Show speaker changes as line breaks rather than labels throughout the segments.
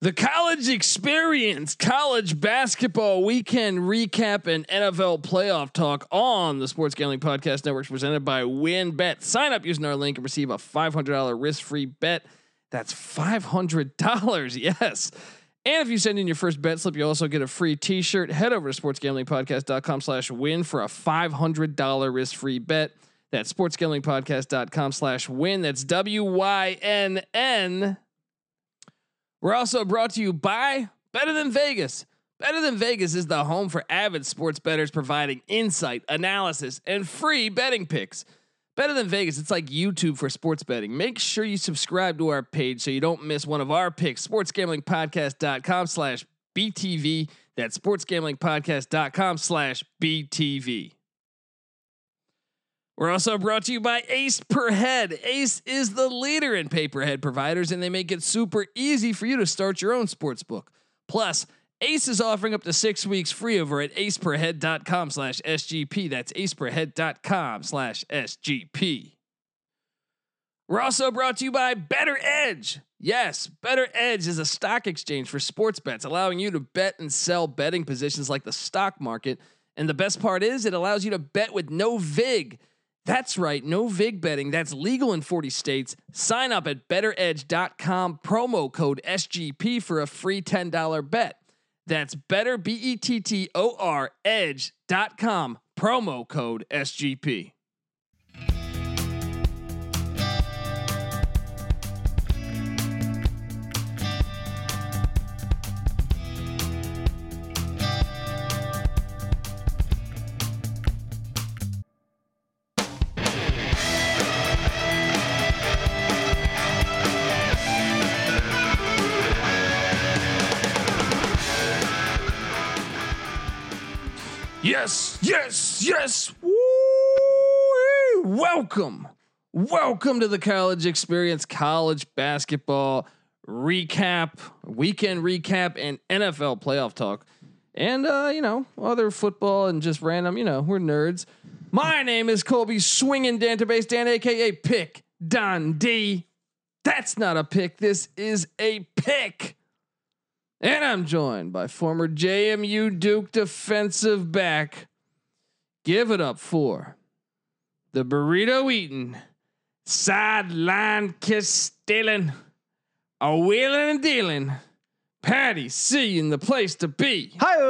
The college experience, college basketball weekend recap, and NFL playoff talk on the Sports Gambling Podcast Network, presented by WinBet. Sign up using our link and receive a $500 risk free bet. That's $500. Yes. And if you send in your first bet slip, you also get a free t-shirt. Head over to sportsgamblingpodcast.com slash win for a $500 risk-free bet. That's sportsgamblingpodcast.com slash win. That's W-Y-N-N. We're also brought to you by Better Than Vegas. Better Than Vegas is the home for avid sports bettors providing insight, analysis, and free betting picks. Better Than Vegas, it's like YouTube for sports betting. Make sure you subscribe to our page so you don't miss one of our picks. Sportsgamblingpodcast.com slash BTV. That's sportsgamblingpodcast.com slash BTV. We're also brought to you by Ace Per Head. Ace is the leader in paperhead providers, and they make it super easy for you to start your own sports book. Plus, Ace is offering up to six weeks free over at aceperhead.com slash SGP. That's aceperhead.com slash SGP. We're also brought to you by Better Edge. Yes, Better Edge is a stock exchange for sports bets, allowing you to bet and sell betting positions like the stock market. And the best part is, it allows you to bet with no VIG. That's right, no VIG betting. That's legal in 40 states. Sign up at betteredge.com, promo code SGP for a free $10 bet. That's better, B E T T O R, edge.com, promo code SGP. Yes, yes, yes. Woo-wee. Welcome. Welcome to the college experience, college basketball recap, weekend recap, and NFL playoff talk. And, uh, you know, other football and just random, you know, we're nerds. My name is Colby Swinging Dantabase Dan, aka Pick Don D. That's not a pick. This is a pick. And I'm joined by former JMU Duke defensive back. Give it up for the burrito eating, sideline kiss stealing, a wheeling and dealing, Patty C in the place to be.
Hi.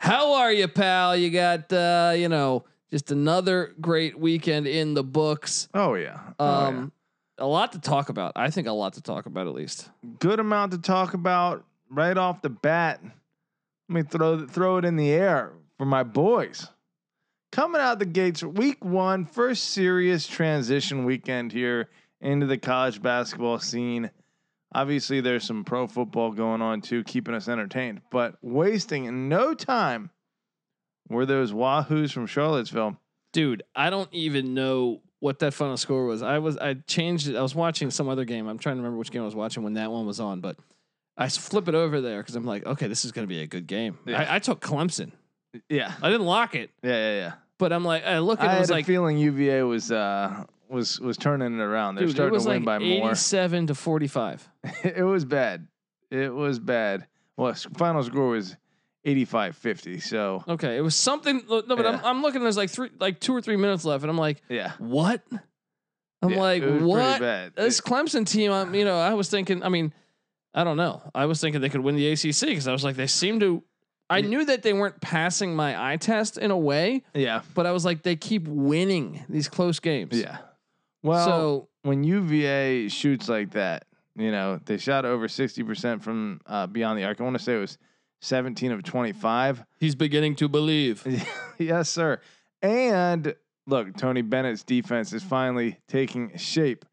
How are you, pal? You got, uh, you know, just another great weekend in the books.
Oh yeah. Oh,
Um, A lot to talk about. I think a lot to talk about, at least.
yeah. Good amount to talk about right off the bat. Let me throw th- throw it in the air for my boys. Coming out the gates, week one, first serious transition weekend here into the college basketball scene. Obviously, there's some pro football going on too, keeping us entertained. But wasting no time were those Wahoos from Charlottesville.
dude i don't even know what that final score was i was i changed it i was watching some other game i'm trying to remember which game i was watching when that one was on but i s- flip it over there because i'm like okay this is going to be a good game
Yeah.
I, I took clemson
Yeah,
i didn't lock it
yeah, yeah, yeah.
but i'm like i look and
I
it was
had
like
a feeling UVA was uh was was turning it around. They're
dude it
starting
was
to win
like
by more.
87 to 45
it was bad. It was bad. Well, s- final score was 85-50. So
okay it was something no but
Yeah.
I'm, I'm looking there's like three like two or three minutes left and i'm like
yeah,
what i'm
Yeah,
like
it was pretty
what
bad.
this
It-
Clemson team, I'm, you know, I was thinking, I mean, I don't know. I was thinking they could win the ACC because I was like, they seem to. I
Yeah.
knew that they weren't passing my eye test in a way,
yeah,
but I was like, they keep winning these close games.
yeah. Well,
so
when UVA shoots like that, you know they shot over sixty percent from uh, beyond the arc. I want to say it was seventeen of twenty-five.
he's beginning to believe.
yes, sir. And look, Tony Bennett's defense is finally taking shape.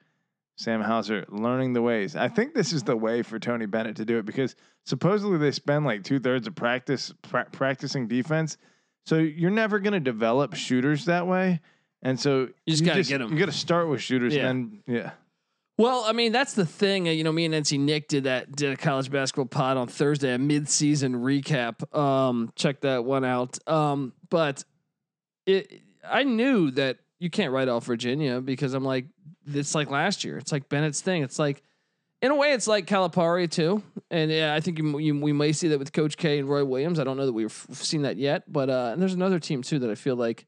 Sam Hauser learning the ways. I think this is the way for Tony Bennett to do it because supposedly they spend like two thirds of practice pra- practicing defense. So you're never going to develop shooters that way. And so
You just gotta get 'em.
You got to start with shooters.
Yeah.
And then, yeah.
Well, I mean, that's the thing. uh, You know, me and NC Nick did that did a college basketball pod on Thursday, a mid-season recap. Um, check that one out. Um, but it, I knew that you can't write off Virginia because I'm like, it's like last year. It's like Bennett's thing. It's like in a way, it's like Calipari too, and yeah, I think you, you, we may see that with Coach K and Roy Williams. I don't know that we've seen that yet, but uh, and there's another team too that I feel like,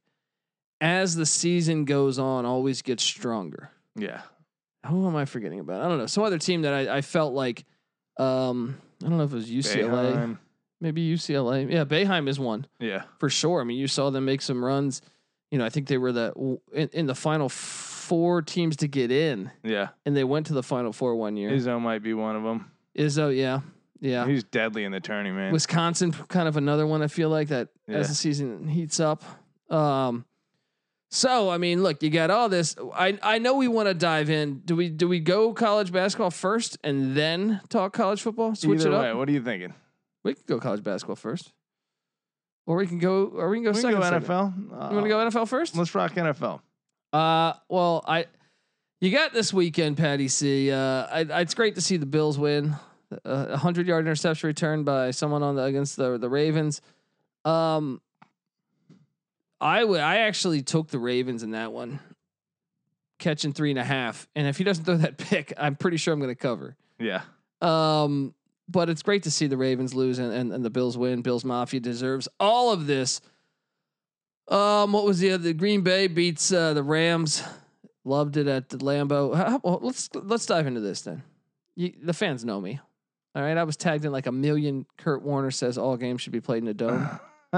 as the season goes on, always gets stronger.
Yeah.
Who am I forgetting about? I don't know. Some other team that I, I felt like, um, I don't know if it was UCLA,
Boeheim.
maybe UCLA. Yeah, Bayheim is one
Yeah.
for sure. I mean, you saw them make some runs. You know, I think they were the in, in the final four teams to get in,
Yeah.
and they went to the final four one year.
Izzo might be one of them.
Izzo, yeah, yeah.
He's deadly in the tourney, man.
Wisconsin, kind of another one. I feel like that
Yeah.
as the season heats up. Um, so I mean, look, you got all this. I I know we want to dive in. Do we do we go college basketball first and then talk college football? Switch
Either
it up.
way, what are you thinking?
We can go college basketball first, or we can go or we can go
We can
second.
go
segment.
NFL. Uh,
You want to go NFL first?
Let's rock NFL.
Uh, well, I you got this weekend, Patty C. Uh, I, I- it's great to see the Bills win. Uh, A hundred yard interception return by someone on the, against the the Ravens. Um, I would I actually took the Ravens in that one, catching three and a half. And if he doesn't throw that pick, I'm pretty sure I'm going to cover.
Yeah.
Um, but it's great to see the Ravens lose and, and, and the Bills win. Bills Mafia deserves all of this. Um, what was the other? Green Bay beats uh, the Rams. Loved it at the Lambeau. How- how- well, let's let's dive into this then. You, the fans know me. All right, I was tagged in like a million. Kurt Warner says all games should be played in a dome.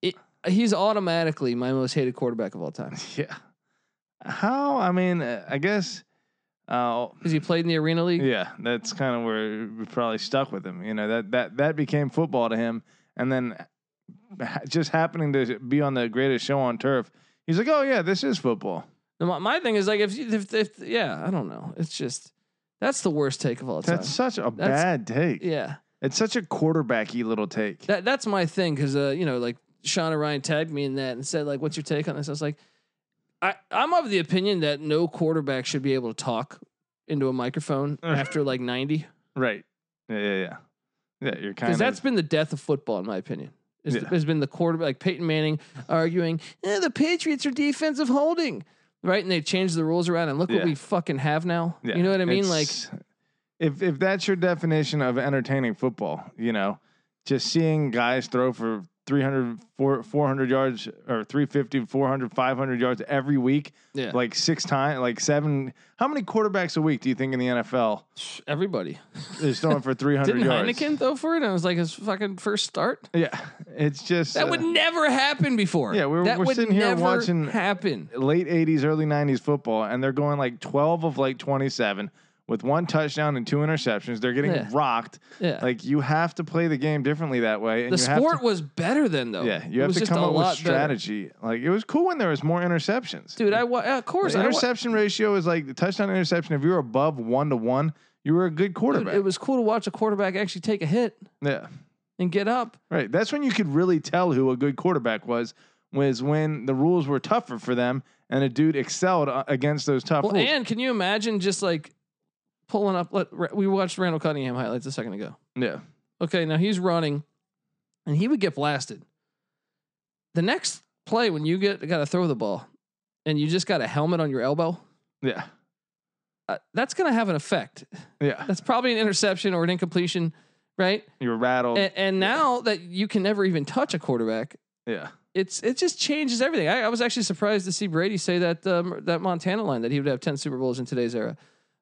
yeah.
He's automatically my most hated quarterback of all time
How? I mean, uh, I guess. Uh,
because he played in the Arena League.
yeah, that's kind of where we probably stuck with him. You know that that that became football to him, and then ha- just happening to be on the greatest show on turf, he's like, "Oh yeah, this is football."
And My, my thing is like if, you- if if yeah, I don't know. It's just that's the worst take of all time.
That's such a
That's-
bad take.
yeah.
It's such a quarterbacky little take.
That that's my thing because uh, you know, like Sean and Ryan tagged me in that and said, like, "What's your take on this?" I was like, I I'm of the opinion that no quarterback should be able to talk into a microphone after like 90
right. Yeah, yeah, yeah. Yeah, you're kind
because
of
that's been the death of football in my opinion. Is,
Yeah.
Has been the quarterback like Peyton Manning arguing "Eh, the Patriots are defensive holding right, and they changed the rules around and look
Yeah.
what we fucking have now.
Yeah,
you know what I mean? Like
it's- if if that's your definition of entertaining football, you know, just seeing guys throw for 300 four- 400 yards or 350 400 500 yards every week
yeah,
like six times like seven how many quarterbacks a week do you think in the NFL
everybody
is throwing for 300
didn't
yards
Heineken throw for it, and it was like his fucking first start.
yeah it's just
That
uh,
would never happen before.
Yeah, we're-
that
we're
would
sitting here
never
watching-
happen.
late 80s early 90s football and they're going like 12 of like 27 with one touchdown and two interceptions they're getting
Yeah.
rocked
Yeah,
like you have to play the game differently that way and
the
you have to
sport was better then, though.
Yeah,
It
you have
was
to
just
come
a
up with
lot better.
strategy. Like it was cool when there was more interceptions,
dude. I wa- yeah, of
The
course I wa-
interception ratio is like the touchdown interception. If you were above one to one, you were a good
dude,
quarterback.
it was cool to watch a quarterback actually take a hit
yeah,
and get up.
right. That's when you could really tell who a good quarterback was. Was when the rules were tougher for them, and a dude excelled uh, against those tough
Well,
rules.
and can you imagine just like pulling up? Let, we watched Randall Cunningham highlights a second ago.
yeah,
Okay, now he's running, and he would get blasted. The next play, when you get got to throw the ball, and you just got a helmet on your elbow,
yeah,
uh, that's gonna have an effect.
yeah.
That's probably an interception or an incompletion, right?
You were rattled.
And, and now that you can never even touch a quarterback,
yeah,
it's it just changes everything. I, I was actually surprised to see Brady say that um, that Montana line that he would have ten Super Bowls in today's era.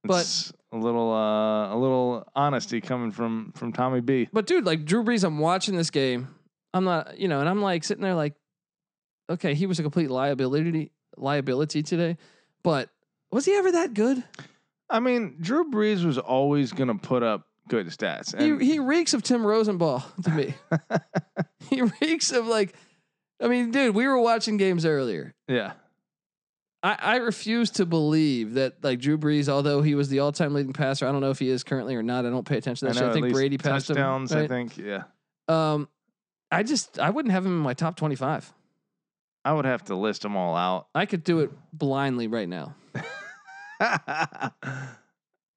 but-
It's a little, uh, a little honesty coming from from Tommy B.
But dude, like Drew Brees, I'm watching this game. I'm not, you know, and I'm like sitting there like, okay, he was a complete liability liability today, but was he ever that good?
I mean, Drew Brees was always going to put up good stats. And
he he reeks of Tim Rosenball to me. he reeks of like, I mean, dude, we were watching games earlier,
yeah.
I, I refuse to believe that like Drew Brees, although he was the all-time leading passer, I don't know if he is currently or not. I don't pay attention to that. shit. I,
at
think
least
Brady passed
touchdowns.
him.
I
right?
think, yeah.
Um, I just I wouldn't have him in my top twenty-five.
I would have to list them all out.
I could do it blindly right now.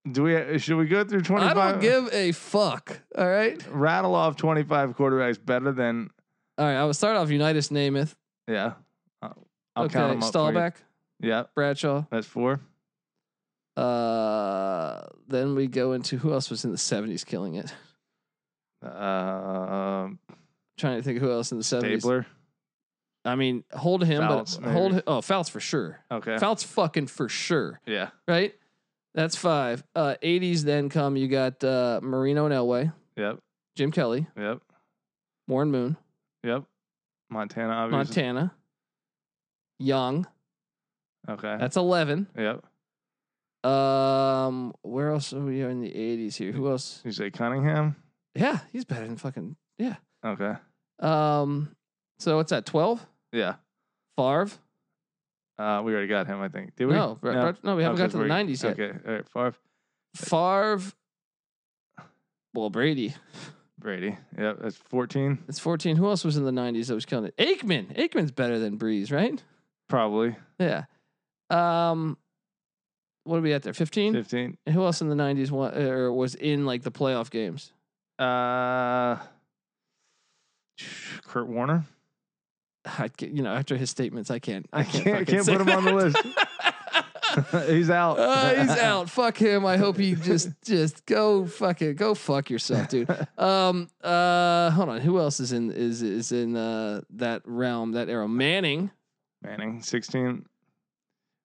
Do we? Should we go through twenty five?
I don't give a fuck. All right,
Rattle off twenty five quarterbacks better than
all right. I will start off Unitas Namath.
yeah. uh, I'll, I'll
okay,
count them up. for you.
Stallback,
Yeah,
Bradshaw,
that's four.
Uh, then we go into who else was in the 70s killing it.
Uh,
trying to think who else in the 70s.
Stabler.
I mean, hold him,
Fouts,
but
maybe.
hold oh Fouts for sure.
Okay.
Fouts fucking for sure,
yeah.
right? That's five. Uh, 80s then come. You got uh, Marino and Elway,
Yep.
Jim Kelly,
Yep.
Warren Moon,
Yep. Montana, obviously.
Montana, Young.
Okay.
That's 11.
yep.
Um, where else are we in the 80s here? Who else?
You say Cunningham?
Yeah, he's better than fucking yeah.
Okay.
Um, so what's that? 12?
Yeah.
Favre?
Uh, we already got him, I think. Did we?
No, Brett- Brett- no, we haven't got
because
to the
we're-
90s yet.
Okay. All right. Favre,
Favre. Well, Brady.
Brady. Yep. That's 14.
It's 14. Who else was in the 90s that was killing it? Aikman. Aikman's better than Breeze, right?
Probably.
Yeah. Um, what are we at there? 15?
15.
Who else in the 90s wa- or was in like the playoff games?
Uh, Kurt Warner.
I ca- you know, after his statements, I can't.
I can't, I
fucking
can't
say
put him on the list.
that.
he's out.
Uh, he's out. Fuck him. I hope he just just go fucking go fuck yourself, dude. Um. Uh. Hold on. Who else is in is is in uh that realm that era? Manning.
Manning, 16.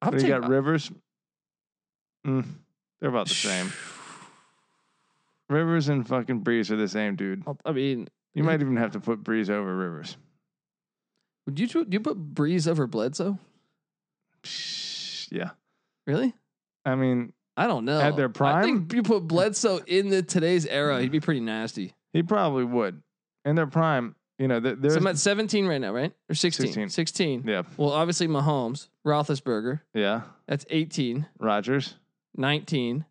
I'm
Then you
taking-
got Rivers. Mm, they're about the same. Rivers and fucking Breeze are the same, dude.
I'll- I mean,
You might even have to put Breeze over Rivers.
would you do you put Breeze over Bledsoe?
Psh, Yeah.
Really?
I mean,
I don't know.
At their
I think you put Bledsoe in the today's era, he'd be pretty nasty.
he probably would. In their prime, you know, th-
So
there's.
I'm at 17 right now, right? Or 16. 16.
16. yeah.
Well, obviously Mahomes, Roethlisberger.
Yeah.
That's 18.
Rogers.
19.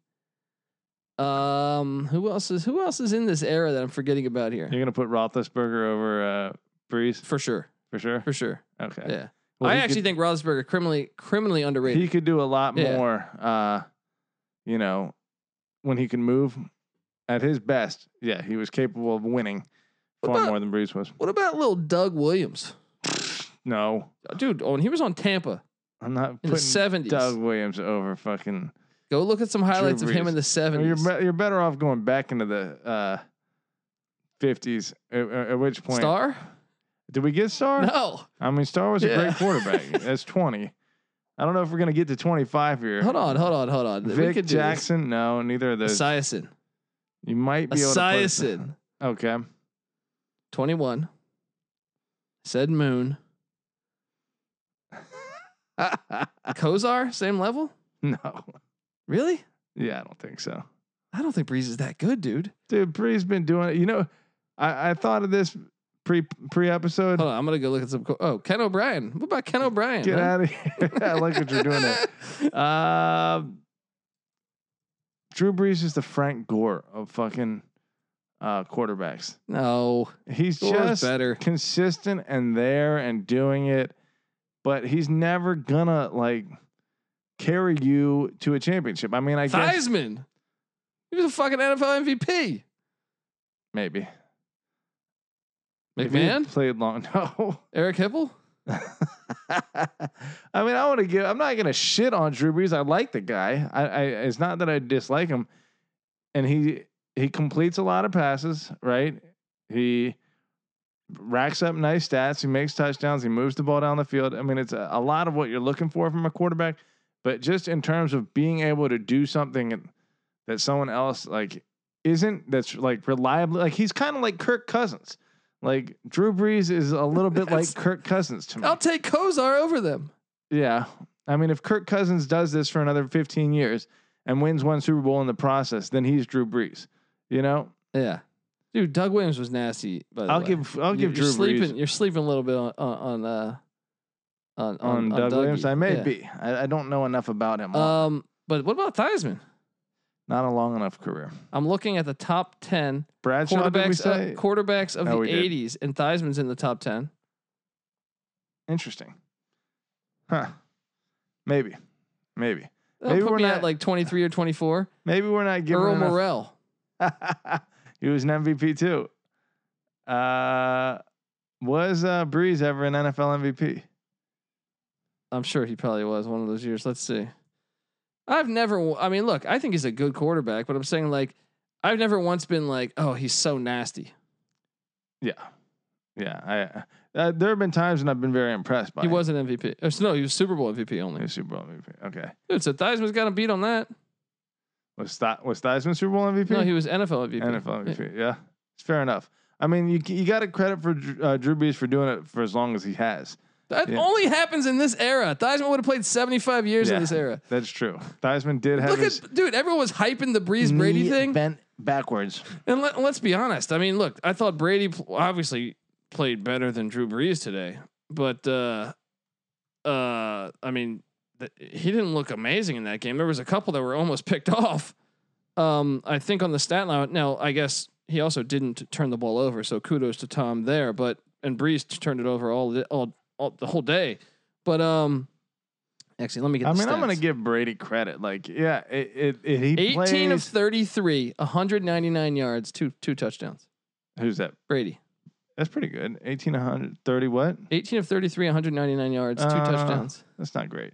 Um, who else is who else is in this era that I'm forgetting about here?
You're going to put Roethlisberger over uh, Breeze
For sure,
for sure?
for sure.
Okay.
Yeah,
Well,
I
he
actually
could-
think Roethlisberger criminally criminally underrated.
he could do a lot
Yeah.
more, uh, you know, when he can move at his best. Yeah. He was capable of winning
What
far
about-
more than Breeze was.
what about little Doug Williams,
No.
dude? Oh, and he was on Tampa
I'm not
in the
putting
'70s.
Doug Williams over fucking.
Go look at some highlights of him
Brees.
in the
I
'70s.
mean, you're be- you're better off going back into the uh, 50s. At, at- at which point
Star?
did we get Star?
No,
I mean, Star was a
Yeah.
great quarterback. That's 20. I don't know if we're gonna get to 25 here.
hold on, hold on, hold on. we
Vic
could
Jackson? No, neither of
do
those.
this. Esiason,
you might be able to.
Esiason,
put us- Okay.
21. Said Moon, Kozar, same level.
no.
Really?
Yeah, I don't think so.
I don't think Breeze is that good, dude.
Dude, Bree's been doing it. You know, I, I thought of this pre pre episode.
Hold on, I'm gonna go look at some. Co- oh, Ken O'Brien. What about Ken O'Brien?
Get
huh?
out of here. I like what you're doing there. Um, Drew Brees is the Frank Gore of fucking uh, quarterbacks.
no,
He's
Gore's
just
better.
consistent and there and doing it, but he's never gonna like carry you to a championship. I mean, I guess
Theismann. He was a fucking NFL MVP.
maybe If he had
McMahon,
played long. No,
Eric Hipple.
I mean, I want to give. I'm not gonna shit on Drew Brees. I like the guy. I, I it's not that I dislike him, and he he completes a lot of passes. Right, he racks up nice stats. He makes touchdowns. He moves the ball down the field. I mean, it's a, a lot of what you're looking for from a quarterback. But just in terms of being able to do something that someone else like isn't, that's like reliable. Like he's kind of like Kirk Cousins. Like Drew Brees is a little bit like
That's- Oh,
Kirk Cousins to me.
I'll take Kozar over them.
Yeah. I mean, if Kirk Cousins does this for another 15 years and wins one Super Bowl in the process, then he's Drew Brees. You know,
Yeah, dude. Doug Williams was nasty. By the
I'll
way.
give I'll
You're-
give
you're
Drew
sleeping,
Brees
You're sleeping a little bit on on on uh, on,
on,
on, on
Doug Williams.
Dougie.
I may
Yeah.
be. I, I don't know enough about him.
Um, but what about Theismann?
Not a long enough career.
I'm looking at the top ten
Bradshaw, did we
quarterbacks uh,
say?
quarterbacks of
No,
the
we did.
'80s, and Theismann's in the top ten.
Interesting. Huh. Maybe. Maybe.
That'll
Maybe
put
we're
me at
not-
like 23 or 24.
Maybe we're not giving
Earl
enough-
Morrell.
he was an MVP too. Uh, was uh, Brees ever an NFL MVP?
I'm sure he probably was one of those years. Let's see. I've never. I mean, look, I think he's a good quarterback, but I'm saying like, I've never once been like, oh, he's so nasty.
Yeah, yeah. I uh, there have been times when I've been very impressed by
He
him.
was an MVP. Oh, so no, he was Super Bowl MVP only.
He's Super Bowl MVP. Okay,
Dude, so Theismann's got a beat on that.
was that was Theismann Super Bowl MVP?
No, he was NFL MVP.
NFL MVP. Yeah, it's fair enough. I mean, you you got to credit for Dr- uh, Drew Brees for doing it for as long as he has.
That
Yeah.
only happens in this era. Theismann would have played 75 years
Yeah.
in this era.
That's true. Theismann did have
Look
his
at, dude, everyone was hyping the Breeze Brady
knee
thing.
bent backwards.
And let, us be honest. I mean, look, I thought Brady pl- obviously played better than Drew Brees today, but uh, uh, I mean, th- he didn't look amazing in that game. There was a couple that were almost picked off. Um, I think on the stat line. Now, I guess he also didn't turn the ball over, so kudos to Tom there. But and Brees t- turned it over all the, all, all the whole day. But um, actually, let me get.
I
the
mean, I'm gonna
stats.
give Brady credit. Like, yeah, it, it, it he
18
plays.
of 33, 199 yards, two two touchdowns.
who's that?
Brady.
That's pretty good. 1830. What?
18 of 33, 199 yards, two
Uh,
touchdowns.
That's not great.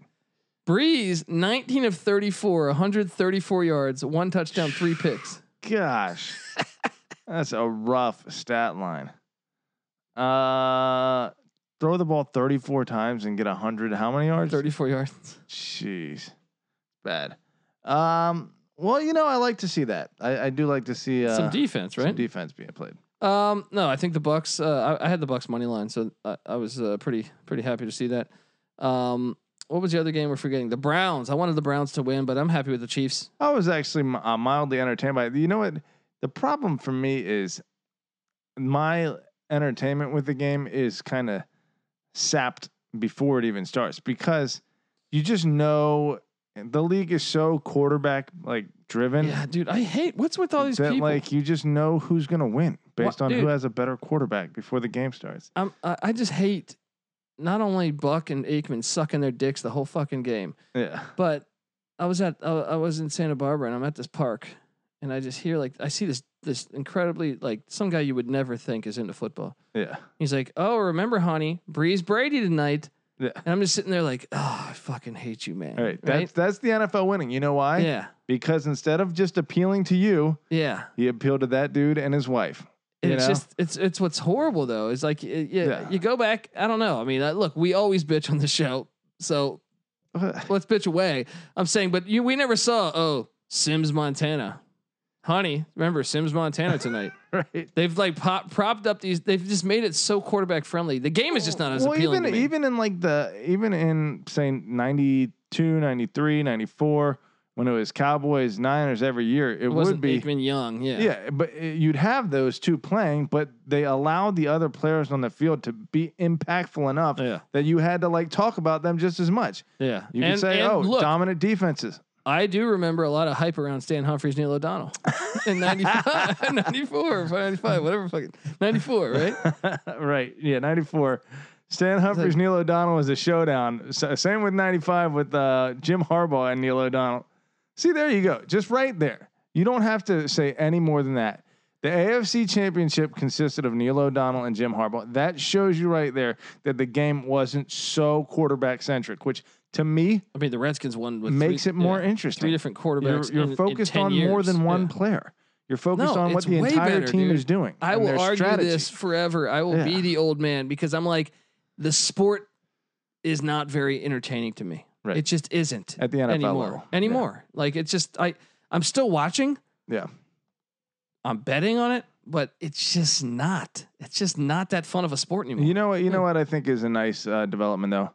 Breeze, 19 of 34, 134 yards, one touchdown, three picks.
Gosh, that's a rough stat line. Uh, throw the ball 34 times and get 100. How many yards?
34 yards.
Jeez, bad. Um, well, you know, I like to see that. I, I do like to see uh,
Some defense,
some
right?
defense being played.
um, no, I think the Bucks. Uh, I, I had the Bucks money line, so I, I was uh, pretty pretty happy to see that. Um, what was the other game we're forgetting? The Browns. I wanted the Browns to win, but I'm happy with the Chiefs.
I was actually mi- uh, mildly entertained by it. You know what? The problem for me is my entertainment with the game is kind of sapped before it even starts because you just know the league is so quarterback like driven
yeah, dude, I hate what's with all these
that
people.
like you just know who's gonna win based
Wha-
on who
dude.
has a better quarterback before the game starts.
I'm, I I just hate not only Buck and Aikman sucking their dicks the whole fucking game.
Yeah.
but I was at uh, I, I was in Santa Barbara and I'm at this park and I just hear like I see this this incredibly like some guy you would never think is into football.
Yeah.
He's like, "Oh, remember, honey, Breeze Brady tonight,"
Yeah.
and I'm just sitting there like, "Oh, I fucking hate you, man."
All right. That's that's the NFL winning. You know why?
yeah,
Because instead of just appealing to you,
yeah.
he appealed to that dude and his wife.
And
You
it's
know?
just it's it's what's horrible though. It's like it, yeah,
Yeah.
you go back. I don't know. I mean, I, look, we always bitch on the show, so let's bitch away. I'm saying, but you we never saw oh Sims Montana, honey. Remember Sims Montana tonight.
right.
They've like pop, propped up these. They've just made it so quarterback friendly. The game is just not as appealing.
even
to me.
even in like the even in say 92 93 94 when it was cowboys niners every year it,
it
would
wasn't
be
Aikman Young. Yeah.
yeah. but uh, you'd have those two playing but they allowed the other players on the field to be impactful enough
Yeah.
that you had to like talk about them just as much
Yeah.
you could
and,
say
and
oh
look,
dominant defenses
I do remember a lot of hype around Stan Humphries, Neil O'Donnell in 95, 94, 95, whatever fucking 94, right?
right yeah 94 Stan Humphries, Neil O'Donnell was a showdown. S- same with 95 with uh, Jim Harbaugh and Neil O'Donnell. See, there you go. Just right there. You don't have to say any more than that. The AFC Championship consisted of Neil O'Donnell and Jim Harbaugh. That shows you right there that the game wasn't so quarterback centric, which to me
I mean, the Redskins won with
makes
three,
it more
yeah,
interesting.
Three different
You're,
quarterbacks.
you're
in- in
focused
10
on more than
years.
one
Yeah.
player. You're focused
No,
on
it's
what the
way
entire
better,
team
dude.
is doing.
I
and
will
their
argue
strategy.
this forever. I will
Yeah.
be the old man because I'm like, the sport is not very entertaining to me.
Right.
It just isn't
at the NFL
anymore.
level. Yeah.
Anymore. Like it's just I I'm still watching.
Yeah.
I'm betting on it, but it's just not. It's just not that fun of a sport anymore.
You know what? You know
Yeah.
what I think is a nice uh, development, though.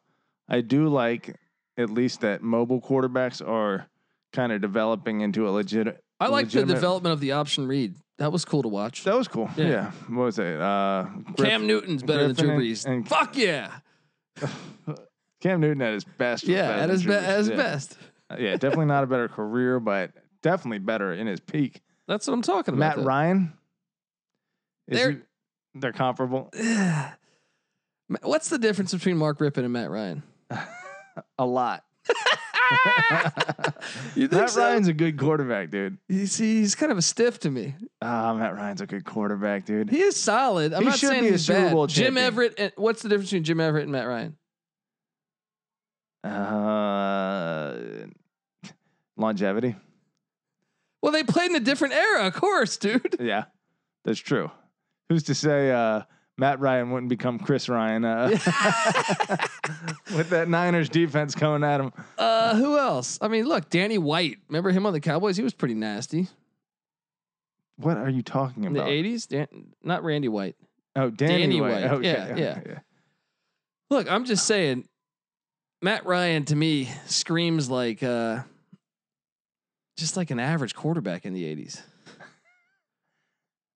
I do like at least that mobile quarterbacks are kind of developing into a legit.
I like the
legitimate-
development of the option read. That was cool to watch.
That was cool. Yeah.
Yeah.
What was it? Uh, Griff-
Cam Newton's better than Drew
Griffin and-
Brees.
and-
Fuck yeah.
Cam Newton at his best. was
Yeah,
better
at
than
his, be-
Drew Brees.
at his
yeah.
best.
Uh, Yeah, definitely not a better career, but definitely better in his peak.
That's what I'm talking about.
Matt
though.
Ryan. Is
They're-
he- they're comparable.
Ma- What's the difference between Mark Rippon and Matt Ryan?
A lot.
You think
Ah! Matt
so?
Ryan's a good quarterback, dude.
You see, he's kind of a stiff to me.
Ah, Matt Ryan's a good quarterback, dude.
He is solid. I'm
He
not
should
saying
be a
he's
Super
bad.
Bowl
Jim
champion.
Everett. And, what's the difference between Jim Everett and Matt Ryan?
Uh, Longevity.
Well, they played in a different era, of course, dude.
Yeah, that's true. Who's to say uh, Matt Ryan wouldn't become Chris Ryan uh, with that Niners defense coming at him?
Uh, who else? I mean, look, Danny White. Remember him on the Cowboys? He was pretty nasty
What are you talking
in the
about?
'80s. Dan- not Randy White.
Oh, Danny,
Danny
White.
White.
Okay,
Yeah,
okay,
yeah. Look, I'm just saying, Matt Ryan to me screams like uh, just like an average quarterback in the '80s.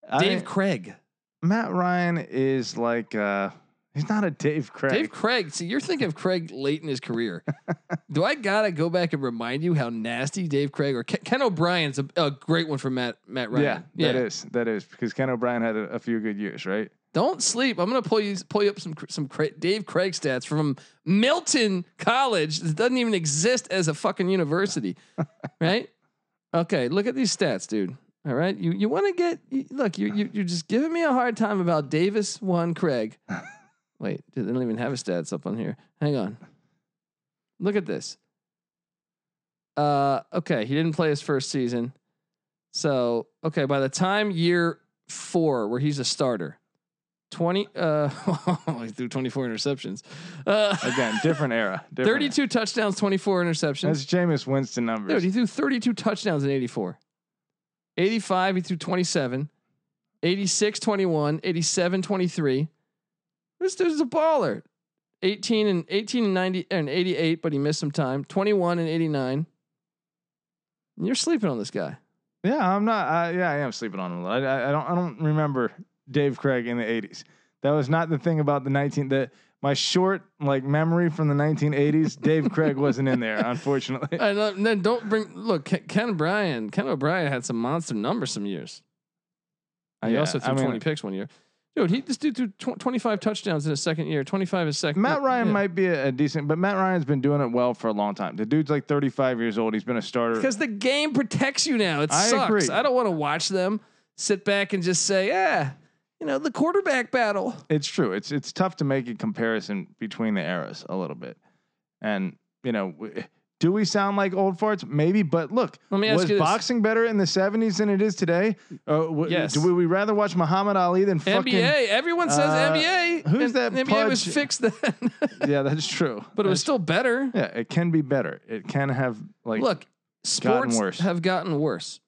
I-
Dave Craig.
Matt Ryan is like uh, he's not a Dave Craig.
Dave Craig. See, you're thinking of Craig late in his career. Do I gotta go back and remind you how nasty Dave Craig or Ken, Ken O'Brien's a, a great one for Matt Matt Ryan.
Yeah, that is that is because Ken O'Brien had a, a few good years, right?
Don't sleep. I'm gonna pull you pull you up some cr- some cra- Dave Craig stats from Milton College that doesn't even exist as a fucking university, right? Okay, look at these stats, dude. All right, you you want to get you, look you, you you're just giving me a hard time about Davis one Craig. Wait, dude, they don't even have his stats up on here. Hang on. Look at this. Uh, okay, he didn't play his first season, so okay. By the time year four, where he's a starter, 20 uh he threw 24 interceptions uh
Again, different era. Different
32 touchdowns 24
Era.
interceptions
That's Jameis Winston
dude
numbers.
he threw 32 touchdowns in 84 85 he threw 27 86 21 87 23 this dude's a baller 18 and 18 and 90 and 88 but he missed some time 21 and 89 you're sleeping on this guy
yeah, I'm not. I, yeah, I am sleeping on him. I, I, I don't. I don't remember Dave Craig in the '80s. That was not the thing about the 19. That my short like memory from the 1980s. Dave Craig wasn't in there, unfortunately.
and uh, then don't bring look Ken, Ken Bryan Ken O'Brien had some monster numbers some years Uh, He
Yeah,
also threw
I mean,
20 picks one year. Dude, he this dude threw tw- 25 touchdowns in his second year, 25 his second.
Matt Ryan
yeah.
might be a, a decent, but Matt Ryan's been doing it well for a long time. The dude's like 35 years old. He's been a starter.
because the game protects you now. It
I
sucks.
agree.
I don't want to watch them sit back and just say, yeah, you know, the quarterback battle.
it's true. It's it's tough to make a comparison between the eras a little bit, and you know, w- eh, do we sound like old farts? Maybe, but look,
Let me ask
was
you this.
boxing better in the '70s than it is today? Uh, w-
Yes.
Do we rather watch Muhammad Ali than fucking?
NBA. Everyone says
uh,
NBA.
who's
and
that
NBA was
pudge?
fixed then,
Yeah, that's true.
but it was
That's-
still better.
Yeah, it can be better. It can have like
Look, sports
worse.
have gotten worse.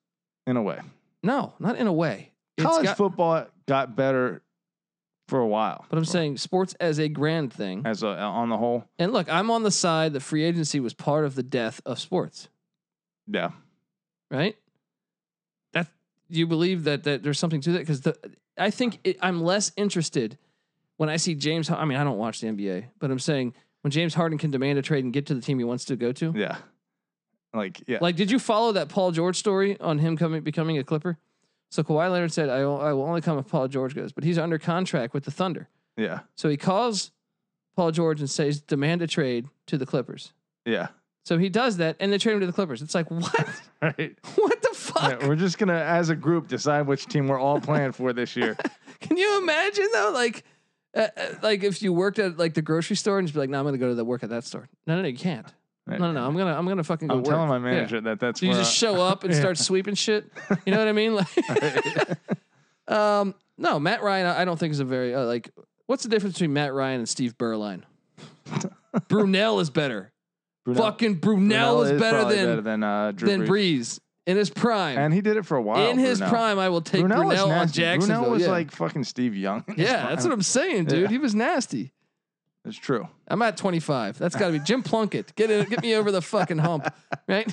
in a way.
No, not in a way. It's
College
got-
football got better for a while.
But I'm
for-
saying sports as a grand thing.
as a, on the whole,
And look, I'm on the side that free agency was part of the death of sports.
yeah.
right? That you believe that that there's something to that because the I think it, I'm less interested when I see James. Har- I mean, I don't watch the NBA, but I'm saying when James Harden can demand a trade and get to the team he wants to go to.
Yeah. Like, yeah.
Like, did you follow that Paul George story on him coming becoming a Clipper? So Kawhi Leonard said, I will, "I will only come if Paul George goes," but he's under contract with the Thunder,
yeah.
so he calls Paul George and says, "Demand a trade to the Clippers."
Yeah.
So he does that, and they trade him to the Clippers. It's like, what?
Right.
what the fuck?
Yeah, we're just going to, as a group, decide which team we're all playing for this year.
Can you imagine though? Like, uh, uh, like if you worked at like the grocery store and just be like, "No, I'm gonna go to the work at that store." No, no, no, you can't. No, no, no, I'm gonna, I'm gonna fucking go.
I'm
work.
telling my
Yeah.
manager that that's
So you
where
just
I-
show up and
Yeah.
start sweeping shit. You know what I mean? Like, um, no, Matt Ryan, I I don't think is a very uh, like. What's the difference between Matt Ryan and Steve Berline? Brunel is better.
Brunel-
Fucking Brunel,
Brunel
is, better
probably
than
better than uh, Drew
than
Brees.
Breeze in his prime.
And he did it for a while.
in his
Brunel.
prime, I will take
Brunel
Brunel,
was
on
nasty.
Jackson.
Brunel was like fucking Steve Young. in his
yeah, that's what
prime.
I'm saying, dude.
Yeah.
He was nasty.
It's true.
I'm at 25. That's got to be Jim Plunkett. Get in, get me over the fucking hump, right?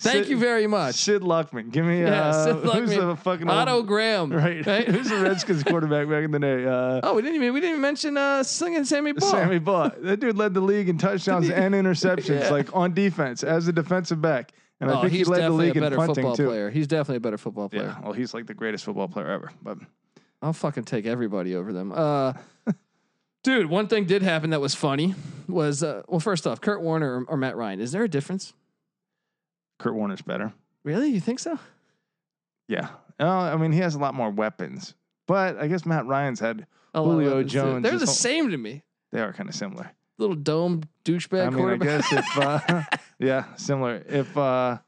Thank
Sid-
you very much,
Sid Luckman. Give me
Uh, Yeah,
uh,
Sid
who's
Luckman.
the fucking old-
Otto Graham.
right?
right?
who's the Redskins quarterback back in the day? Uh,
Oh, we didn't even we didn't even mention uh, singing Sammy Ball.
Sammy Baugh. That dude led the league in touchdowns and interceptions,
Yeah.
like on defense as a defensive back. And I
oh,
think he
he's
led the
definitely
league
a
in
better
punting
football
too.
player. He's definitely a better football player.
Yeah, well, he's like the greatest football player ever. But
I'll fucking take everybody over them. Uh, dude, one thing did happen that was funny was uh, well, first off, Kurt Warner or, or Matt Ryan. Is there a difference?
Kurt Warner's better.
Really? You think so?
Yeah. Oh, I mean, he has a lot more weapons. But I guess Matt Ryan's had
A lot of
Julio
weapons, too.
Jones
They're
is
the
all-
same to me.
they are kind of similar.
little dome douchebag
I mean, I
quarterback.
guess if uh, yeah, similar. If uh,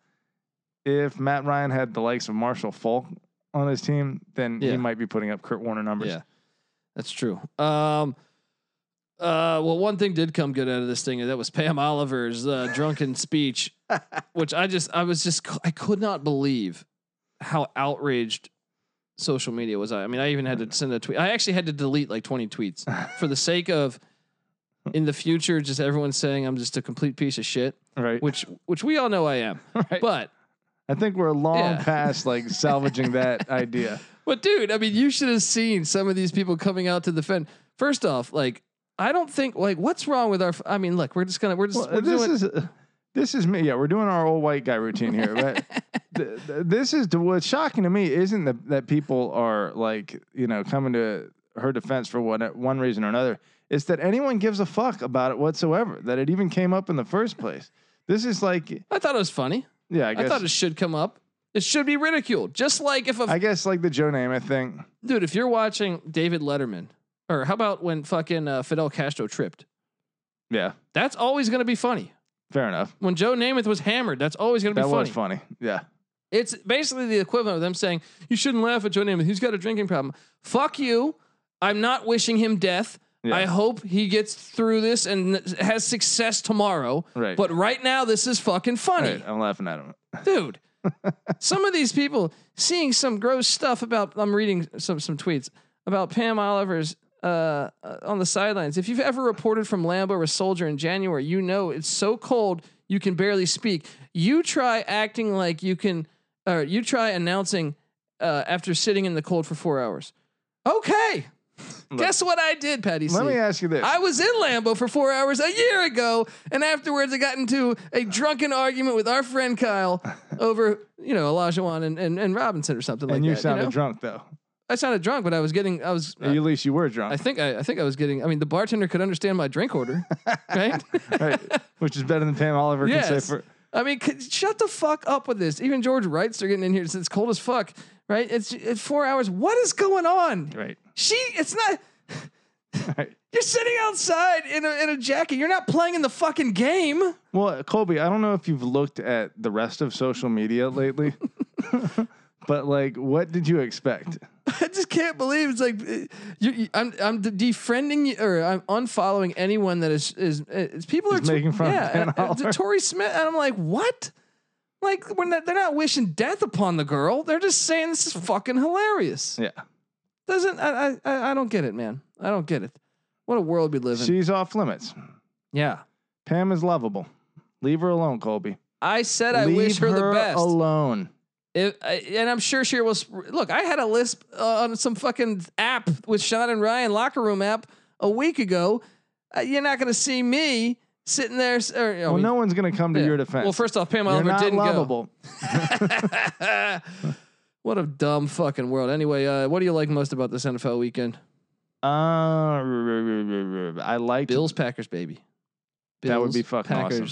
if Matt Ryan had the likes of Marshall Falk on his team, then
Yeah.
he might be putting up Kurt Warner numbers.
Yeah, that's true. Um, uh, well, one thing did come good out of this thing, and that was Pam Oliver's uh, drunken speech, which I just, I was just, I could not believe how outraged social media was. I, I mean, I even had to send a tweet. I actually had to delete like 20 tweets for the sake of in the future, just everyone saying I'm just a complete piece of shit,
Right.
which, which we all know I am.
right.
But
I think we're long
Yeah.
past like salvaging that idea.
But dude, I mean, you should have seen some of these people coming out to defend. First off, like I don't think like what's wrong with our. I mean, look, we're just gonna we're just
Well,
we're
this
doing,
is this is me. Yeah, we're doing our old white guy routine here, but th- th- this is what's shocking to me isn't that that people are like you know coming to her defense for one one reason or another. It's that anyone gives a fuck about it whatsoever. That it even came up in the first place. This is like
I thought it was funny.
yeah, I
I,
guess I,
thought it should come up. It should be ridiculed, just like if a
guess like the Joe Namath thing.
dude, if you're watching David Letterman, or how about when fucking uh, Fidel Castro tripped?
Yeah,
That's always gonna be funny.
fair enough.
When Joe Namath was hammered, that's always gonna
That
be
was
funny.
funny. Yeah,
It's basically the equivalent of them saying, You shouldn't laugh at Joe Namath. He's got a drinking problem. Fuck you. I'm not wishing him death.
Yeah.
I hope he gets through this and has success tomorrow.
right.
But right now, this is fucking funny.
right. I'm laughing at him.
Dude, some of these people seeing some gross stuff about, I'm reading some, some tweets about Pam Oliver's uh, uh, on the sidelines. If you've ever reported from Lambo or Soldier in January, you know it's so cold you can barely speak. You try acting like you can, or you try announcing uh, after sitting in the cold for four hours. Okay. Guess what I did, Patty? C?
Let me ask you this.
I was in Lambo for four hours a year ago, and afterwards I got into a drunken argument with our friend Kyle over, you know, Olajuwon and, and, and Robinson or something
and
like
you
that.
sounded
know?
drunk though.
I sounded drunk, but I was getting, I was,
At least you were drunk.
I think I, I think I was getting. I mean, the bartender could understand my drink order, right?
right? Which is better than Pam Oliver can
Yes.
say for.
I mean, could, shut the fuck up with this. Even George Wrights are getting in here. It's, it's cold as fuck, right? It's it's four hours. What is going on?
Right.
She, it's not.
right.
You're sitting outside in a in a jacket. You're not playing in the fucking game.
Well, Colby, I don't know if you've looked at the rest of social media lately, but like, what did you expect?
I just can't believe it's like uh, you, you- I'm I'm de- defriending you, or I'm unfollowing anyone that is is, is people are
Is making fun of
yeah,
Van
and- and
Holler.
Tory Smith, and I'm like, what? Like we're not, they're not wishing death upon the girl. They're just saying this is fucking hilarious.
Yeah.
Doesn't I, I- I I don't get it, man. I don't get it. What a world we live in.
She's off limits.
yeah,
Pam is lovable. Leave her alone, Colby.
I said I
Leave
wish her, the best.
alone.
If, I- and I'm sure she was. Look, I had a lisp uh, on some fucking app with Sean and Ryan locker room app a week ago. Uh, you're not going to see me sitting there. s- Or, I
Well,
mean,
no one's going to come to
yeah.
your defense.
Well, first off, Pam
You're
Oliver
not
didn't
lovable.
go. what a dumb fucking world. Anyway, uh, what do you like most about this NFL weekend?
Uh, I liked
Bills, Packers, baby.
That would be fucking awesome.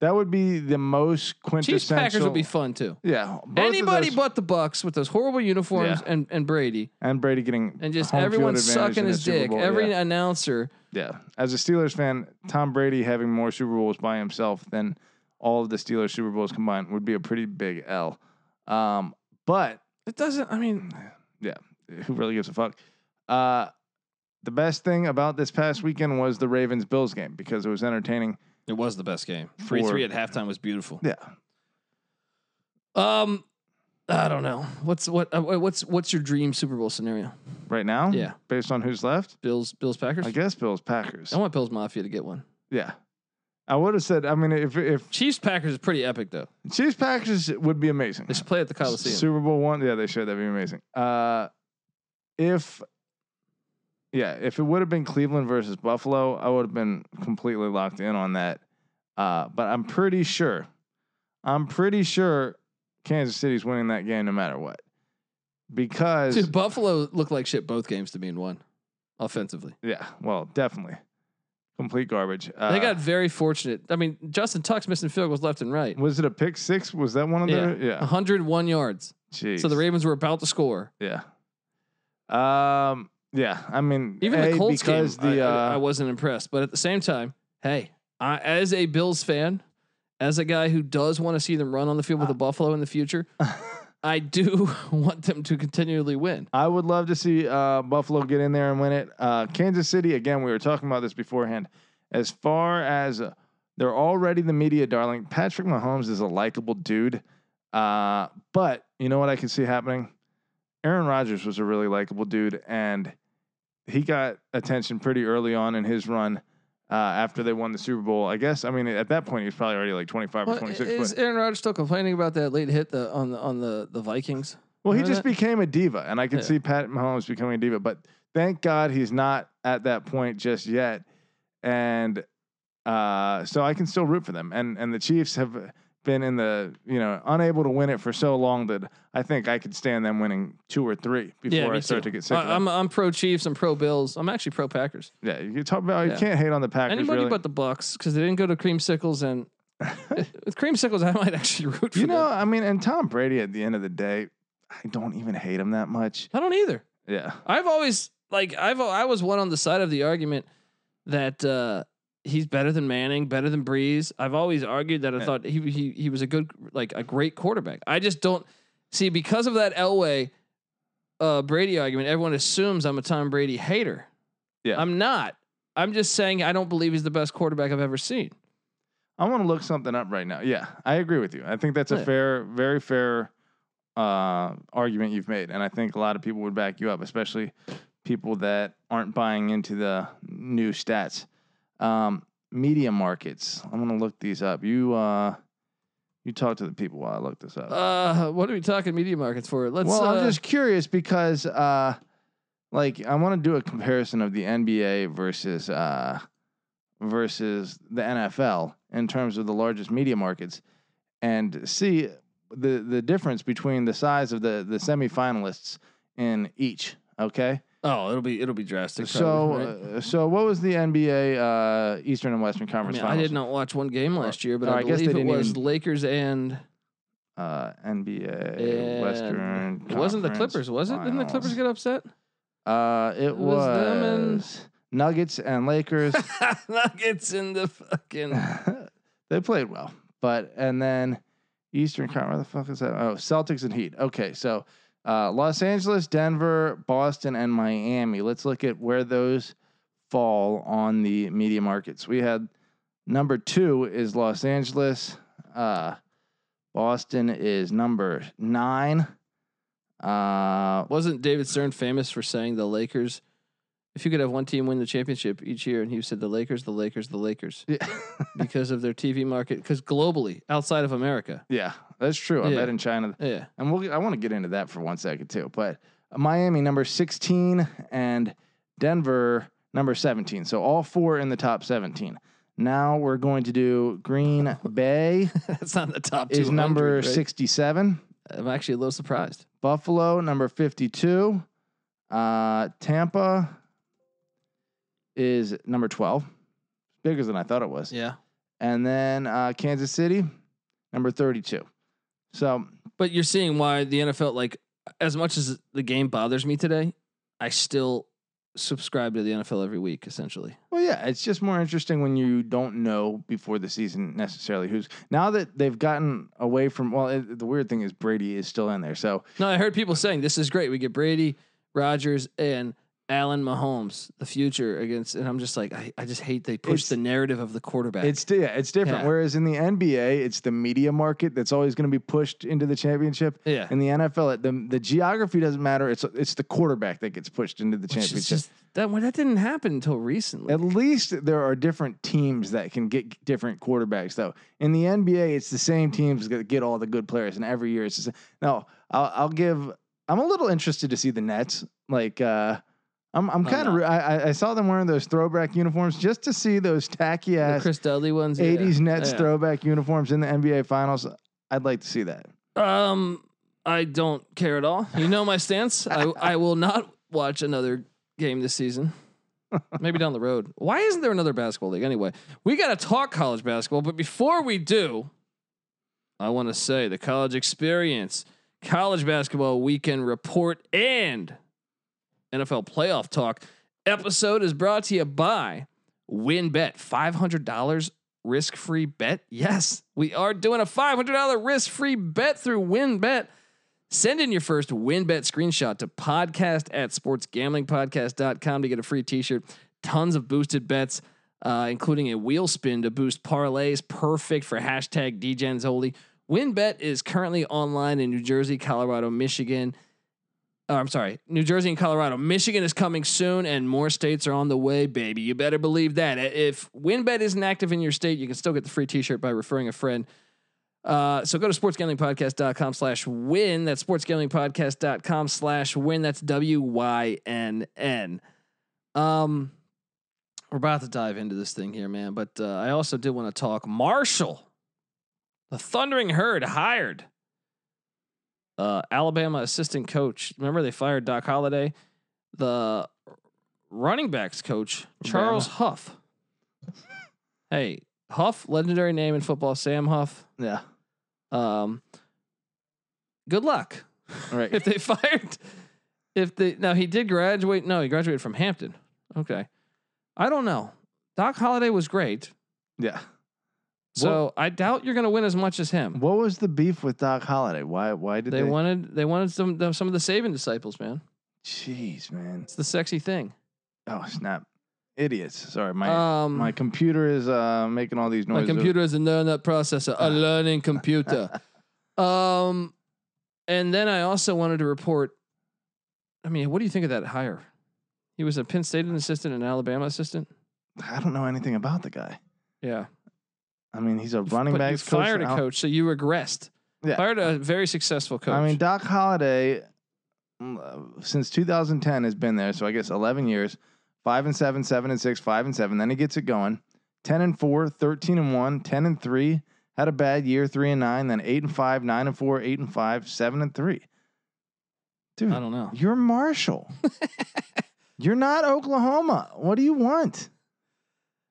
that would be the most quintessential.
Chiefs, Packers would be fun too.
yeah. both of
Anybody
those-
but the Bucks with those horrible uniforms
Yeah.
and, and Brady
and Brady getting
and just
home field
everyone
advantage
sucking
in the
his
Super
dick.
Bowl.
Every
yeah.
announcer.
Yeah. As a Steelers fan, Tom Brady having more Super Bowls by himself than all of the Steelers Super Bowls combined would be a pretty big L. Um, but
It doesn't. I mean,
who really gives a fuck? Uh, the best thing about this past weekend was the Ravens Bills game because it was entertaining.
It was the best game.
For-
Three three at halftime was beautiful.
Yeah.
Um, I don't know what's what uh, what's what's your dream Super Bowl scenario?
Right now,
Yeah.
based on who's left,
Bills Bills Packers.
I
I,
guess Bills Packers.
want Bills Mafia to get one.
Yeah. I would have said, I mean, if, if
Chiefs Packers is pretty epic though.
Chiefs Packers would be amazing.
They should play at the Coliseum.
Super Bowl one. Yeah, they should. That'd be amazing. Uh, if yeah, if it would have been Cleveland versus Buffalo, I would have been completely locked in on that. Uh, but I'm pretty sure, I'm pretty sure Kansas City's winning that game no matter what, because
Dude, Buffalo looked like shit both games to me in one, offensively.
yeah, well, definitely complete garbage. Uh,
they got very fortunate. I mean, Justin Tuck's missing field goals left and right.
was it a pick six? Was that one of
Yeah.
the yeah?
101 yards.
Jeez.
So the Ravens were about to score.
yeah. Um. Yeah, I mean,
Even
A,
the Colts game,
because the
I, I-
uh,
I wasn't impressed. But at the same time, hey, I, as a Bills fan, as a guy who does want to see them run on the field with the Buffalo in the future, I do want them to continually win.
I would love to see uh, Buffalo get in there and win it. Uh, Kansas City, again, we were talking about this beforehand. As far as uh, they're already the media darling, Patrick Mahomes is a likable dude. Uh, but you know what I can see happening? Aaron Rodgers was a really likable dude, and he got attention pretty early on in his run uh, after they won the Super Bowl. I guess, I mean, at that point, he was probably already like 25 or
Well,
26. but-
is Aaron Rodgers still complaining about that late hit the, on the on the, the Vikings?
Well, he
Remember
just
that?
became a diva, and I can
Yeah.
see Pat Mahomes becoming a diva, but thank God he's not at that point just yet. And uh, so I can still root for them. And and the Chiefs have been in the you know unable to win it for so long that I think I could stand them winning two or three before
me
I start
too.
to get sick. of
I, am
them.
I'm pro Chiefs. I'm pro Bills. I'm actually pro Packers.
yeah, you can talk about
Yeah.
you can't hate on the Packers.
Anybody
really.
but the Bucks because they didn't go to creamsicles and with creamsicles I might actually root for
you know,
them.
I mean, and Tom Brady at the end of the day, I don't even hate him that much.
I don't either.
Yeah,
I've always like I've I was one on the side of the argument that uh he's better than Manning, better than Breeze. I've always argued that I
Yeah.
thought he he he was a good like a great quarterback. I just don't see because of that Elway uh Brady argument, everyone assumes I'm a Tom Brady hater.
Yeah.
I'm not. I'm just saying I don't believe he's the best quarterback I've ever seen.
I want to look something up right now. Yeah, I agree with you. I think that's
Yeah.
a fair, very fair uh, argument you've made, and I think a lot of people would back you up, especially people that aren't buying into the new stats. Um, media markets. I'm gonna look these up. You, uh, you talk to the people while I look this up.
Uh what are we talking media markets for? Let's
well,
uh,
I'm just curious because, uh, like, I want to do a comparison of the NBA versus uh, versus the NFL in terms of the largest media markets, and see the the difference between the size of the the semifinalists in each. Okay,
Oh, it'll be it'll be drastic.
so
probably, right?
uh, so what was the NBA uh, Eastern and Western
I
Conference
mean, I
Finals?
did not watch one game last year, but
Oh,
I,
I guess they
believe it
didn't
was
even-
Lakers and
uh, NBA
And
Western.
it wasn't the
Conference
Clippers, was it? Didn't the Clippers
Finals.
get upset?
Uh, it,
was them and-
was Nuggets and Lakers.
Nuggets in the fucking.
they played well, but and then Eastern Conference. Where the fuck is that? Oh, Celtics and Heat. Okay, so uh, Los Angeles, Denver, Boston, and Miami. Let's look at where those fall on the media markets. We had number two is Los Angeles. Uh, Boston is number nine. Uh,
Wasn't David Stern famous for saying the Lakers? If you could have one team win the championship each year, and he said the Lakers, the Lakers, the Lakers,
yeah.
because of their TV market, because globally, outside of America,
Yeah, that's true. I
Yeah.
bet in China,
yeah,
and we'll, I want to get into that for one second too. But Miami number sixteen and Denver number seventeen. So all four in the top seventeen. Now we're going to do Green Bay
that's not in the top.
is
200,
number
right?
sixty-seven.
I'm actually a little surprised.
Buffalo number fifty-two. Uh, Tampa is number twelve. Bigger than I thought it was.
Yeah,
And then uh, Kansas City number thirty-two. So
but you're seeing why the NFL, like, as much as the game bothers me today, I still subscribe to the NFL every week, essentially.
Well, yeah, it's just more interesting when you don't know before the season necessarily who's now that they've gotten away from. Well, it, the weird thing is Brady is still in there, so
No, I heard people saying this is great. We get Brady, Rogers, and Allen Mahomes, the future against, and I'm just like, I, I just hate they push
It's-
the narrative of the quarterback.
it's di- yeah, it's different.
Yeah.
Whereas in the NBA, it's the media market that's always going to be pushed into the championship.
yeah,
In the NFL, it, the the geography doesn't matter. It's it's the quarterback that gets pushed into the
which is
championship.
just that well, that didn't happen until recently.
At least there are different teams that can get different quarterbacks, though. In the NBA, it's the same teams that get all the good players, and every year it's the same. No, I'll, I'll give. I'm a little interested to see the Nets. Like, uh, I'm, I'm kind
not.
of. I, I- I saw them wearing those throwback uniforms just to see those tacky
The
ass
Chris Dudley ones, yeah.
80s Nets
Yeah.
throwback uniforms in the NBA Finals. I'd like to see that.
Um, I don't care at all. You know my stance. I I will not watch another game this season. Maybe down the road. Why isn't there another basketball league anyway? We got to talk college basketball, but before we do, I want to say the college experience, college basketball weekend report, and NFL playoff talk episode is brought to you by win bet $500 risk free bet. Yes, we are doing a $500 risk free bet through win bet. Send in your first win bet screenshot to podcast at sportsgamblingpodcast.com to get a free t shirt. Tons of boosted bets, uh, including a wheel spin to boost parlays, perfect for hashtag DGensHoly. WinBet is currently online in New Jersey, Colorado, Michigan. Oh, I'm sorry, New Jersey and Colorado. Michigan is coming soon, and more states are on the way, baby. You better believe that. If WinBet isn't active in your state, you can still get the free T-shirt by referring a friend. Uh, so go to sportsgamblingpodcast.com slash win. That's sportsgamblingpodcast.com slash win. That's W-Y-N-N. Um, we're about to dive into this thing here, man. But uh, I also did want to talk Marshall, the Thundering Herd, hired uh, Alabama assistant coach. Remember they fired Doc Holliday, the running backs coach Charles Huff. hey, Huff, legendary name in football, Sam Huff.
Yeah.
Um, good luck
All right.
if they fired. If they now he did graduate. No, he graduated from Hampton. Okay, I don't know. Doc Holliday was great,
yeah.
so I doubt you're going to win as much as him.
What was the beef with Doc Holliday? Why? Why did
they,
they?
wanted they wanted some some of the saving disciples, man.
Jeez, man.
It's the sexy thing.
Oh snap! Idiots. Sorry, my
um,
my computer is uh making all these
My
noises.
computer is a learned processor, a learning computer. um, and then I also wanted to report. I mean, what do you think of that hire? He was a Penn State assistant and an Alabama assistant.
I don't know anything about the guy.
Yeah,
I mean, he's a running
But you
backs coach.
Fired a
now.
coach, so you regressed.
Yeah.
Fired a very successful coach.
I mean, Doc Holliday, mm, uh, since 2010, has been there. So I guess 11 years, five and seven, seven and six, five and seven. Then he gets it going. 10 and four, 13 and one, 10 and three. Had a bad year, three and nine. Then eight and five, nine and four, eight and five, seven and three.
I
Dude,
don't know.
you're Marshall. you're not Oklahoma. What do you want?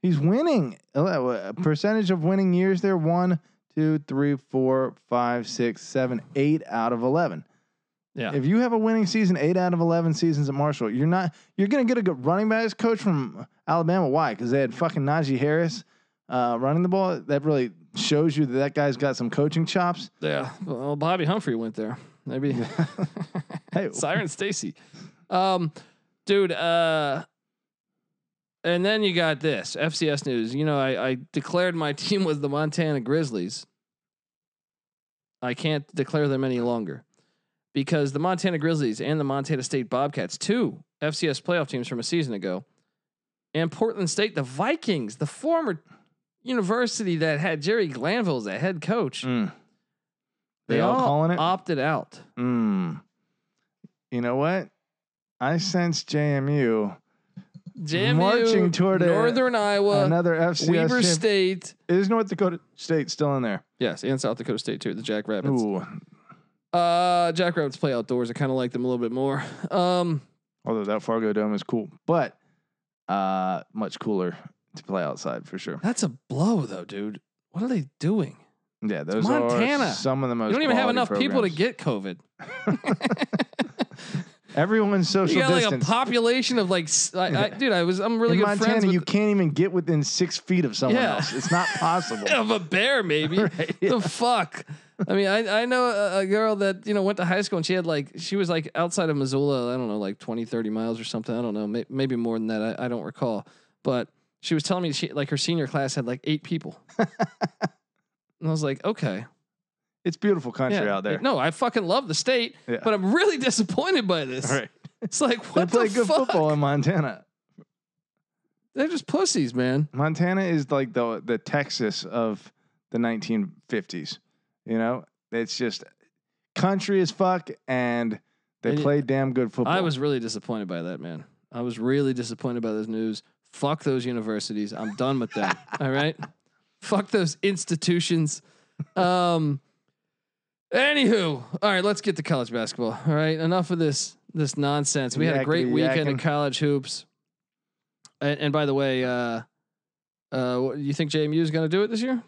He's winning. A percentage of winning years there one, two, three, four, five, six, seven, eight out of 11.
Yeah,
If you have a winning season, eight out of eleven seasons at Marshall, you're not you're gonna get a good running backs coach from Alabama. Why? Because they had fucking Najee Harris uh, running the ball. That really shows you that that guy's got some coaching chops.
yeah. Well, Bobby Humphrey went there. Maybe.
Hey,
Siren Stacy. Um, dude, uh, and then you got this FCS news. You know, I, I declared my team was the Montana Grizzlies. I can't declare them any longer because the Montana Grizzlies and the Montana State Bobcats, two FCS playoff teams from a season ago, and Portland State, the Vikings, the former university that had Jerry Glanville as a head coach,
Mm. They, all, calling it.
opted out.
Mm. You know what? I sense JMU
JMU,
Marching toward a-
Northern Iowa,
another FCS.
Weber
champ-
State.
Is North Dakota State still in there?
Yes, and South Dakota State too. The Jackrabbits.
Ooh,
Uh, Jackrabbits play outdoors. I kind of like them a little bit more. Um,
although that Fargo Dome is cool, but uh, much cooler to play outside for sure.
that's a blow though, dude. What are they doing?
Yeah, those
Montana.
are some of the most.
you don't even have
quality
enough people to
programs.
get COVID.
Everyone's social
You got like a
distance.
population of like, s- I- I- dude. I was I'm really
in
good
Montana,
friends with
you can't even get within six feet of someone
Yeah.
else. It's not possible.
of a bear, maybe. The fuck. I mean, I, I know a, a girl that, you know, went to high school and she had like, she was like outside of Missoula, I don't know, like 20, 30 miles or something. I don't know, may, maybe more than that. I, I don't recall. But she was telling me she, like her senior class had like eight people. and I was like, okay.
It's beautiful country out there.
No, I fucking love the state,
Yeah.
but I'm really disappointed by this.
All right.
It's like, what
they play
the
good
fuck?
football in Montana.
They're just pussies, man.
Montana is like the the Texas of the 1950s. You know, it's just country as fuck, and they
And y-
play damn good football.
I was really disappointed by that, man. I was really disappointed by this news. Fuck those universities. I'm done with them. all right. Fuck those institutions. Um anywho, all right, let's get to college basketball. All right. Enough of this this nonsense. We had a great
Yakety
weekend of
yakking.
college hoops. And, and by the way, uh uh what- you think JMU is gonna do it this year?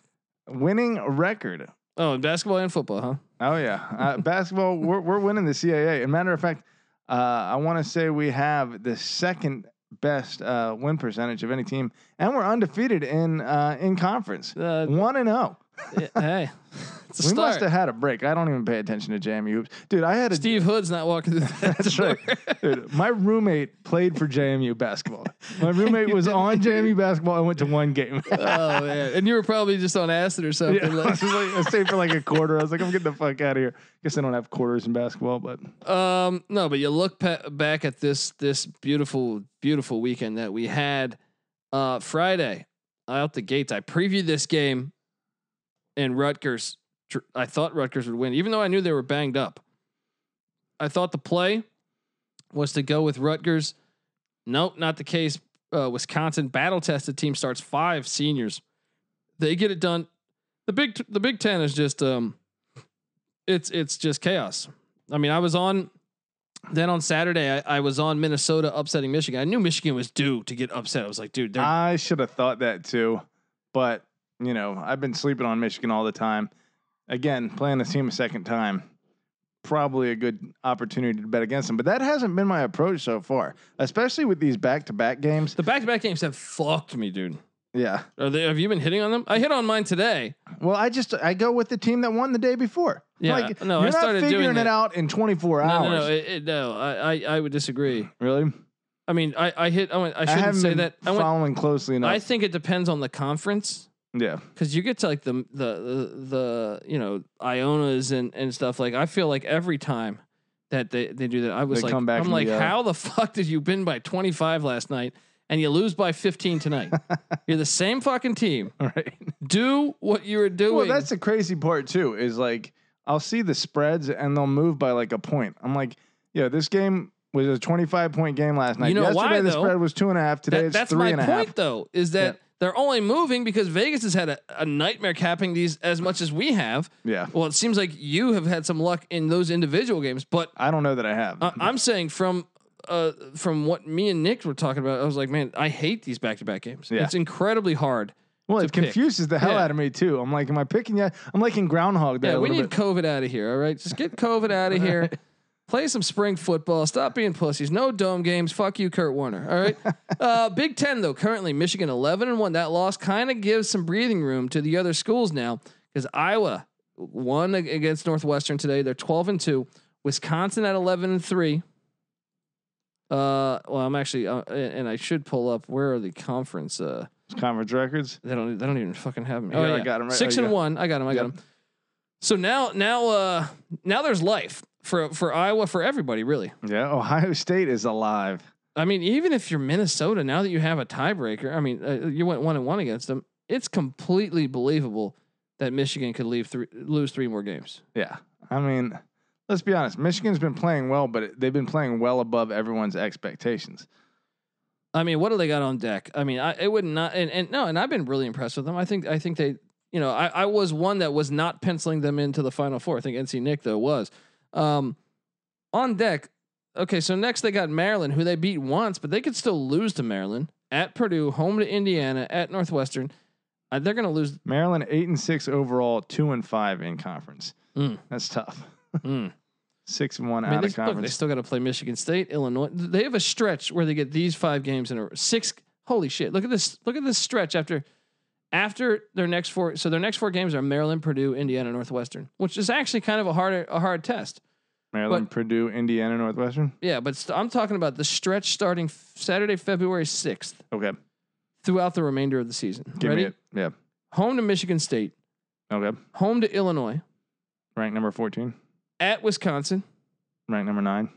winning record.
Oh, in basketball and football, huh?
Oh yeah, uh, basketball. We're we're winning the CAA. And matter of fact, uh, I want to say we have the second best uh, win percentage of any team, and we're undefeated in uh, in conference.
Uh,
One and zero.
yeah, hey, it's a
We
start.
must have had a break. I don't even pay attention to JMU hoops, dude. I had a
Steve Hood's not walking through that
That's
door.
right. Dude, my roommate played for JMU basketball. My roommate was on JMU basketball and went to one game.
oh man, and you were probably just on acid or something.
Yeah, I,
like-
was like, I stayed for like a quarter. I was like, I'm getting the fuck out of here. Guess I don't have quarters in basketball, but
Um, no, but you look pa- back at this this beautiful beautiful weekend that we had uh, Friday out the gates. I previewed this game, and Rutgers. dr- I thought Rutgers would win, even though I knew they were banged up. I thought the play was to go with Rutgers. Nope, not the case. Uh, Wisconsin battle tested team starts five seniors. They get it done. The big the Big Ten is just um, it's it's just chaos. I mean, I was on. Then on Saturday, I, I was on Minnesota upsetting Michigan. I knew Michigan was due to get upset. I was like, dude, they're
I should have thought that too. But, you know, I've been sleeping on Michigan all the time. Again, playing this team a second time. Probably a good opportunity to bet against them, but that hasn't been my approach so far, especially with these back-to-back games.
the back-to-back games have fucked me, dude.
Yeah.
Are they, have you been hitting on them? I hit on mine today.
Well, I just I go with the team that won the day before.
Yeah,
like,
no, I
you're
started
not
doing
figuring
that.
it out in 24
No,
hours.
no, no, it, it- no. I, I, I would disagree.
Really,
I mean, I, I hit. I, went, I
I
shouldn't
haven't
say
been
that. I, went,
following closely enough.
I think it depends on the conference
yeah,
because you get to like the, the the the you know Ionas and and stuff. Like I feel like every time that they they do that, I was
They
like,
come back
I'm
and
like,
yell.
how the fuck did you win by 25 last night and you lose by 15 tonight? You're the same fucking team.
all right.
Do what you were doing.
Well, that's the crazy part too. Is like I'll see the spreads and they'll move by like a point. I'm like, yeah, this game was a 25 point game last night.
You know
Yesterday
why,
the
though?
spread was two and a half. Today
That-
it's
that's
three
my
and a half.
point, though, is that they're only moving because Vegas has had a, a nightmare capping these as much as we have.
Yeah,
Well, it seems like you have had some luck in those individual games, but
I don't know that I have.
uh, I'm saying from uh, from what me and Nick were talking about, I was like, man, I hate these back to back games.
Yeah.
It's incredibly hard.
well,
to
it
pick.
confuses the hell
Yeah.
out of me too. I'm like, am I picking? Yeah, I'm like in Groundhog Day.
Yeah,
a
we
little
need
bit.
COVID out of here. All right, just get COVID out of here. Play some spring football. Stop being pussies. No dome games. Fuck you, Kurt Warner. All right. Uh, Big Ten though. Currently, Michigan eleven and one. That loss kind of gives some breathing room to the other schools now because Iowa won ag- against Northwestern today. They're twelve and two. Wisconsin at eleven and three. Uh, well, I'm actually, uh, and and I should pull up where are the conference. Uh,
Conference records.
they don't. They don't even fucking have me.
Yeah, I got 'em right-
Six
oh,
and
yeah.
one. I got him. I got
Yep.
him. So now, now, uh, now there's life for for Iowa for everybody. Really,
Yeah, Ohio State is alive.
I mean, even if you're Minnesota, now that you have a tiebreaker, I mean, uh, you went one and one against them. It's completely believable that Michigan could leave three, lose three more games.
Yeah. I mean, let's be honest. Michigan's been playing well, but it- they've been playing well above everyone's expectations.
I mean, what do they got on deck? I mean, I it would not and, and no, and I've been really impressed with them. I think I think they you know, I, I was one that was not penciling them into the final four. I think NC Nick though was. Um on deck. Okay, so next they got Maryland, who they beat once, but they could still lose to Maryland at Purdue, home to Indiana, at Northwestern. Uh, they're gonna lose.
Maryland eight and six overall, two and five in conference.
Mm.
That's tough.
Mm.
Six and one
I mean,
out
they,
of
look, they
conference.
still got to play Michigan State, Illinois. They have a stretch where they get these five games in a row. six. Holy shit! Look at this. Look at this stretch after after their next four. So their next four games are Maryland, Purdue, Indiana, Northwestern, which is actually kind of a hard a hard test.
Maryland, Purdue, Indiana, Northwestern.
Yeah, but st- I'm talking about the stretch starting f- Saturday, February sixth,
Okay.
throughout the remainder of the season.
Give
Ready?
me it. Yeah.
Home to Michigan State,
Okay.
home to Illinois,
Rank number 14,
at Wisconsin,
rank number nine.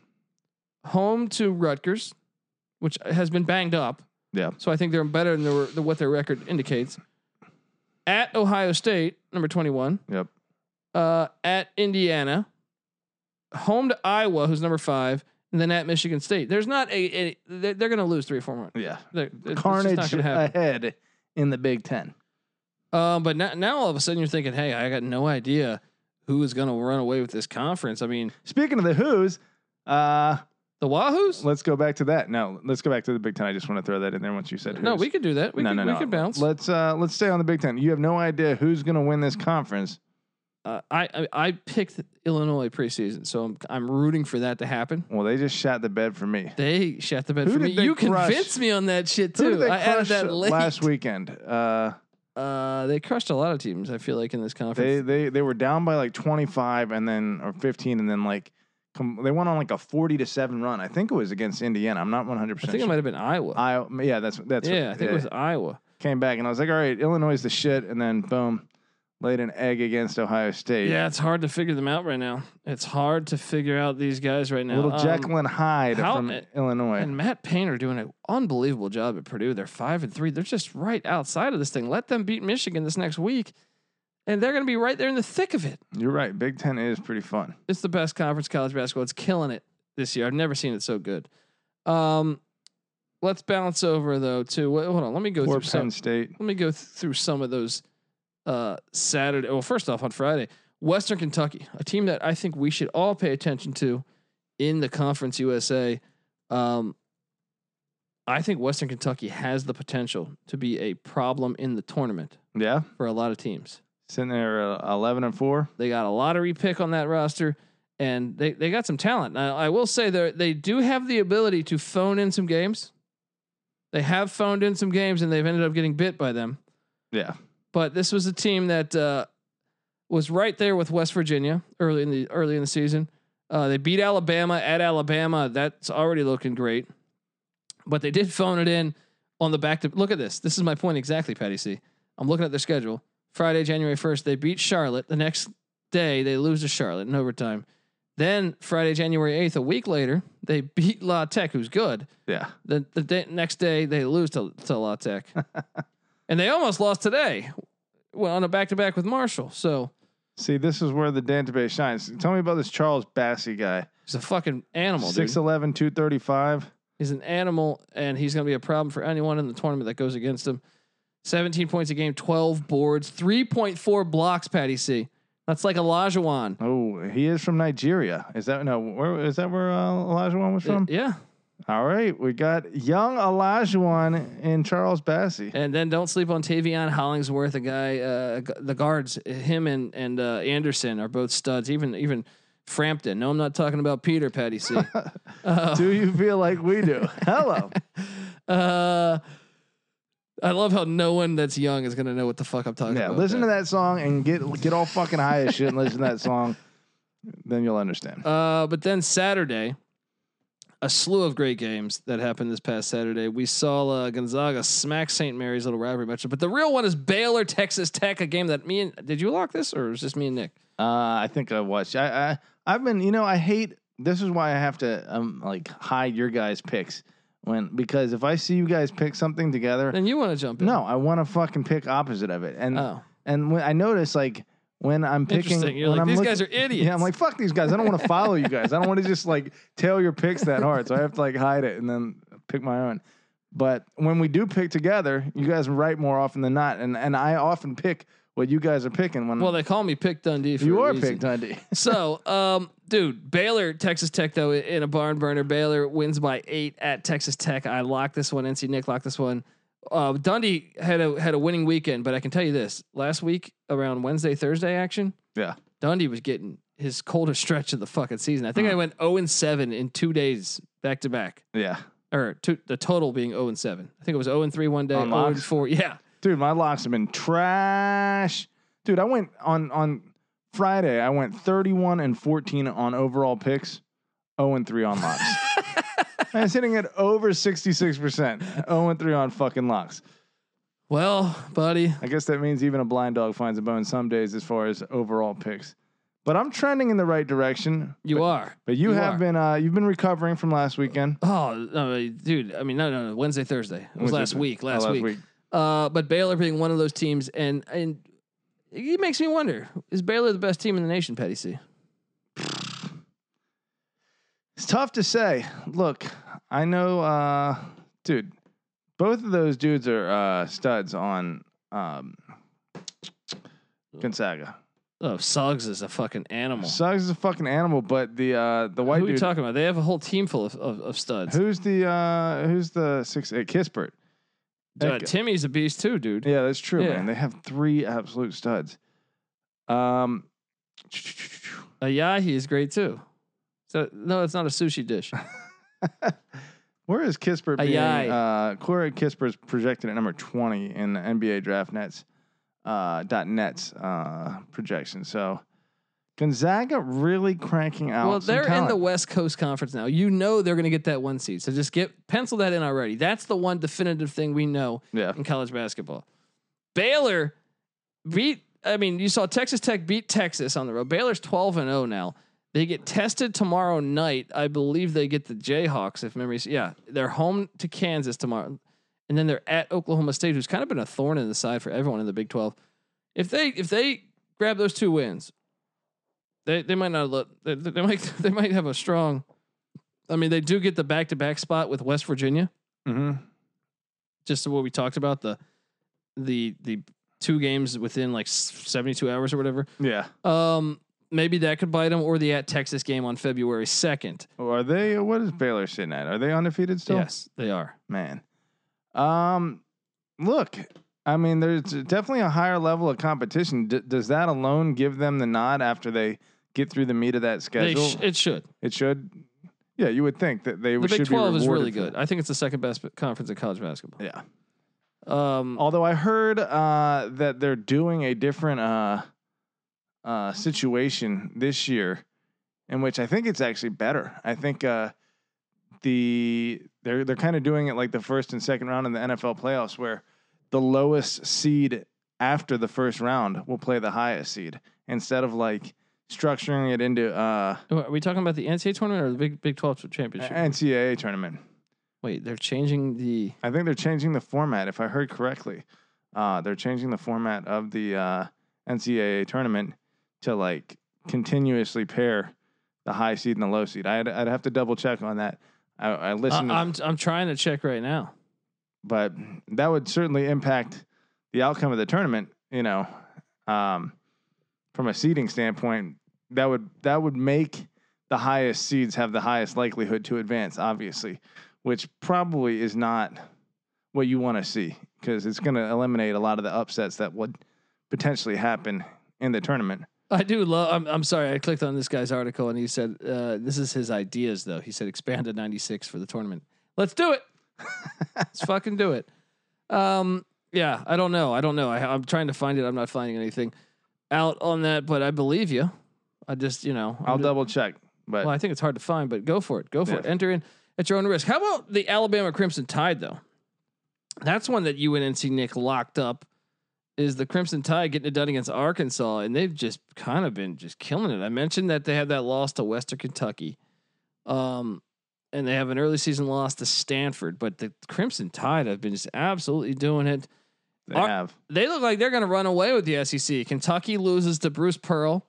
home to Rutgers, which has been banged up.
Yeah.
So I think they're better than, their, than what their record indicates. At Ohio State, number 21.
Yep.
Uh, at Indiana, home to Iowa, who's number five, and then at Michigan State. There's not a, a- they're, they're going to lose three or four more.
Yeah.
They're, it's Carnage. Not
Carnage
gonna happen.
ahead in the Big Ten.
Um, but now, now all of a sudden you're thinking, hey, I got no idea who is going to run away with this conference. I mean,
Speaking of the Who's, uh,
the Wahoos?
let's go back to that. No, let's go back to the Big Ten. I just want to throw that in there once you said Who's.
No, we could do that. We,
no,
could,
no,
we
no.
could bounce.
Let's uh, let's stay on the Big Ten. You have no idea who's going to win this conference.
uh, I, I I picked Illinois preseason, so I'm I'm rooting for that to happen.
Well, they just shot the bed for me.
They shut the bed
Who
for me.
did they
You
crush?
convinced me on that shit
Who
too.
did they
I added
crush
that late.
last weekend? Uh,
Uh, they crushed a lot of teams. I feel like in this
they
conference.
they they were down by like 25 and then or 15 and then like com- they went on like a 40 to 7 run. I think it was against Indiana. I'm not 100%
I think it
sure.
might have been Iowa.
I yeah, that's that's
yeah, I think it was Iowa.
came back and I was like, "All right, Illinois is the shit." And then boom, laid an egg against Ohio State.
Yeah, it's hard to figure them out right now. It's hard to figure out these guys right now.
Little
Um,
Jekyll and Hyde
how-
from Illinois.
and Matt Payne are doing an unbelievable job at Purdue. They're five and three. They're just right outside of this thing. Let them beat Michigan this next week, and they're going to be right there in the thick of it.
You're right. Big 10 is pretty fun.
It's the best conference college basketball. It's killing it this year. I've never seen it so good. Um, let's bounce over though to wait, hold on. Let me go
Poor
through some.
Penn State.
Let me go th- through some of those uh, Saturday. Well, first off, on Friday, Western Kentucky, a team that I think we should all pay attention to in the Conference USA. Um, I think Western Kentucky has the potential to be a problem in the tournament
Yeah.
for a lot of teams.
Sitting there uh, 11 and 4.
They got a lottery pick on that roster, and they, they got some talent. Now, I will say they they do have the ability to phone in some games. They have phoned in some games, and they've ended up getting bit by them
Yeah.
but this was a team that uh, was right there with West Virginia early in the early in the season. Uh, they beat Alabama at Alabama. That's already looking great, but they did phone it in on the back to look at this. This is my point exactly, Patty C. I'm looking at their schedule. Friday, January 1st, they beat Charlotte. The next day, they lose to Charlotte in overtime. Then Friday, January 8th, a week later, they beat La Tech, who's good.
Yeah.
The the day, next day they lose to to La Tech, and they almost lost today, well on a back to back with Marshall. So
See, this is where the Dan debate shines. Tell me about this Charles Bassey guy.
he's a fucking animal, dude.
6'11, 235.
He's an animal, and he's going to be a problem for anyone in the tournament that goes against him. Seventeen points a game, twelve boards, three point four blocks. Patty C. That's like Elijah Wan.
Oh, he is from Nigeria. Is that no? Where is that where uh, Olajuwon was from?
Yeah,
All right, we got young Olajuwon and Charles Bassey.
and then don't sleep on Tavion Hollingsworth, a guy. Uh, gu- the guards, him and and uh, Anderson are both studs. Even even Frampton. No, I'm not talking about Peter. Patty C. Uh,
Do you feel like we do? Hello.
Uh, I love how no one that's young is gonna know what the fuck I'm talking
Yeah,
about.
listen to that song and get get all fucking high as shit and listen to that song. Then you'll understand.
Uh, but then Saturday, a slew of great games that happened this past Saturday. We saw uh, Gonzaga smack St. Mary's little rivalry matchup, but the real one is Baylor Texas Tech, a game that me and did you lock this or is just me and Nick?
Uh, I think I watched. I, I I've been. You know, I hate. This is why I have to um like hide your guys' picks when because if I see you guys pick something together,
Then you want to jump in?
no, I want to fucking pick opposite of it. And
Oh,
and when I notice like when I'm picking,
interesting. You're
when
like
I'm
these
look-
guys are idiots.
Yeah, I'm like fuck these guys. I don't want to follow you guys. I don't want to just like tail your picks that hard. So I have to like hide it and then pick my own. But when we do pick together, you guys write more often than not, and and I often pick what you guys are picking when
well, they call me Pick Dundee. For
you
a
are
reason.
picked, Dundee.
so, um, dude, Baylor, Texas Tech, though, in a barn burner. Baylor wins by eight at Texas Tech. I locked this one. NC Nick locked this one. Uh, Dundee had a had a winning weekend, but I can tell you this: last week around Wednesday, Thursday action,
Yeah.
Dundee was getting his coldest stretch of the fucking season. I
Uh-huh.
think I went zero and seven in two days back to back,
Yeah.
or two, the total being zero and seven. I think it was zero and three one day,
On
zero and
locks?
four. Yeah,
Dude, my locks have been trash. Dude, I went on on Friday, I went 31 and 14 on overall picks, 0 and 3 on locks. I was hitting at over 66%, 0 and 3 on fucking locks.
well, buddy,
I guess that means even a blind dog finds a bone some days as far as overall picks. But I'm trending in the right direction.
you are.
But you,
you
have
are.
been uh you've been recovering from last weekend.
Oh, no, dude. I mean, no, no, no. Wednesday, Thursday. It was
Wednesday,
last week.
uh,
Last, week. Uh, but Baylor being one of those teams, and and it makes me wonder: Is Baylor the best team in the nation, Petty C?
It's tough to say. Look, I know, uh, dude. Both of those dudes are uh, studs on um, Gonzaga.
Oh, Suggs is a fucking animal.
Suggs is a fucking animal, but the uh, the white
Who are you
dude.
talking about? They have a whole team full of of, of studs.
Who's the uh, who's the six eight Kispert?
Uh,
That guy.
Timmy's a beast too, dude.
Yeah, that's true,
Yeah.
man. They have three absolute studs. Um,
A yahi is great too. So no, it's not a sushi dish.
Where is Kispert
Aye,
being?
aye.
Uh, Corey Kispert's projected at number 20 in the NBA draft nets, uh, dot nets uh, projection. So Gonzaga really cranking out.
well,
some
they're in the
talent.
West Coast Conference now. You know they're going to get that one seed. So just get pencil that in already. That's the one definitive thing we know
Yeah.
in college basketball. Baylor beat. I mean, you saw Texas Tech beat Texas on the road. Baylor's twelve and zero now. They get tested tomorrow night. I believe they get the Jayhawks, if memory. Yeah, they're home to Kansas tomorrow, and then they're at Oklahoma State, who's kind of been a thorn in the side for everyone in the Big Twelve. If they if they grab those two wins, they they might not look. They, they might they might have a strong. I mean, they do get the back to back spot with West Virginia
hmm
just to what we talked about the the the two games within like s- 72 hours or whatever
Yeah.
um maybe that could bite them or the at texas game on february 2nd
Are they? uh, What is Baylor sitting at? Are they undefeated still?
yes they are
man. Um, look, I mean, there's definitely a higher level of competition. D- does that alone give them the nod after they get through the meat of that
they
schedule?
sh- it should
it should. Yeah, you would think that they
the
would
big
should be
12 is really
rewarded for
good i think it's the second best b- conference in college basketball
that. Yeah.
um
Although I heard uh, that they're doing a different uh, uh, situation this year, in which I think it's actually better. I think uh, the they're they're kind of doing it like the first and second round in the NFL playoffs, where the lowest seed after the first round will play the highest seed instead of like structuring it into uh,
are we talking about the ncaa tournament or the big big 12 championship
NCAA tournament.
wait they're changing the
I think they're changing the format. If I heard correctly, uh, they're changing the format of the uh, NCAA tournament to like continuously pair the high seed and the low seed. I'd, I'd have to double check on that. I, I
I,
listened, to-
i'm i'm trying to check right now
but that would certainly impact the outcome of the tournament. You know, um, from a seeding standpoint, that would that would make the highest seeds have the highest likelihood to advance, obviously, which probably is not what you want to see because it's going to eliminate a lot of the upsets that would potentially happen in the tournament.
I do love. I'm, I'm sorry. I clicked on this guy's article and he said uh, this is his ideas though. He said expand to 96 for the tournament. Let's do it. Let's fucking do it. Um, yeah, I don't know. I don't know. I, I'm trying to find it. I'm not finding anything out on that, but I believe you. I just you know I'm
I'll
ju-
double check, but
Well, I think it's hard to find, but go for it. Go for
Yeah.
it. Enter in at your own risk. How about the Alabama Crimson Tide though? That's one that UNC Nick locked up is the Crimson Tide getting it done against Arkansas, and they've just kind of been just killing it. I mentioned that they had that loss to Western Kentucky, um, and they have an early season loss to Stanford. But the Crimson Tide have been just absolutely doing it.
they
Ar-
have
They look like they're going to run away with the SEC. Kentucky loses to Bruce Pearl.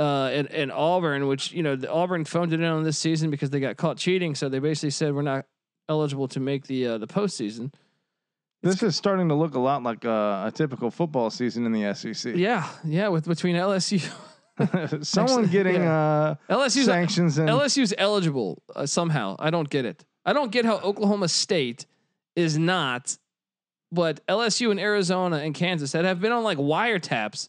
Uh, and, and Auburn, which you know, the Auburn phoned it in on this season because they got caught cheating, so they basically said we're not eligible to make the uh, the postseason.
this is starting to look a lot like uh, a typical football season in the E SEC.
Yeah, yeah, with between LSU,
Someone getting uh,
LSU's
sanctions and
LSU's eligible uh, somehow. I don't get it. I don't get how Oklahoma State is not, but LSU and Arizona and Kansas that have been on like wiretaps.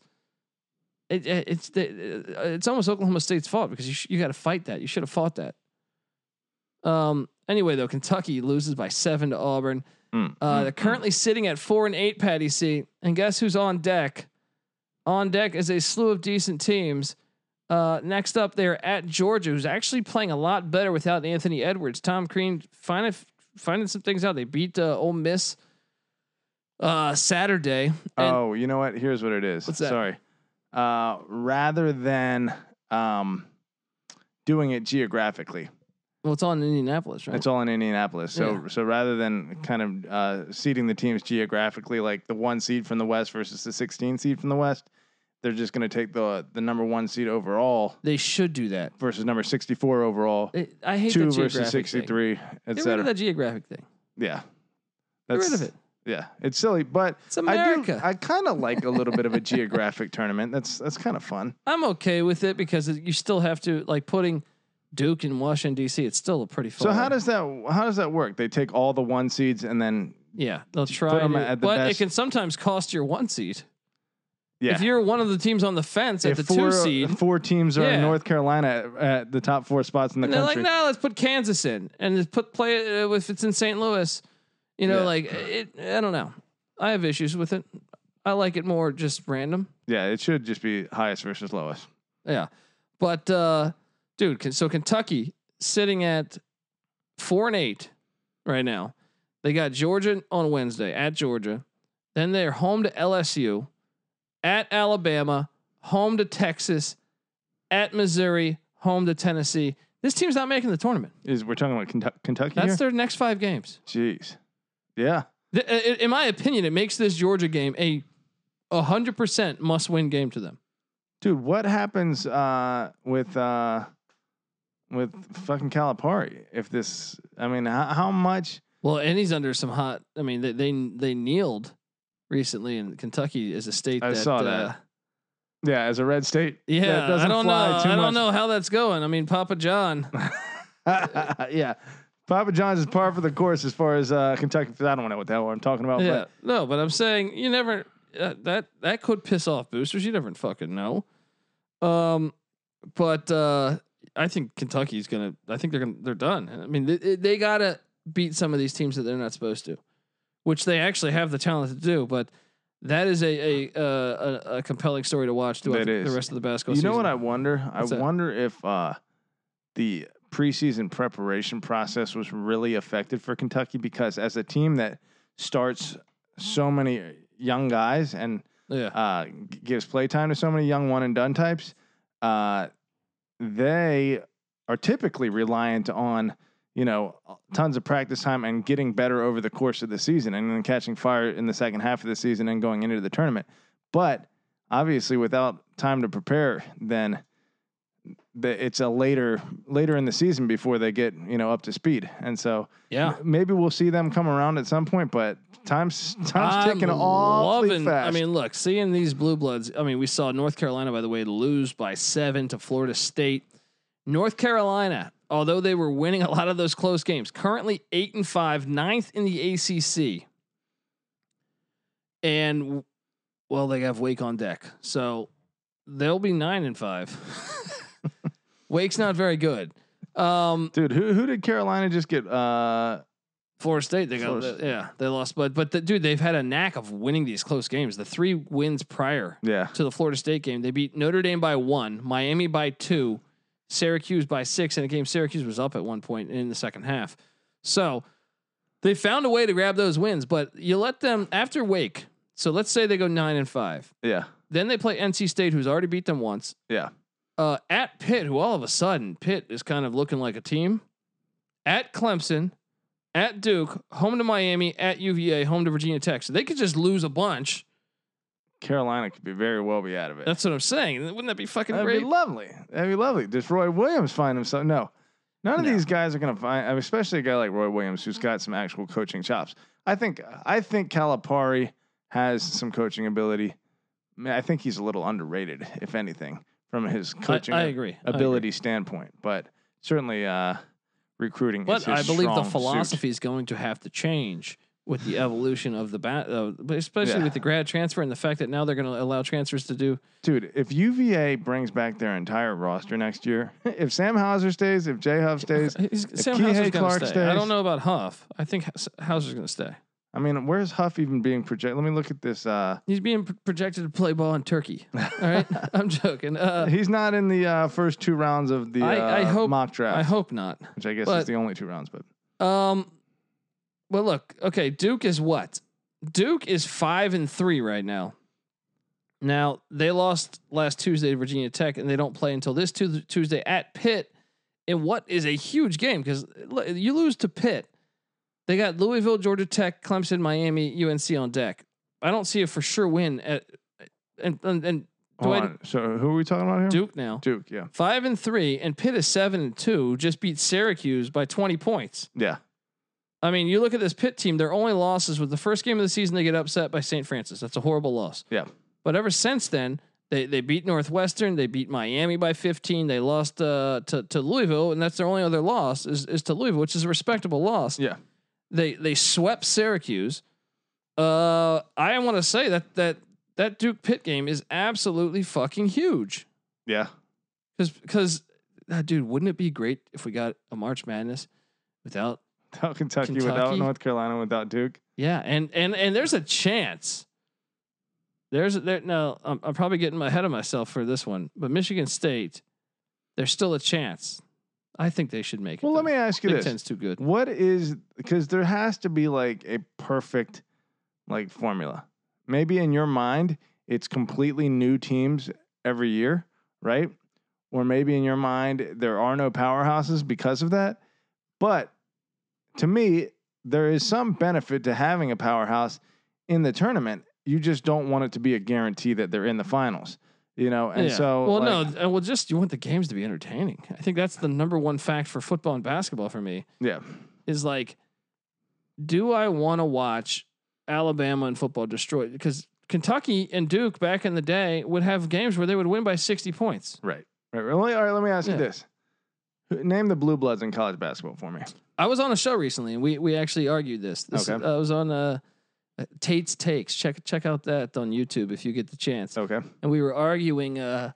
It, it- it's the, uh, it's almost Oklahoma State's fault because you sh- you got to fight that. You should have fought that. Um. Anyway, though, Kentucky loses by seven to Auburn.
Mm,
Uh, they're currently sitting at four and eight, Patty C. And guess who's on deck? On deck is a slew of decent teams. Uh, next up, they're at Georgia, who's actually playing a lot better without Anthony Edwards. Tom Crean finding finding some things out. They beat uh, Ole Miss uh, Saturday. And
oh, you know what? Here's what it is.
What's that?
Sorry. Uh, rather than um, doing it geographically,
well, it's on Indianapolis, right?
it's all in Indianapolis. So,
Yeah.
so rather than kind of uh, seeding the teams geographically, like the one seed from the West versus the 16 seed from the West, they're just going to take the the number one seed overall
they should do that.
versus number 64 overall,
It, I hate
two
that geographic
versus
Thing.
63,
Get rid
etc.
of that geographic thing.
Yeah,
Get rid of it.
Yeah, it's silly, but
It's America.
I do. I kind of like a little bit of a geographic tournament. That's that's kind of fun.
I'm okay with it because it- you still have to like putting Duke in Washington D.C. It's still a pretty far.
So how does that how does that work? They take all the one seeds and then
yeah they'll
put
try,
'em
to-
at the
but
best-
it can sometimes cost your one seed.
Yeah.
If you're one of the teams on the fence at
If
the
four-
two
uh,
seed,
Four teams are in
Yeah.
North Carolina at, at the top four spots in the
and they're like,
country.
no, let's put Kansas in and just put play it if it's in St. Louis. You know,
Yeah.
like it. I don't know. I have issues with it. I like it more just random.
Yeah, it should just be highest versus lowest.
Yeah. But uh dude, Ken- so Kentucky sitting at 4 and 8 right now. They got Georgia on Wednesday at Georgia. Then they're home to LSU, at Alabama, home to Texas, at Missouri, home to Tennessee. This team's not making the tournament.
Is we're talking about Kentu- Kentucky
That's
here?
their next 5 games.
Jeez. Yeah.
Th- i- i- in my opinion, it makes this Georgia game a 100% must-win game to them.
Dude, what happens uh, with uh, with fucking Calipari if this? I mean, how, how much?
Well, and he's under some hot. I mean, they they, they kneeled recently, and Kentucky is a state.
I
that,
saw that.
Uh,
Yeah, as a red state.
yeah,
that doesn't
I don't know.
fly
I
too
don't know how that's going. I mean, Papa John.
much. yeah, Papa John's is par for the course as far as uh, Kentucky. I don't know what the hell I'm talking about.
yeah, no, but I'm saying you never. Uh, that that could piss off boosters. You never fucking know. Um, but uh, I think Kentucky's gonna. I think they're gonna. They're done. I mean, they, they gotta beat some of these teams that they're not supposed to, which they actually have the talent to do. But that is a a uh, a, a compelling story to watch throughout
That
the,
is.
the rest of the
but
basketball.
you know what
season.
I wonder?
What's
I
that?
wonder if uh, the preseason preparation process was really effective for Kentucky because as a team that starts so many young guys and
Yeah.
uh, g- gives playtime to so many young one and done types, uh, they are typically reliant on you know tons of practice time and getting better over the course of the season and then catching fire in the second half of the season and going into the tournament. But obviously, without time to prepare, then the- it's a later later in the season before they get you know up to speed, and so
Yeah.
maybe we'll see them come around at some point. But time's time's
I'm
ticking awfully
loving-
fast.
I mean, look, seeing these blue bloods. I mean, we saw North Carolina, by the way, lose by seven to Florida State. North Carolina, although they were winning a lot of those close games, currently eight and five, ninth in the ACC, and well, they have Wake on deck, so they'll be nine and five. Wake's not very good. Um,
Dude, who who did Carolina just get? Uh,
Florida State, they got
Florida State.
yeah, they lost, but but the, dude, they've had a knack of winning these close games. The three wins prior
yeah,
to the Florida State game, they beat Notre Dame by one, Miami by two, Syracuse by six in a game Syracuse was up at one point in the second half. So they found a way to grab those wins, but you let them after Wake. So let's say they go nine and five,
yeah,
then they play NC State, who's already beat them once
yeah.
uh, at Pitt, who all of a sudden Pitt is kind of looking like a team. At Clemson, at Duke, home to Miami, at UVA, home to Virginia Tech. So they could just lose a bunch.
Carolina could be very well be out of it.
That's what I'm saying. Wouldn't that be fucking
That'd
great?
be lovely. That'd be lovely. Does Roy Williams find himself? No, none of
No.
these guys are gonna find, I mean, especially a guy like Roy Williams who's got some actual coaching chops. I think I think Calipari has some coaching ability. I, mean, I think he's a little underrated, if anything, from his
I,
coaching
I agree. I agree.
ability standpoint. But certainly, uh, recruiting. is
But I
his
believe the
strong suit.
philosophy is going to have to change with the evolution of the bat, uh, but especially
Yeah.
with the grad transfer and the fact that now they're going to allow transfers to do.
Dude, if UVA brings back their entire roster next year, if Sam Hauser stays, if Jay Huff stays,
He's, Sam
Kihei
Hauser's going
Clark
to stay. I
stays-
don't know about Huff. I think Haus- Hauser's going to stay.
I mean, where's Huff even being projected? Let me look at this. Uh,
He's being pr- projected to play ball in Turkey. All right, I'm joking. Uh,
he's not in the uh, first two rounds of the
I- I
uh,
hope-
mock
I
draft,
hope not.
which I guess
but-
is the only two rounds. But
Um, well, look, okay, Duke is what? Duke is five and three right now. Now they lost last Tuesday to Virginia Tech, and they don't play until this Tues- Tuesday at Pitt. In what is a huge game because you lose to Pitt, they got Louisville, Georgia Tech, Clemson, Miami, UNC on deck. I don't see a for sure win at and and, and
hold
I-
on. so who are we talking about here?
Duke now
Duke, yeah,
five and three, and Pitt is seven and two. Just beat Syracuse by twenty points.
yeah,
I mean, you look at this Pitt team, their only losses was the first game of the season, they get upset by St. Francis. That's a horrible loss.
Yeah.
But ever since then, they, they beat Northwestern, they beat Miami by 15, they lost uh, to, to Louisville, and that's their only other loss is, is to Louisville, which is a respectable loss.
Yeah.
They they swept Syracuse. Uh, I want to say that that That Duke Pitt game is absolutely fucking huge.
Yeah.
Because because ah, dude, wouldn't it be great if we got a March Madness without?
Without Kentucky, without
Kentucky?
North Carolina, without Duke.
Yeah, and and and there's a chance. There's there no. I'm, I'm probably getting ahead of myself for this one, but Michigan State, there's still a chance. I think they should make it.
Well, let
though.
me ask you
Big
this.
Ten's too good.
What is because there has to be like a perfect like formula. Maybe in your mind it's completely new teams every year, right? Or maybe in your mind there are no powerhouses because of that. But to me, there is some benefit to having a powerhouse in the tournament. You just don't want it to be a guarantee that they're in the finals, you know. And
Yeah.
so,
well,
like,
no, uh, well, just you want the games to be entertaining. I think that's the number one fact for football and basketball for me
yeah,
is like, do I want to watch Alabama and football destroyed? Because Kentucky and Duke back in the day would have games where they would win by sixty points.
right, right. Really? All right. Let me ask
Yeah.
you this: Who- Name the blue bloods in college basketball for me.
I was on a show recently, and we we actually argued this. this
Okay.
I was on uh, Tate's Takes. Check check out that on YouTube if you get the chance.
Okay.
and we were arguing uh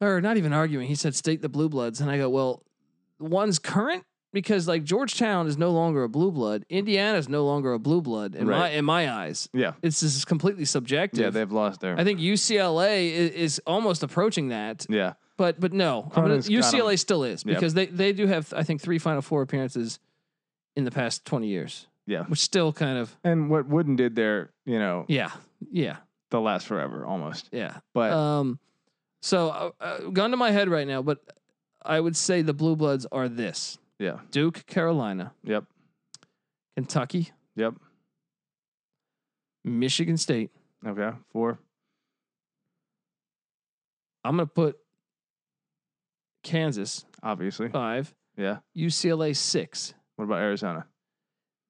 or not even arguing he said state the blue bloods and i go well one's current because like georgetown is no longer a blue blood indiana is no longer a blue blood in my
Right.
in my eyes
Yeah.
it's this is completely subjective
Yeah, they've lost their.
i think ucla is, is almost approaching that
yeah.
but but no I'm gonna,
Cronin's got 'em.
ucla still is
Yep.
because they they do have i think three final four appearances in the past 20 years
Yeah.
which still kind of
And what Wooden did there, you know,
yeah yeah
they'll last forever almost.
yeah
But
Um, so uh, uh, gun to my head right now, but I would say the blue bloods are this:
yeah.
Duke, Carolina,
Yep.
Kentucky,
Yep.
Michigan State.
Okay. Four.
I'm gonna put Kansas
Obviously.
five,
Yeah.
UCLA six.
What about Arizona?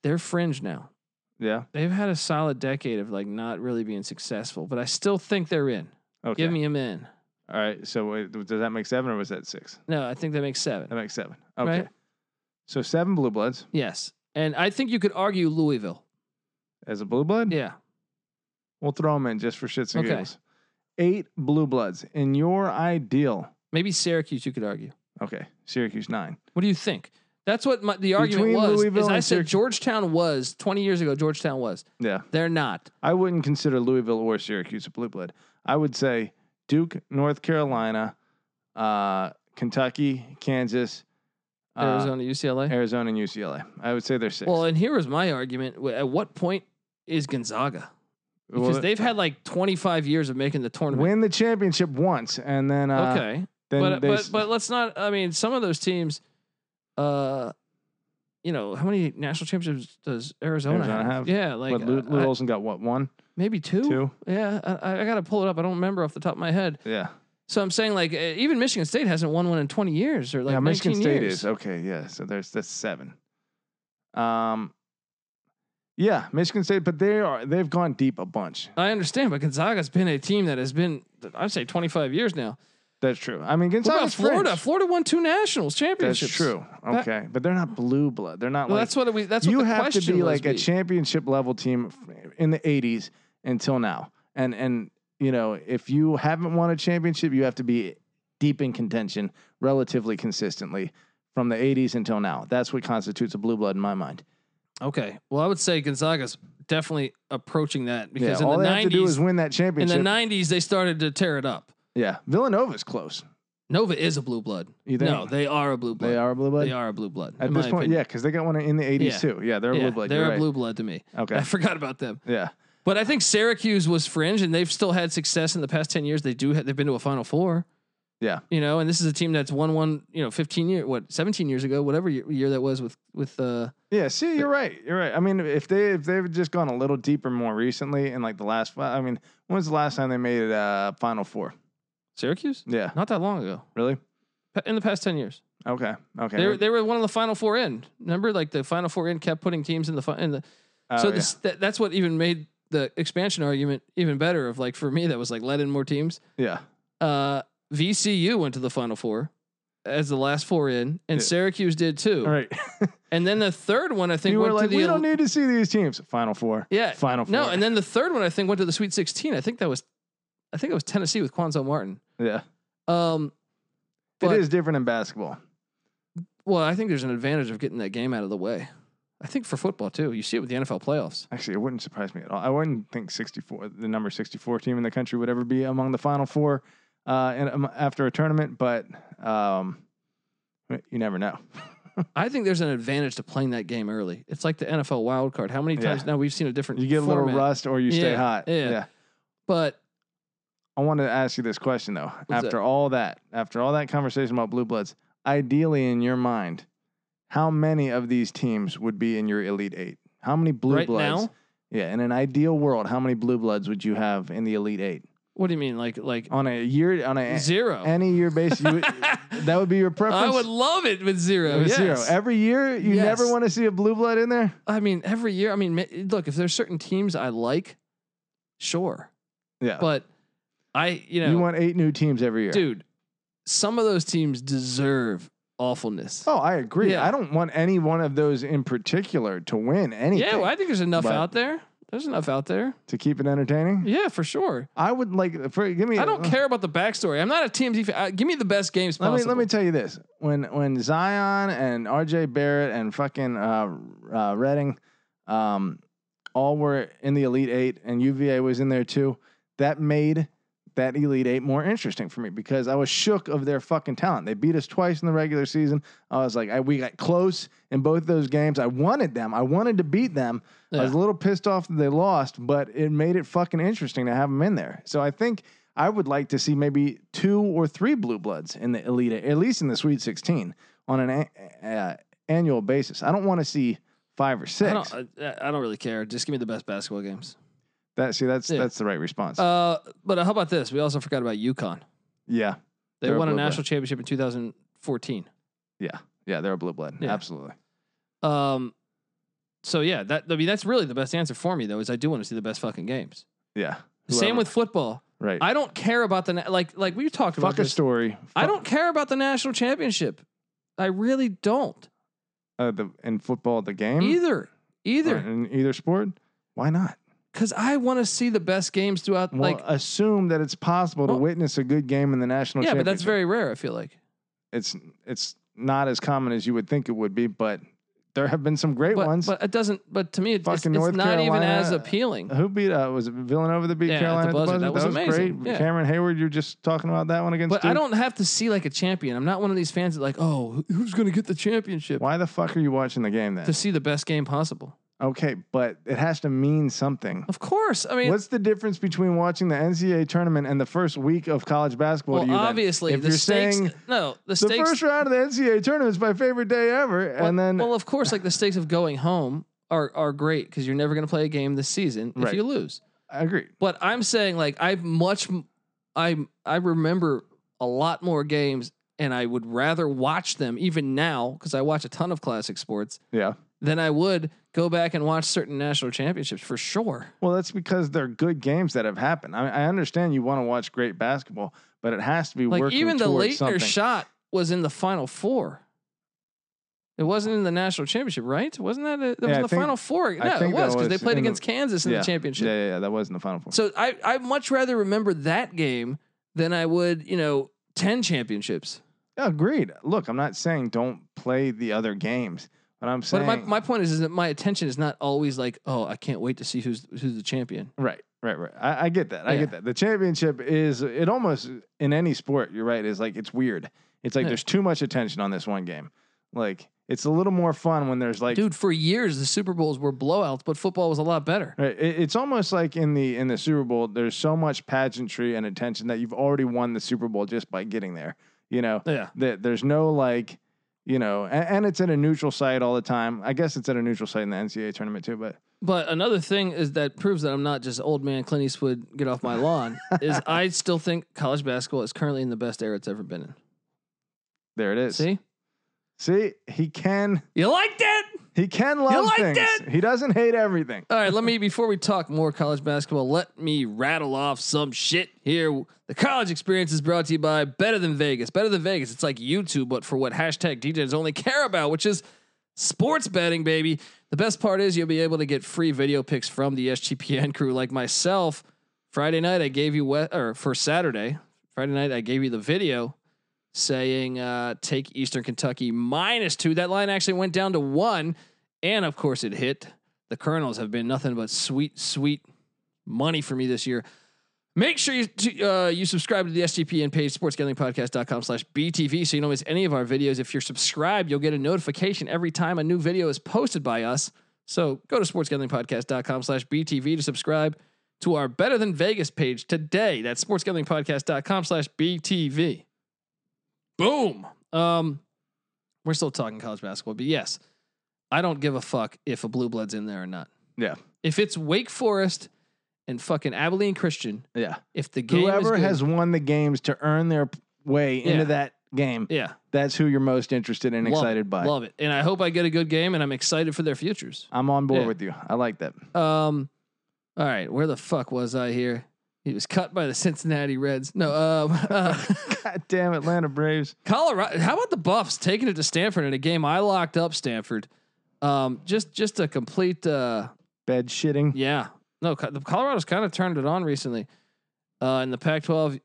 They're fringe now.
Yeah.
They've had a solid decade of like not really being successful, but I still think they're in.
Okay.
Give me them in.
All right. So wait, does that make seven or was that six?
No, I think that makes
That
seven.
makes seven. Okay.
Right.
So seven blue bloods
Yes, and I think you could argue Louisville.
as a blue blood.
Yeah,
We'll throw them in just for shits and
Okay.
giggles. Eight blue bloods in your ideal.
maybe Syracuse. You could argue.
Okay. Syracuse nine.
What do you think? That's what my, the argument
Between
was.
Louisville
is I
and
said
Syracuse.
Georgetown was 20 years ago. Georgetown was.
Yeah.
They're not.
I wouldn't consider Louisville or Syracuse a blue blood. I would say Duke, North Carolina, uh, Kentucky, Kansas, uh, Arizona.
Arizona, UCLA.
and UCLA. I would say they're six.
Well, and here was my argument. W- At what point is Gonzaga? Because
Well, uh,
they've had like 25 years of making the tournament.
win the championship once, and then uh,
okay,
then
but
they,
but but let's not. I mean, some of those teams. Uh, you know how many national championships does Arizona,
Arizona have?
Yeah, like
but Lou,
uh,
Lou
I-
Olson got what one,
maybe two.
two,
Yeah, I, I got to pull it up. I don't remember off the top of my head.
yeah.
So I'm saying like uh, even Michigan State hasn't won one in 20 years or like
yeah, Michigan
19
State
years.
is okay. Yeah, so there's that's seven. Um, yeah, Michigan State, but they are they've gone deep a bunch.
I understand, but Gonzaga's been a team that has been I'd say 25 years now.
That's true. I mean,
What about
Gonzaga's
Florida?
fringe.
Florida won two nationals
That's
championships.
true. Okay, but they're not blue blood. They're not
Well,
like
that's what we. That's
you
what the
have to
question
be
was,
like a
B.
championship level team f- in the '80s until now. And and you know if you haven't won a championship, you have to be deep in contention relatively consistently from the '80s until now. That's what constitutes a blue blood in my mind.
Okay. Well, I would say Gonzaga's definitely approaching that because
yeah, all
in the
they
90s,
have to do is win that
in the
championship.
90s they started to tear it up.
yeah, Villanova's close.
Nova is a blue blood.
You think?
No, they are a blue blood.
They are a blue blood.
They are a blue blood.
At
in
this
my
point,
opinion.
yeah, because they got one in the '80s
Yeah.
too. Yeah, they're a
Yeah,
blue blood.
they're
You're
a
right.
blue blood to me. I
Okay.
forgot about them.
Yeah.
But I think Syracuse was fringe, and they've still had success in the past ten years. They do have, they've been to a Final Four.
Yeah.
you know, and this is a team that's won one, you know, fifteen year, what, seventeen years ago, whatever year, year that was with with uh,
Yeah, see, you're right. You're right. I mean, if they if they've just gone a little deeper more recently, and like the last, fi- I mean, when's the last time they made it uh, Final Four?
Syracuse,
Yeah,
not that long ago,
really?
Pa- in the past ten years.
Okay, okay.
They were, they were one of the Final Four in. Remember, like the Final Four in kept putting teams in the fi- in the.
Oh,
so
yeah.
this that, that's what even made the expansion argument even better. Of like for me, that was like let in more teams.
yeah,
Uh, VCU went to the Final Four as the last four in, and
Yeah.
Syracuse did too.
all right.
And then the third one, I think,
you were
went
like,
to the
we
el-
don't need to see these teams. Final four.
yeah,
Final four.
no. And then the third one, I think, went to the Sweet 16. I think that was, I think it was Tennessee with Quanzo Martin.
yeah,
Um,
it
but-
is different in basketball.
well, I think there's an advantage of getting that game out of the way. I think for football too, you see it with the NFL playoffs.
Actually, it wouldn't surprise me at all. I wouldn't think 64, the number 64 team in the country would ever be among the final four uh, in, um, after a tournament, but um, you never know.
I think there's an advantage to playing that game early. It's like the NFL wild card. How many
Yeah.
times now we've seen a different
You get a little
format,
rust or you stay
Yeah,
hot.
yeah. but
I want to ask you this question though.
What's
after all that, after all that conversation about blue bloods, ideally in your mind, how many of these teams would be in your elite eight? How many blue
right
bloods?
now,
Yeah, in an ideal world, how many blue bloods would you have in the elite eight
what do you mean? Like like
on a year on a
zero?
any year basis? You would, that would be your
I
preference.
would love it with zero.
With
yes.
zero every year. You never
Yes.
want to see a blue blood in there.
I mean, every year. I mean, ma- look, if there's certain teams I like, sure,
Yeah,
but I you know,
you want eight new teams every year,
dude, some of those teams deserve awfulness.
Oh, I agree.
Yeah.
I don't want any one of those in particular to win anything.
yeah, well, I think there's enough
but-
out there. There's enough out there.
to keep it entertaining.
Yeah, for sure.
I would like for give me.
I don't care about the backstory. I'm not a TMZ fan. Uh, give me the best games
Let
possible.
me let me tell you this: when when Zion and R.J. Barrett and fucking uh, uh, Redding, um, all were in the Elite Eight, and UVA was in there too. That made that Elite Eight more interesting for me because I was shook of their fucking talent. They beat us twice in the regular season. I was like, I, we got close in both those games. I wanted them. I wanted to beat them. I was a
Yeah.
little pissed off that they lost, but it made it fucking interesting to have them in there. So I think I would like to see maybe two or three blue bloods in the elite, at least in the Sweet 16 on an a- uh, annual basis. I don't want to see five or
I
six.
don't, uh, I, I don't really care. Just give me the best basketball games.
That see, that's
Yeah.
that's the right response.
Uh, but how about this? We also forgot about UConn.
yeah,
They
They're a
won a
blue blood.
national championship in 2014.
yeah, they're a blue blood.
Yeah.
Absolutely.
Um, so yeah, that I mean that's really the best answer for me though is I do want to see the best fucking games.
Yeah.
Same
Whoever-
with football.
right.
I don't care about the na- like like we talked about
Fuck a
this.
story.
I
Fuck-
don't care about the national championship. I really don't
uh, the, in football the game
either
Or
either
in either sport. Why not?
because I want to see the best games throughout.
Well,
like
assume that it's possible
Well-
to witness a good game in the national
yeah, but
championship.
that's very rare. I feel like.
it's it's not as common as you would think it would be, but there have been some great
But,
ones.
but it doesn't. But to me, it, it's, it's
Fucking
not
North
even
Carolina,
as appealing.
Who beat? Uh, was it Villanova that beat
Yeah, at the
Carolina? at the
buzzer.
buzzer?
That was amazing.
great.
Yeah.
Cameron Hayward, you're just talking about that one against.
But I
Duke?
don't have to see like a champion. I'm not one of these fans that like, oh, who- who's going to get the championship?
Why the fuck are you watching the game then?
To see the best game possible.
Okay, but it has to mean something.
Of course. I mean,
What's the difference between watching the NCAA tournament and the first week of college basketball?
well,
to you then?
obviously,
if
the
you're
stakes.
saying
no, the
the
stakes.
first round of the NCAA tournament is my favorite day ever,
well,
and then
well, of course, like the stakes of going home are are great because you're never going to play a game this season if
Right.
you lose.
I agree.
But I'm saying like I've much I I remember a lot more games and I would rather watch them even now because I watch a ton of classic sports
Yeah.
than I would go back and watch certain national championships for sure.
Well, that's because they're good games that have happened. I, I understand you want to watch great basketball, but it has to be
Like
working
even the
towards
Leitner
something.
shot was in the final four. It wasn't in the national championship, right? Wasn't that? A, that was
Yeah,
in
I
the
think-
final four. No,
I
it
think that
was because they
was
played
in the-
against Kansas in
Yeah.
the championship.
yeah, yeah, yeah, that was in the final four.
So I I much rather remember that game than I would you know ten championships.
Yeah, agreed. Look, I'm not saying don't play the other games, but I'm saying
But my, my point is, is that my attention is not always like, oh, I can't wait to see who's who's the champion.
right, right, right. I, I get that. I
Yeah.
get that. The championship is it almost in any sport. You're right. Is like it's weird. It's like
Yeah.
there's too much attention on this one game. Like it's a little more fun when there's like
Dude, for years the Super Bowls were blowouts, but football was a lot better.
Right. It, it's almost like in the in the Super Bowl, there's so much pageantry and attention that you've already won the Super Bowl just by getting there. You know,
Yeah.
that there's no like, you know, and, and it's at a neutral site all the time. I guess it's at a neutral site in the NCAA tournament too, but
But another thing is that proves that I'm not just old man Clint Eastwood get off my lawn is I still think college basketball is currently in the best era it's ever been in.
there it is.
See?
See, he can
You liked it?
he can love
liked
things.
it?
He doesn't hate everything.
All right, let me before we talk more college basketball, let me rattle off some shit here. The college experience is brought to you by Better Than Vegas. Better Than Vegas, it's like YouTube, but for what hashtag DJs only care about, which is sports betting, baby. The best part is you'll be able to get free video picks from the SGPN crew, like myself. Friday night, I gave you we- or for Saturday, Friday night, I gave you the video saying uh, take Eastern Kentucky minus two. That line actually went down to one, and of course it hit. The Colonels have been nothing but sweet, sweet money for me this year. Make sure you to, uh, you subscribe to the SGPN page, sportsgamblingpodcast.com slash BTV, so you don't miss any of our videos. If you're subscribed, you'll get a notification every time a new video is posted by us. So go to sportsgamblingpodcast.com slash BTV to subscribe to our Better Than Vegas page today. That's sportsgamblingpodcast.com slash BTV. Boom. Um, we're still talking college basketball, but yes, I don't give a fuck if a blue blood's in there or not.
Yeah.
If it's Wake Forest and fucking Abilene Christian,
Yeah.
if the game is
Whoever
good-
has won the games to earn their p- way
Yeah.
into that game,
yeah,
that's who you're most interested and
Love it.
excited by.
love it, and I hope I get a good game, and I'm excited for their futures.
I'm on board
Yeah.
with you. I like that.
Um, all right, where the fuck was I here? He was cut by the Cincinnati Reds. No, um, uh,
God damn Atlanta Braves.
Colorado. How about the Buffs taking it to Stanford in a game I locked up Stanford? Um, just just a complete uh,
Bed shitting.
yeah. No, Co- the Colorado's kind of turned it on recently. Uh, in the Pac-12,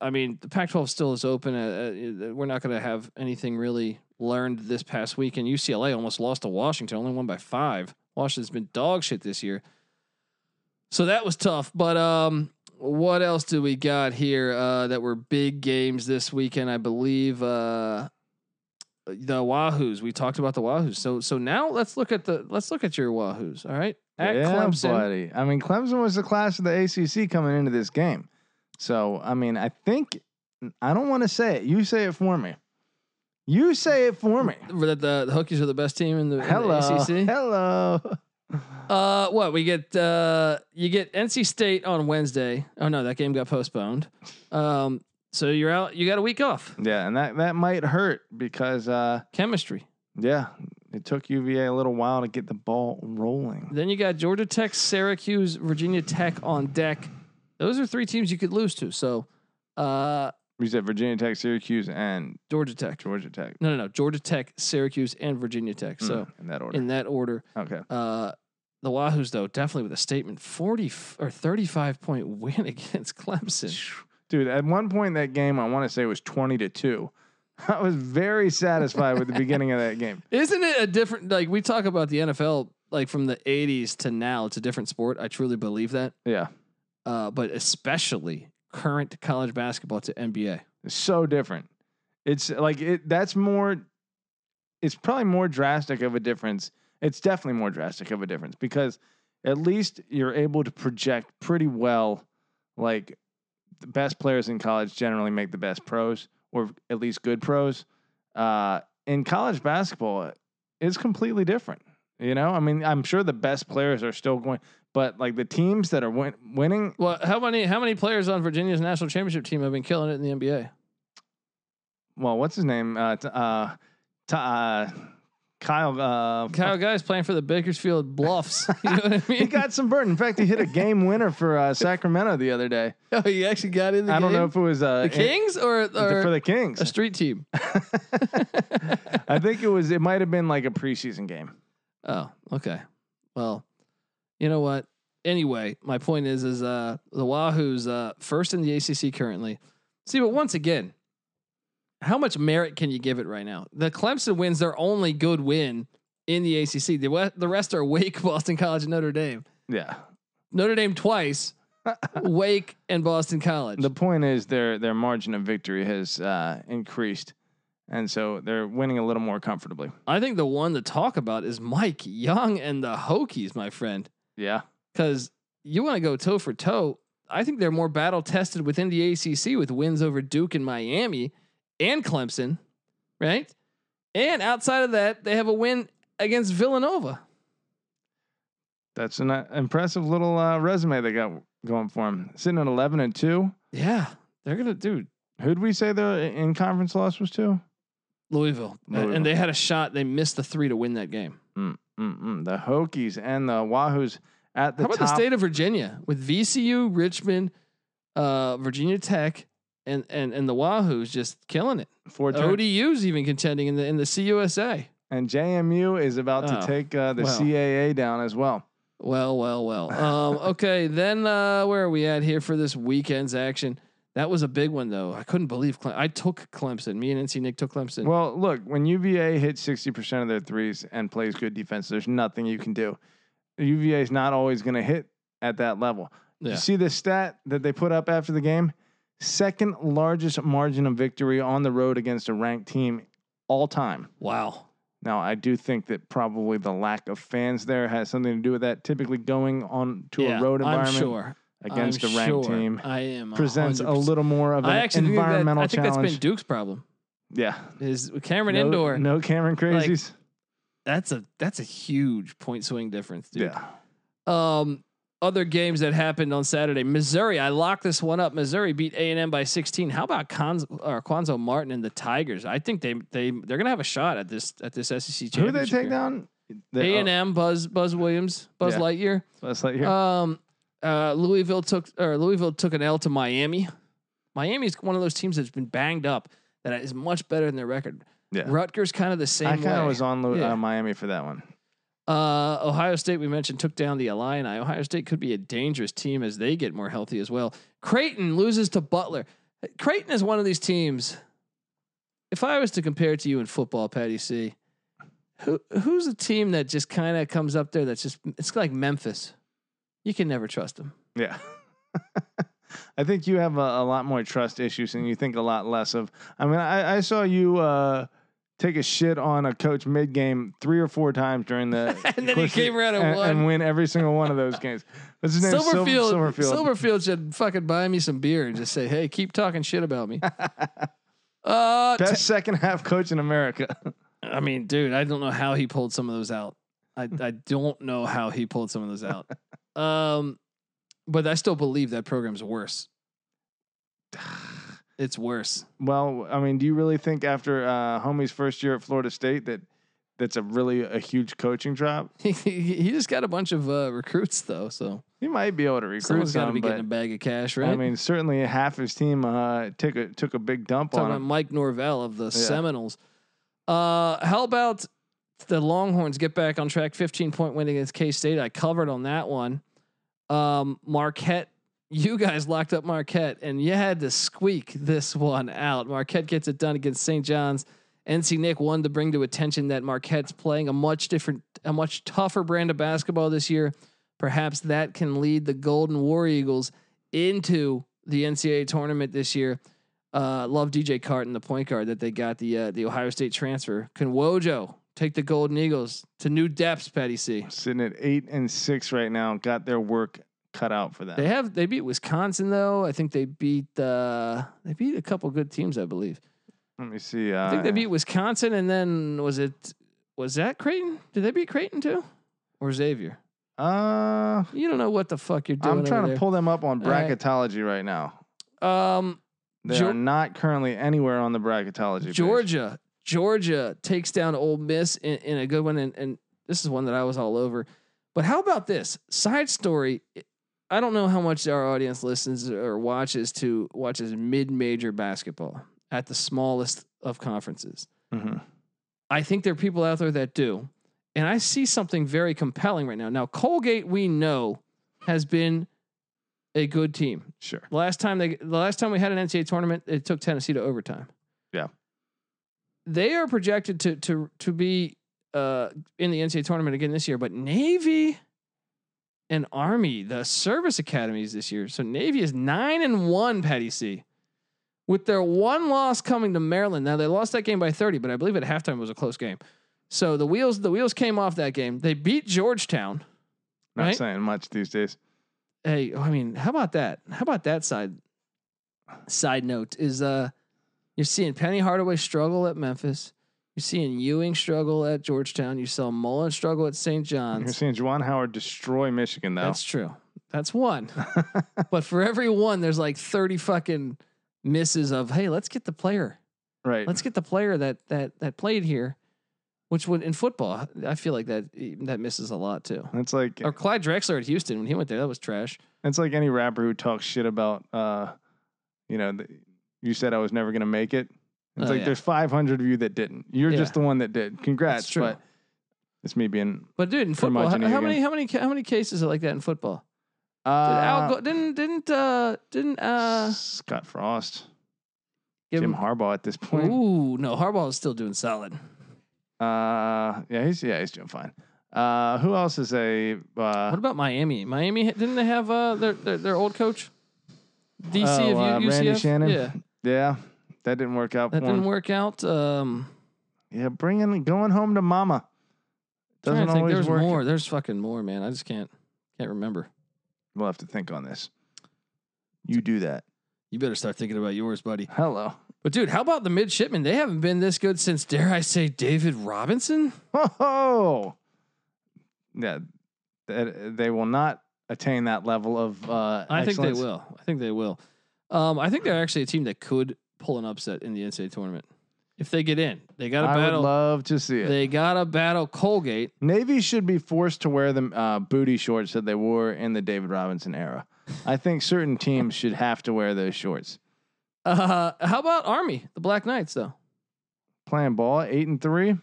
I mean, the Pac-12 still is open. Uh, uh, we're not going to have anything really learned this past week. And UCLA almost lost to Washington, only won by five. Washington's been dog shit this year, so that was tough. But um, what else do we got here uh, that were big games this weekend? I believe uh, the Wahoos. We talked about the Wahoos. So so now let's look at the let's look at your Wahoos. All right, at
yeah,
Clemson.
buddy. I mean, Clemson was the class of the ACC coming into this game. So, I mean, I think I don't want to say it. You say it for me. You say it for me.
that the, the Hokies are the best team in the, in the
Hello.
ACC.
Hello.
Uh, what we get? Uh, you get NC State on Wednesday. Oh no, that game got postponed. Um, so you're out. You got a week off.
Yeah, and that that might hurt because uh
Chemistry.
yeah, it took UVA a little while to get the ball rolling.
Then you got Georgia Tech, Syracuse, Virginia Tech on deck. Those are three teams you could lose to. So, uh,
We said Virginia Tech, Syracuse, and
Georgia Tech.
Georgia Tech.
No, no, no. Georgia Tech, Syracuse, and Virginia Tech. So
Mm, in that order.
in that order.
okay.
Uh, the Wahoos though definitely with a statement forty f- or thirty five point win against Clemson.
Dude, at one point in that game, I want to say it was 20 to 2. I was very satisfied with the beginning of that game.
Isn't it a different like we talk about the NFL like from the 80s to now it's a different sport. I truly believe that.
Yeah.
Uh, but especially current college basketball to NBA.
It's so different. It's like it that's more it's probably more drastic of a difference. It's definitely more drastic of a difference because at least you're able to project pretty well like the best players in college generally make the best pros or at least good pros. Uh in college basketball it's completely different. You know, I mean, I'm sure the best players are still going, but like the teams that are win- winning,
Well, how many how many players on Virginia's national championship team have been killing it in the NBA?
well, what's his name? Uh, t- uh, t- uh, Kyle. Uh,
Kyle Guy's playing for the Bakersfield Bluffs. You know what I mean?
He got some burn. In fact, he hit a game winner for uh, Sacramento the other day.
oh, he actually got in the
I don't
game?
know if it was uh,
the Kings or,
in- for
or
the Kings.
a street team.
I think it was. It might have been like a preseason game.
Oh, okay. Well, you know what? Anyway, my point is, is uh, the Wahoos uh, first in the ACC currently. See, but once again, how much merit can you give it right now? The Clemson wins their only good win in the ACC. The we- the rest are Wake, Boston College, and Notre Dame.
Yeah.
Notre Dame twice, Wake and Boston College.
The point is their their margin of victory has uh, increased, and so they're winning a little more comfortably.
I think the one to talk about is Mike Young and the Hokies, my friend.
Yeah.
because you want to go toe for toe. I think they're more battle tested within the ACC with wins over Duke and Miami and Clemson, right? And outside of that, they have a win against Villanova.
That's an uh, impressive little uh, resume they got going for them. Sitting at eleven and two.
Yeah, they're gonna do
Who'd we say their in conference loss was to?
Louisville, A-
Louisville.
and they had a shot. They missed the three to win that game.
Mm-mm. The Hokies and the Wahoos at the
How about
top.
the state of Virginia with VCU, Richmond, uh, Virginia Tech, and and and the Wahoos just killing it.
four turn-
ODU's even contending in the in the CUSA.
And JMU is about
Oh,
to take uh, the
well.
CAA down as well.
Well, well, well. Um, okay, then uh, where are we at here for this weekend's action? That was a big one, though. I couldn't believe Cle- I took Clemson. Me and NC Nick took Clemson.
Well, look, when UVA hits 60% of their threes and plays good defense, there's nothing you can do. UVA is not always going to hit at that level.
Yeah.
You see the stat that they put up after the game? Second largest margin of victory on the road against a ranked team all time.
wow.
Now, I do think that probably the lack of fans there has something to do with that. Typically, going on to
yeah,
a road environment
I'm sure.
against
I'm
a ranked
sure.
team
I am a
presents a
hundred percent-
little more of an
I actually think that-
environmental
I think
challenge.
that's been Duke's problem.
yeah,
Is Cameron
no,
Indoor?
no Cameron crazies.
That's a that's a huge point swing difference, dude.
yeah,
Um, other games that happened on Saturday. Missouri, I locked this one up. Missouri beat A and M by 16. How about Conz, or Quanzo Martin and the Tigers? I think they they they're gonna have a shot at this at this SEC championship.
who they take down? oh,
A and M, Buzz Buzz Williams, Buzz
Yeah.
Lightyear.
Let's let you.
Um, uh, Louisville took or Louisville took an L to Miami. Miami's one of those teams that's been banged up that is much better than their record.
Yeah.
Rutgers kind of the same.
I kind
way.
of was on Lou-
Yeah.
uh, Miami for that one.
Uh, Ohio State, we mentioned, took down the Illini. Ohio State could be a dangerous team as they get more healthy as well. Creighton loses to Butler. Creighton is one of these teams. If I was to compare it to you in football, Patty C, who who's a team that just kind of comes up there? That's just it's like Memphis. You can never trust them.
Yeah. I think you have a, a lot more trust issues and you think a lot less of. I mean, I, I saw you uh, take a shit on a coach mid game three or four times during the.
And then he came around and won.
And win every single one of those games. What's his name? Sil-
Silverfield, Silverfield,
Silverfield.
should fucking buy me some beer and just say, "Hey, keep talking shit about me." Uh,
Best second half coach in America.
I mean, dude, I don't know how he pulled some of those out. I, I don't know how he pulled some of those out. Um, but I still believe that program's worse. It's worse.
Well, I mean, do you really think after uh, homie's first year at Florida State that that's a really a huge coaching drop?
he he just got a bunch of uh, recruits though, so
He might be able to recruit
someone's got to
some,
be
but
getting a bag of cash, right?
I mean, certainly half his team uh, took a took a big dump
talking
on
about
him.
Mike Norvell of the Seminoles. Uh, how about the Longhorns get back on track? Fifteen point win against K State. I covered on that one. Um, Marquette, you guys locked up Marquette, and you had to squeak this one out. Marquette gets it done against St. John's. NC Nick one to bring to attention that Marquette's playing a much different, a much tougher brand of basketball this year. Perhaps that can lead the Golden War Eagles into the NCAA tournament this year. Uh, love DJ Carton, the point guard that they got the uh, the Ohio State transfer. Can Wojo take the Golden Eagles to new depths? Patty C.
Sitting at eight and six right now, got their work cut out for them.
They have they beat Wisconsin though. I think they beat uh, they beat a couple good teams. I believe.
Let me see. Uh,
I think they beat Wisconsin and then was it was that Creighton? Did they beat Creighton too? Or Xavier?
Uh,
You don't know what the fuck you're doing.
I'm trying to
over
pull them up on
All right.
bracketology right. now.
there. Um,
They
Geor-
are not currently anywhere on the bracketology. page.
Georgia. Georgia takes down Ole Miss in, in a good one, and, and this is one that I was all over. But how about this side story? I don't know how much our audience listens or watches to watches mid-major basketball at the smallest of conferences.
Mhm.
I think there are people out there that do, and I see something very compelling right now. Now Colgate, we know, has been a good team.
Sure.
Last time they the last time we had an NCAA tournament, it took Tennessee to overtime.
Yeah.
They are projected to to to be uh, in the NCAA tournament again this year, but Navy and Army, the service academies this year. So Navy is nine and one, Patty C. With their one loss coming to Maryland. Now they lost that game by 30, but I believe at halftime it was a close game. So the wheels the wheels came off that game. They beat Georgetown
Not
Right?
saying much these days.
hey, I mean, how about that? How about that side? Side note is uh, you're seeing Penny Hardaway struggle at Memphis. You're seeing Ewing struggle at Georgetown. You saw Mullen struggle at St.
You're
John's.
seeing Juwan Howard destroy Michigan though.
That's true. That's one. but for every one, there's like 30 fucking misses of hey, let's get the player.
right.
Let's get the player that that that played here, which would in football, I feel like that that misses a lot too.
That's like
Or Clyde Drexler at Houston when he went there, that was trash.
It's like any rapper who talks shit about, uh, you know, th- you said I was never gonna make it. It's
Oh,
like
yeah.
there's 500 of you that didn't. You're
Yeah.
just the one that did. Congrats,
That's true.
but it's me being.
But dude, in
For my
football, how, how
Geneva
many
game.
how many ca- how many cases are like that in football? Did
Uh,
Al go, didn't didn't uh didn't uh
Scott Frost,
give
Jim
him,
Harbaugh at this point.
Ooh, no, Harbaugh is still doing solid.
Uh, yeah, he's yeah he's doing fine. Uh, who else is a uh,
What about Miami? Miami didn't they have uh their their, their old coach? DC
oh,
of U- UCF.
uh, Randy Shannon?
Yeah.
Yeah, that didn't work out.
That
for him.
didn't work out. Um
Yeah, bringing going home to mama
trying to
doesn't
think,
always
there's
work.
more. There's fucking more, man. I just can't can't remember.
We'll have to think on this. You do that.
You better start thinking about yours, buddy.
Hello.
But dude, how about the midshipmen? They haven't been this good since dare I say David Robinson?
Oh, yeah. That- They will not attain that level of. Uh,
I think they
excellence.
will. I think they will. Um, I think they're actually a team that could pull an upset in the NCAA tournament if they get in. They got to
I would
battle.
love to see it.
They got to battle Colgate.
Navy should be forced to wear the uh, booty shorts that they wore in the David Robinson era. I think certain teams should have to wear those shorts.
Uh, how about Army, the Black Knights though?
Playing ball, eight and three.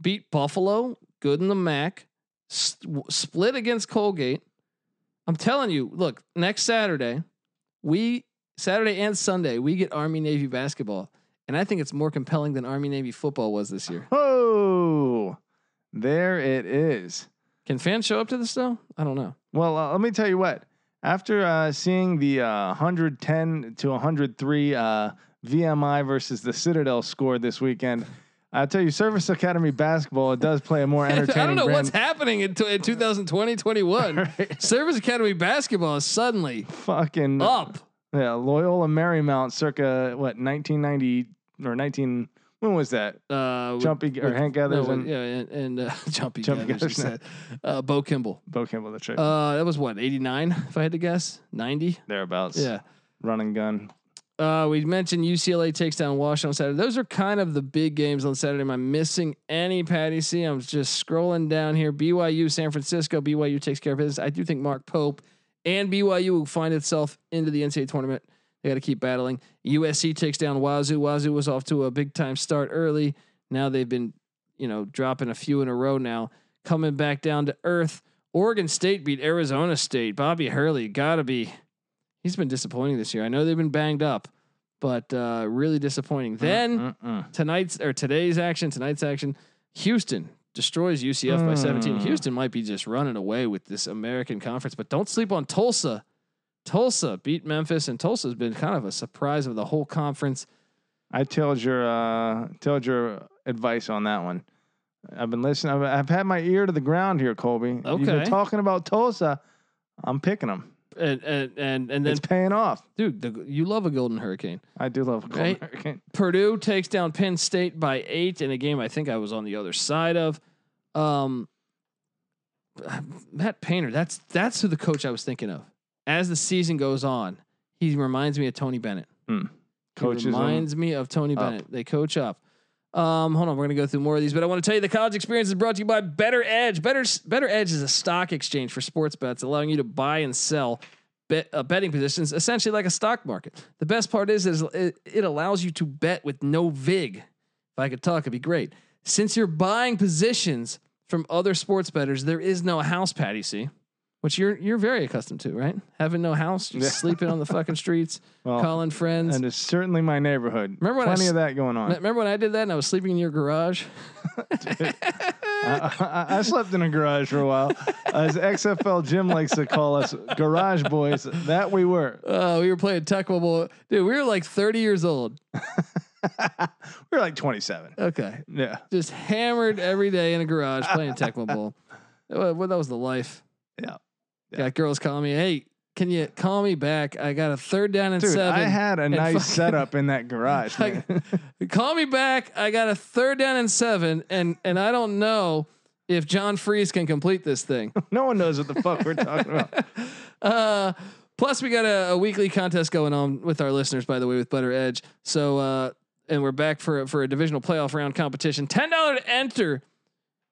Beat Buffalo, good in the MAC. s- w- split against Colgate. I'm telling you, look, next Saturday, we Saturday and Sunday we get Army Navy basketball, and I think it's more compelling than Army Navy football was this year.
Oh, there it is.
Can fans show up to this though? I don't know.
Well, uh, let me tell you what. After uh, seeing the uh, 110 to 103 uh, VMI versus the Citadel score this weekend, I'll tell you, Service Academy basketball it does play a more
I
entertaining.
don't know what's
brand.
happening in, t- in 2020, 21.
Right.
Service Academy basketball is suddenly
Fucking
up.
yeah, Loyola Marymount, circa what 1990 or 19. When was that?
Uh, with-
Jumpy or
with-
Hank
no,
Gathers
with-
and
yeah, and, and uh, Jumpy,
Jumpy
Gathers, you said.
Gathers,
Uh, Bo Kimball.
Bo Campbell, the trick
Uh, that was what, 89, if I had to guess? 90?
thereabouts.
Yeah.
run and gun.
Uh, we mentioned UCLA takes down Wash on Saturday. Those are kind of the big games on Saturday. Am I missing any Patty C? I'm just scrolling down here. BYU, San Francisco. BYU takes care of business. I do think Mark Pope and BYU will find itself into the NCAA tournament. They got to keep battling. USC takes down Wazoo. Wazoo was off to a big time start early. Now they've been, you know, dropping a few in a row now. Coming back down to earth. Oregon State beat Arizona State. Bobby Hurley got to be he's been disappointing this year. I know they've been banged up, but uh, really disappointing.
Mm-hmm.
Then
Mm-mm.
tonight's or today's action, tonight's action, Houston destroys UCF by 17.
Mm.
Houston might be just running away with this American conference, but don't sleep on Tulsa. Tulsa beat Memphis, and Tulsa's been kind of a surprise of the whole conference.
I tailed your uh, tailed your advice on that one. I've been listening. I've, I've had my ear to the ground here, Colby. You've
Okay.
been talking about Tulsa. I'm picking them.
And and and, and then,
It's paying off.
dude, the, you love a Golden Hurricane.
I do love Golden
Right?
Hurricane.
Purdue takes down Penn State by eight in a game I think I was on the other side of. Um, Matt Painter, that's that's who the coach I was thinking of. As the season goes on, he reminds me of Tony Bennett.
Coaches.
He
'em.
reminds me of Tony
up.
Bennett. They coach up. Um, hold on, we're gonna go through more of these, but I want to tell you the college experience is brought to you by Better Edge. Better Better Edge is a stock exchange for sports bets, allowing you to buy and sell bet, uh, betting positions, essentially like a stock market. The best part is, is it, it allows you to bet with no vig. If I could talk, it'd be great. Since you're buying positions from other sports betters, there is no house patty. See, which you're you're very accustomed to, right? Having no house, just
Yeah.
sleeping on the fucking streets,
Well,
calling friends.
and it's certainly my neighborhood.
Remember when I
Plenty
s-
of that going on.
Remember when I did that and I was sleeping in your garage?
I, I- I slept in a garage for a while, as XFL Jim likes to call us, garage boys. That we were.
Uh, we were playing Tecmo Bowl. Dude, we were like 30 years old.
We were like 27.
Okay.
Yeah,
Just hammered every day in a garage playing Tecmo Bowl. Well, well, that was the life.
Yeah. Yeah.
Got girls calling me, hey, can you call me back? I got a third down and
dude.
seven.
I had a nice
fucking-
setup in that garage.
I-
man.
call me back. I got a third down and seven, and and I don't know if John Freeze can complete this thing.
no one knows what the fuck we're talking about.
Uh, plus, we got a, a weekly contest going on with our listeners, by the way, with Butter Edge. So, uh, and we're back for for a divisional playoff round competition. Ten dollar to enter,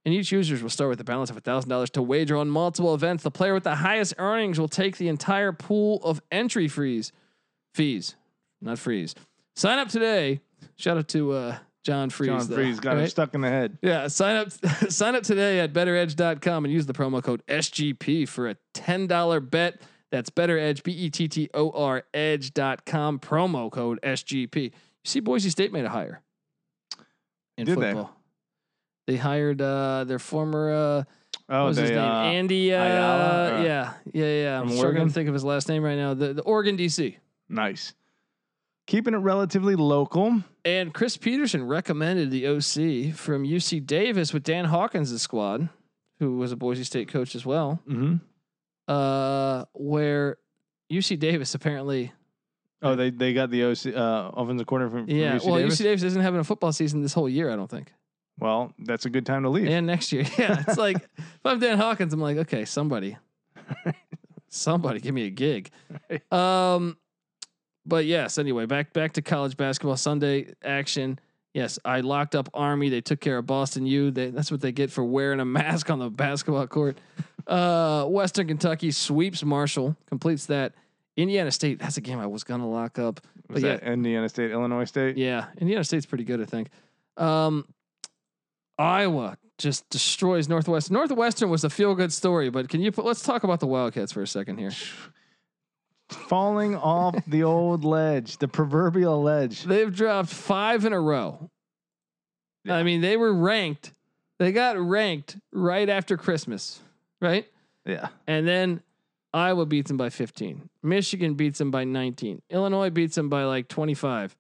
and each user will start with a balance of thousand dollars to wager on multiple events. The player with the highest earnings will take the entire pool of entry fees. Fees, not freeze. Sign up today Shout out to uh, John Freeze.
John
though,
Freeze got him
right?
stuck in the head.
Yeah, sign up sign up today at betteredge.com and use the promo code SGP for a $10 bet. That's betteredge b e t t o r edge.com promo code SGP. You see Boise State made a hire in
Did they?
football. They? hired uh, their former uh, what
Oh,
was his
they,
name?
uh,
Andy uh,
Ayala, uh,
yeah. Yeah, yeah. I'm
from
struggling
Oregon?
to think of his last name right now. The the Oregon DC.
nice. Keeping it relatively local.
And Chris Peterson recommended the OC from UC Davis with Dan Hawkins' squad, who was a Boise State coach as well.
Mm-hmm.
Uh, where UC Davis apparently,
Oh, they they got the OC uh, offensive corner from, from
yeah.
UC
well,
Davis.
UC Davis isn't having a football season this whole year, I don't think,
well, that's a good time to leave.
and next year. Yeah, it's like if I'm Dan Hawkins, I'm like, okay, somebody, somebody, give me a gig. Um, but yes, anyway, back back to college basketball Sunday action. Yes, I locked up Army. They took care of Boston U. They, that's what they get for wearing a mask on the basketball court. Uh, Western Kentucky sweeps Marshall, completes that. Indiana State. That's a game I was gonna lock up.
Was
but
that Indiana State, Illinois State?
Yeah, Indiana State's pretty good, I think. Um, Iowa just destroys Northwest. Northwestern was a feel good story, but can you put, let's talk about the Wildcats for a second here.
Falling off the old ledge, the proverbial ledge.
They've dropped five in a row. I
Yeah.
mean, they were ranked. They got ranked right after Christmas, right?
Yeah.
And then Iowa beats them by 15. Michigan beats them by 19. Illinois beats them by like 25.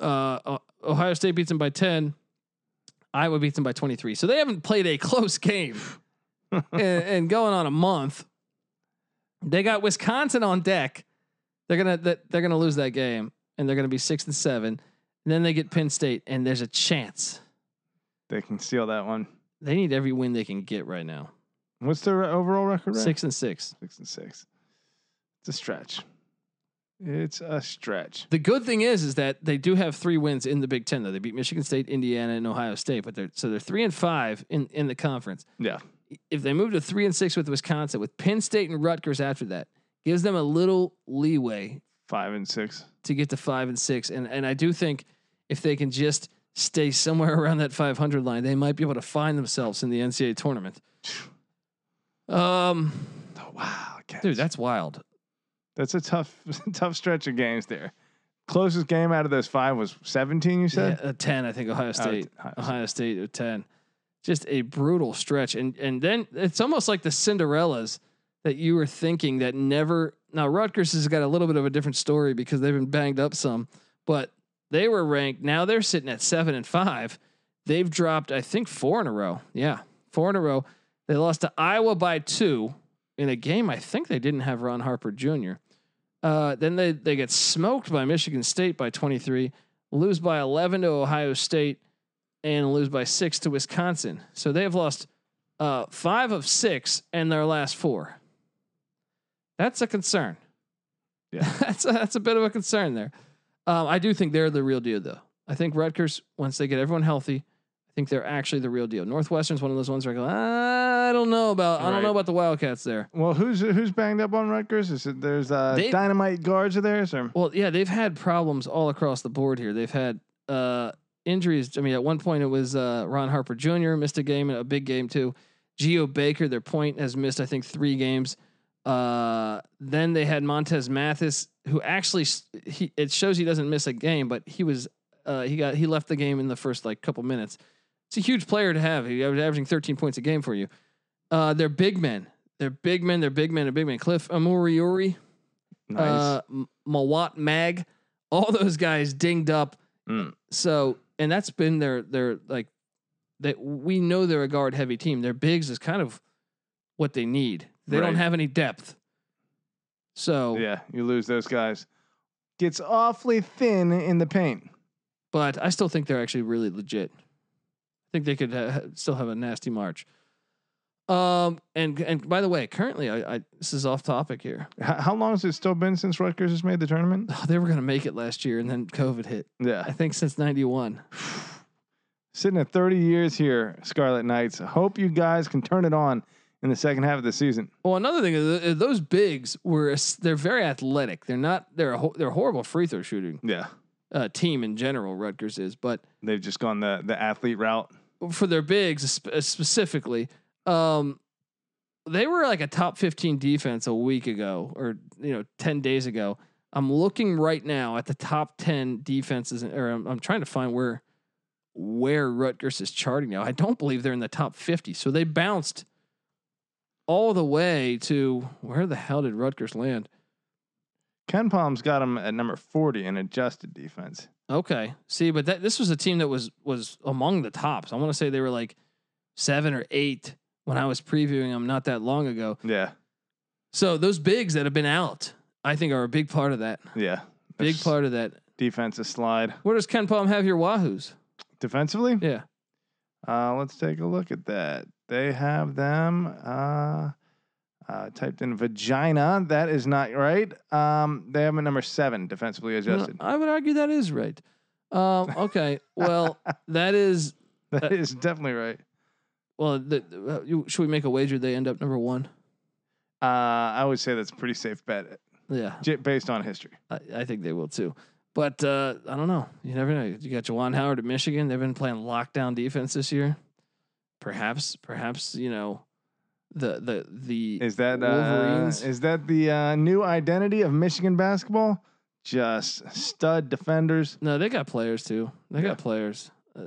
Uh, O- Ohio State beats them by 10. Iowa beats them by 23. So they haven't played a close game and, and going on a month. They got Wisconsin on deck. They're gonna that- they're gonna lose that game and they're gonna be six and seven. And then they get Penn State and there's a chance.
They can steal that one.
They need every win they can get right now.
What's their overall record? Right?
Six and six.
Six and six. It's a stretch. It's a stretch.
The good thing is, is that they do have three wins in the Big Ten. Though they beat Michigan State, Indiana, and Ohio State, but they're so they're three and five in in the conference.
Yeah.
If they move to three and six with Wisconsin, with Penn State and Rutgers after that, gives them a little leeway
Five and six.
to get to five and six. And and I do think if they can just stay somewhere around that 500 line, they might be able to find themselves in the NCAA tournament. Um,
Oh, wow.
dude, that's wild.
That's a tough, tough stretch of games there. Closest game out of those five was 17, you
Yeah,
said?
uh, ten, I think Ohio
Out of
State.
t- Ohio State.
Ohio State at 10. Just a brutal stretch. And and then it's almost like the Cinderellas that you were thinking that never now Rutgers has got a little bit of a different story because they've been banged up some, but they were ranked. Now they're sitting at seven and five. They've dropped, I think, four in a row. Yeah. Four in a row. They lost to Iowa by two in a game I think they didn't have Ron Harper Jr. Uh, then they, they get smoked by Michigan State by 23, lose by 11 to Ohio State, and lose by six to Wisconsin. So they have lost uh, five of six in their last four. That's a concern.
Yeah.
that's a, that's a bit of a concern there. Um, I do think they're the real deal, though. I think Rutgers, once they get everyone healthy, I think they're actually the real deal. Northwestern's one of those ones where I go, I don't know about, I don't know
Right.
about the Wildcats there.
Well, who's who's banged up on Rutgers? Is it, there's uh,
They-
dynamite guards of theirs? Or
Well, yeah, they've had problems all across the board here. They've had uh, injuries. I mean, at one point it was uh, Ron Harper Jr. missed a game, a big game too. Geo Baker, their point, has missed I think three games. Uh, then they had Montez Mathis, who actually s- he it shows he doesn't miss a game, but he was uh, he got he left the game in the first like couple minutes. It's a huge player to have. He was averaging 13 points a game for you. Uh, they're big men. They're big men. They're big men. They're big men. Cliff Amuriori,
nice.
uh, M- Mawat Mag, all those guys dinged up.
Mm.
So, and that's been their their like that we know they're a guard heavy team. Their bigs is kind of what they need. They don't
Right.
have any depth. So,
yeah, you lose those guys. Gets awfully thin in the paint.
but I still think they're actually really legit. I think they could uh, still have a nasty march. Um, and and by the way, currently, I, I this is off topic here.
How, how long has it still been since Rutgers has made the tournament?
they were gonna make it last year, and then COVID hit. I
Yeah.
think since '91.
Sitting at 30 years here, Scarlet Knights. I hope you guys can turn it on in the second half of the season.
Well, another thing is th- those bigs were a s- they're very athletic. They're not they're a, ho- they're horrible free throw shooting.
Yeah.
uh, team in general. Rutgers is, but
They've just gone the the athlete route.
for their bigs sp- uh, specifically, um, they were like a top 15 defense a week ago or, you know, 10 days ago. I'm looking right now at the top 10 defenses or I'm, I'm trying to find where, where Rutgers is charting now. I don't believe they're in the top 50. So they bounced all the way to where the hell did Rutgers land?
Ken Palm's got him at number forty in adjusted defense.
Okay. See, but that this was a team that was was among the tops. I want to say they were like seven or eight when I was previewing them not that long ago.
Yeah,
So those bigs that have been out, I think, are a big part of that.
yeah.
Big
There's
part of that.
defensive slide
Where does Ken Palm have your Wahoos?
defensively.
Yeah.
Uh, let's take a look at that. They have them uh, uh, typed in vagina. That is not right. Um, they have a number seven defensively
No,
adjusted.
I would argue that is right. Um, okay. Well, that is.
that is definitely right.
Well, the, uh, you, should we make a wager they end up number one?
Uh, I would say that's a pretty safe bet
Yeah,
j- based on history.
I, I think they will too. But uh, I don't know. You never know. You got Jawan Howard at Michigan. They've been playing lockdown defense this year. Perhaps, perhaps you know, the the the
Is that uh,
Wolverines.
is that the uh, new identity of Michigan basketball? Just stud defenders.
No, they got players too. They
Yeah.
got players. Uh,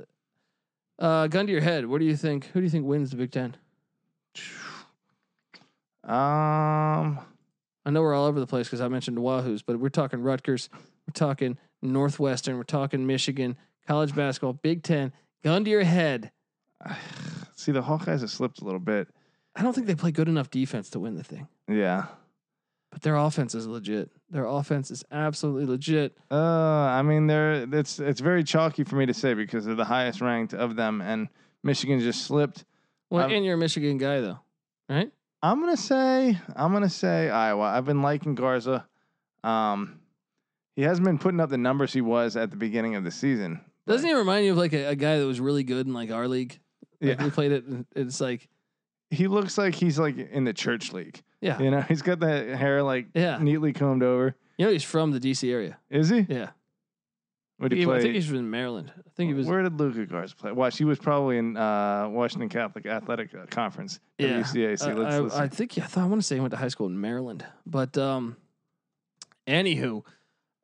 Uh, gun to your head. What do you think? Who do you think wins the Big Ten?
Um,
I know we're all over the place because I mentioned Wahoos, but we're talking Rutgers, we're talking Northwestern, we're talking Michigan, college basketball, Big Ten. Gun to your head.
see, the Hawkeyes have slipped a little bit.
I don't think they play good enough defense to win the thing,
Yeah.
but their offense is legit. Their offense is absolutely legit.
Uh, I mean, they're it's it's very chalky for me to say because they're the highest ranked of them, and Michigan just slipped.
Well,
I'm-
and you're a Michigan guy though, right?
I'm gonna say I'm gonna say Iowa. I've been liking Garza. Um, he hasn't been putting up the numbers he was at the beginning of the season.
Doesn't he remind you of like a, a guy that was really good in like our league? Like,
Yeah.
we played it. And it's like,
He looks like he's like in the church league.
yeah,
You know, he's got that hair like
Yeah.
neatly combed over.
You know, he's from the DC area.
Is he?
Yeah.
Would
He-
he play?
I think he's from Maryland. I think he was.
Where did Luca Garza play? Watch, he was probably in uh, Washington Catholic Athletic uh, Conference.
Yeah.
WCAC.
I,
let's,
uh, I-
let's
I think, yeah, I, thought, I want to say he went to high school in Maryland. But, um, anywho,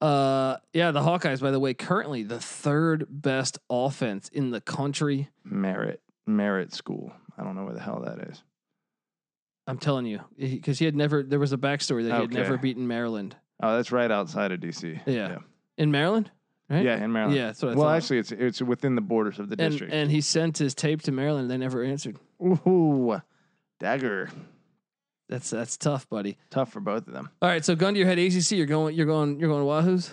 uh, yeah, the Hawkeyes, by the way, currently the third best offense in the country.
Merritt Merritt School. I don't know where the hell that is.
I'm telling you, because he had never, there was a backstory that he had
Okay.
never beaten Maryland.
Oh, that's right outside of DC.
Yeah. In Maryland?
yeah,
Right?
in Maryland.
Yeah, that's what I
well,
thought.
actually, it's it's within the borders of the
and,
district.
and he sent his tape to Maryland. They never answered.
Ooh, dagger.
That's that's tough, buddy.
Tough for both of them.
All right, so gun to your head, ACC. You're going, you're going, you're going. Wahoos.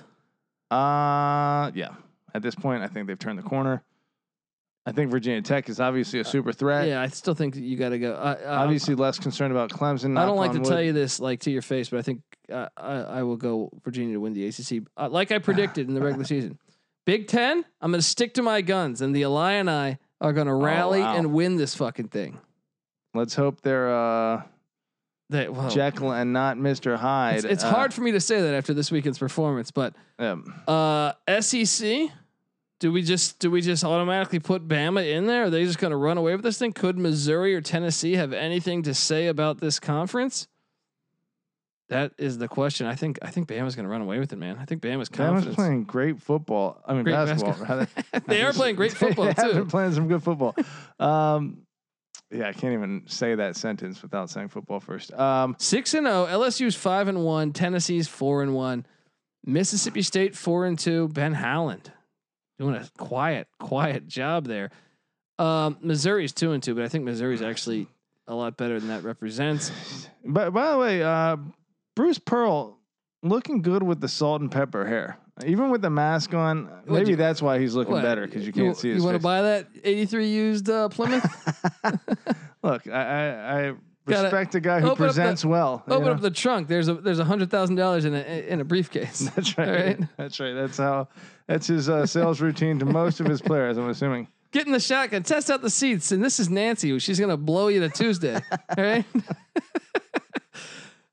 Uh yeah. At this point, I think they've turned the corner. I think Virginia Tech is obviously a super threat.
Uh, Yeah, I still think you got to go. I, I, I'm-
Obviously, less concerned about Clemson.
I
knock
don't like
on
to
wood.
tell you this like to your face, but I think uh, I I will go Virginia to win the ACC, uh, like I predicted in the regular season. Big Ten, I'm going to stick to my guns, and the Illini are going to rally
Oh, wow.
and win this fucking thing.
Let's hope they're uh,
They, whoa.
Jekyll and not Mr. Hyde.
Oh. it's, it's
Uh,
hard for me to say that after this weekend's performance, but
um,
uh, SEC. Do we just do we just automatically put Bama in there? Are they just going to run away with this thing? Could Missouri or Tennessee have anything to say about this conference? That is the question. I think I think Bama's going to run away with it, man. I think Bama's
Bama's
confidence.
playing great football. I mean,
Great
basketball.
basket-
rather.
they are playing great football
they have been
too.
playing some good football. Um, yeah, I can't even say that sentence without saying football first. Um,
Six and oh, zero. LSU's five and one. Tennessee's four and one. Mississippi State four and two. Ben Howland doing a quiet, quiet job there. Um, Missouri's two and two, but I think Missouri's actually a lot better than that represents.
but by the way, uh, Bruce Pearl looking good with the salt and pepper hair, even with the mask on.
What,
Maybe
you-
that's why he's looking
What,
better because you can't see his
You want to
face.
buy that '83 used uh, Plymouth?
Look, I, I, I
Gotta
respect a guy who
open up the-
presents well. you
Open
know?
up the trunk. There's a there's a hundred thousand dollars in a in a briefcase.
That's
All right.
right. That's right. That's how. That's his uh, sales routine to most of his players. I'm assuming.
Get in the shotgun. Test out the seats. And this is Nancy. She's gonna blow you to Tuesday. all right.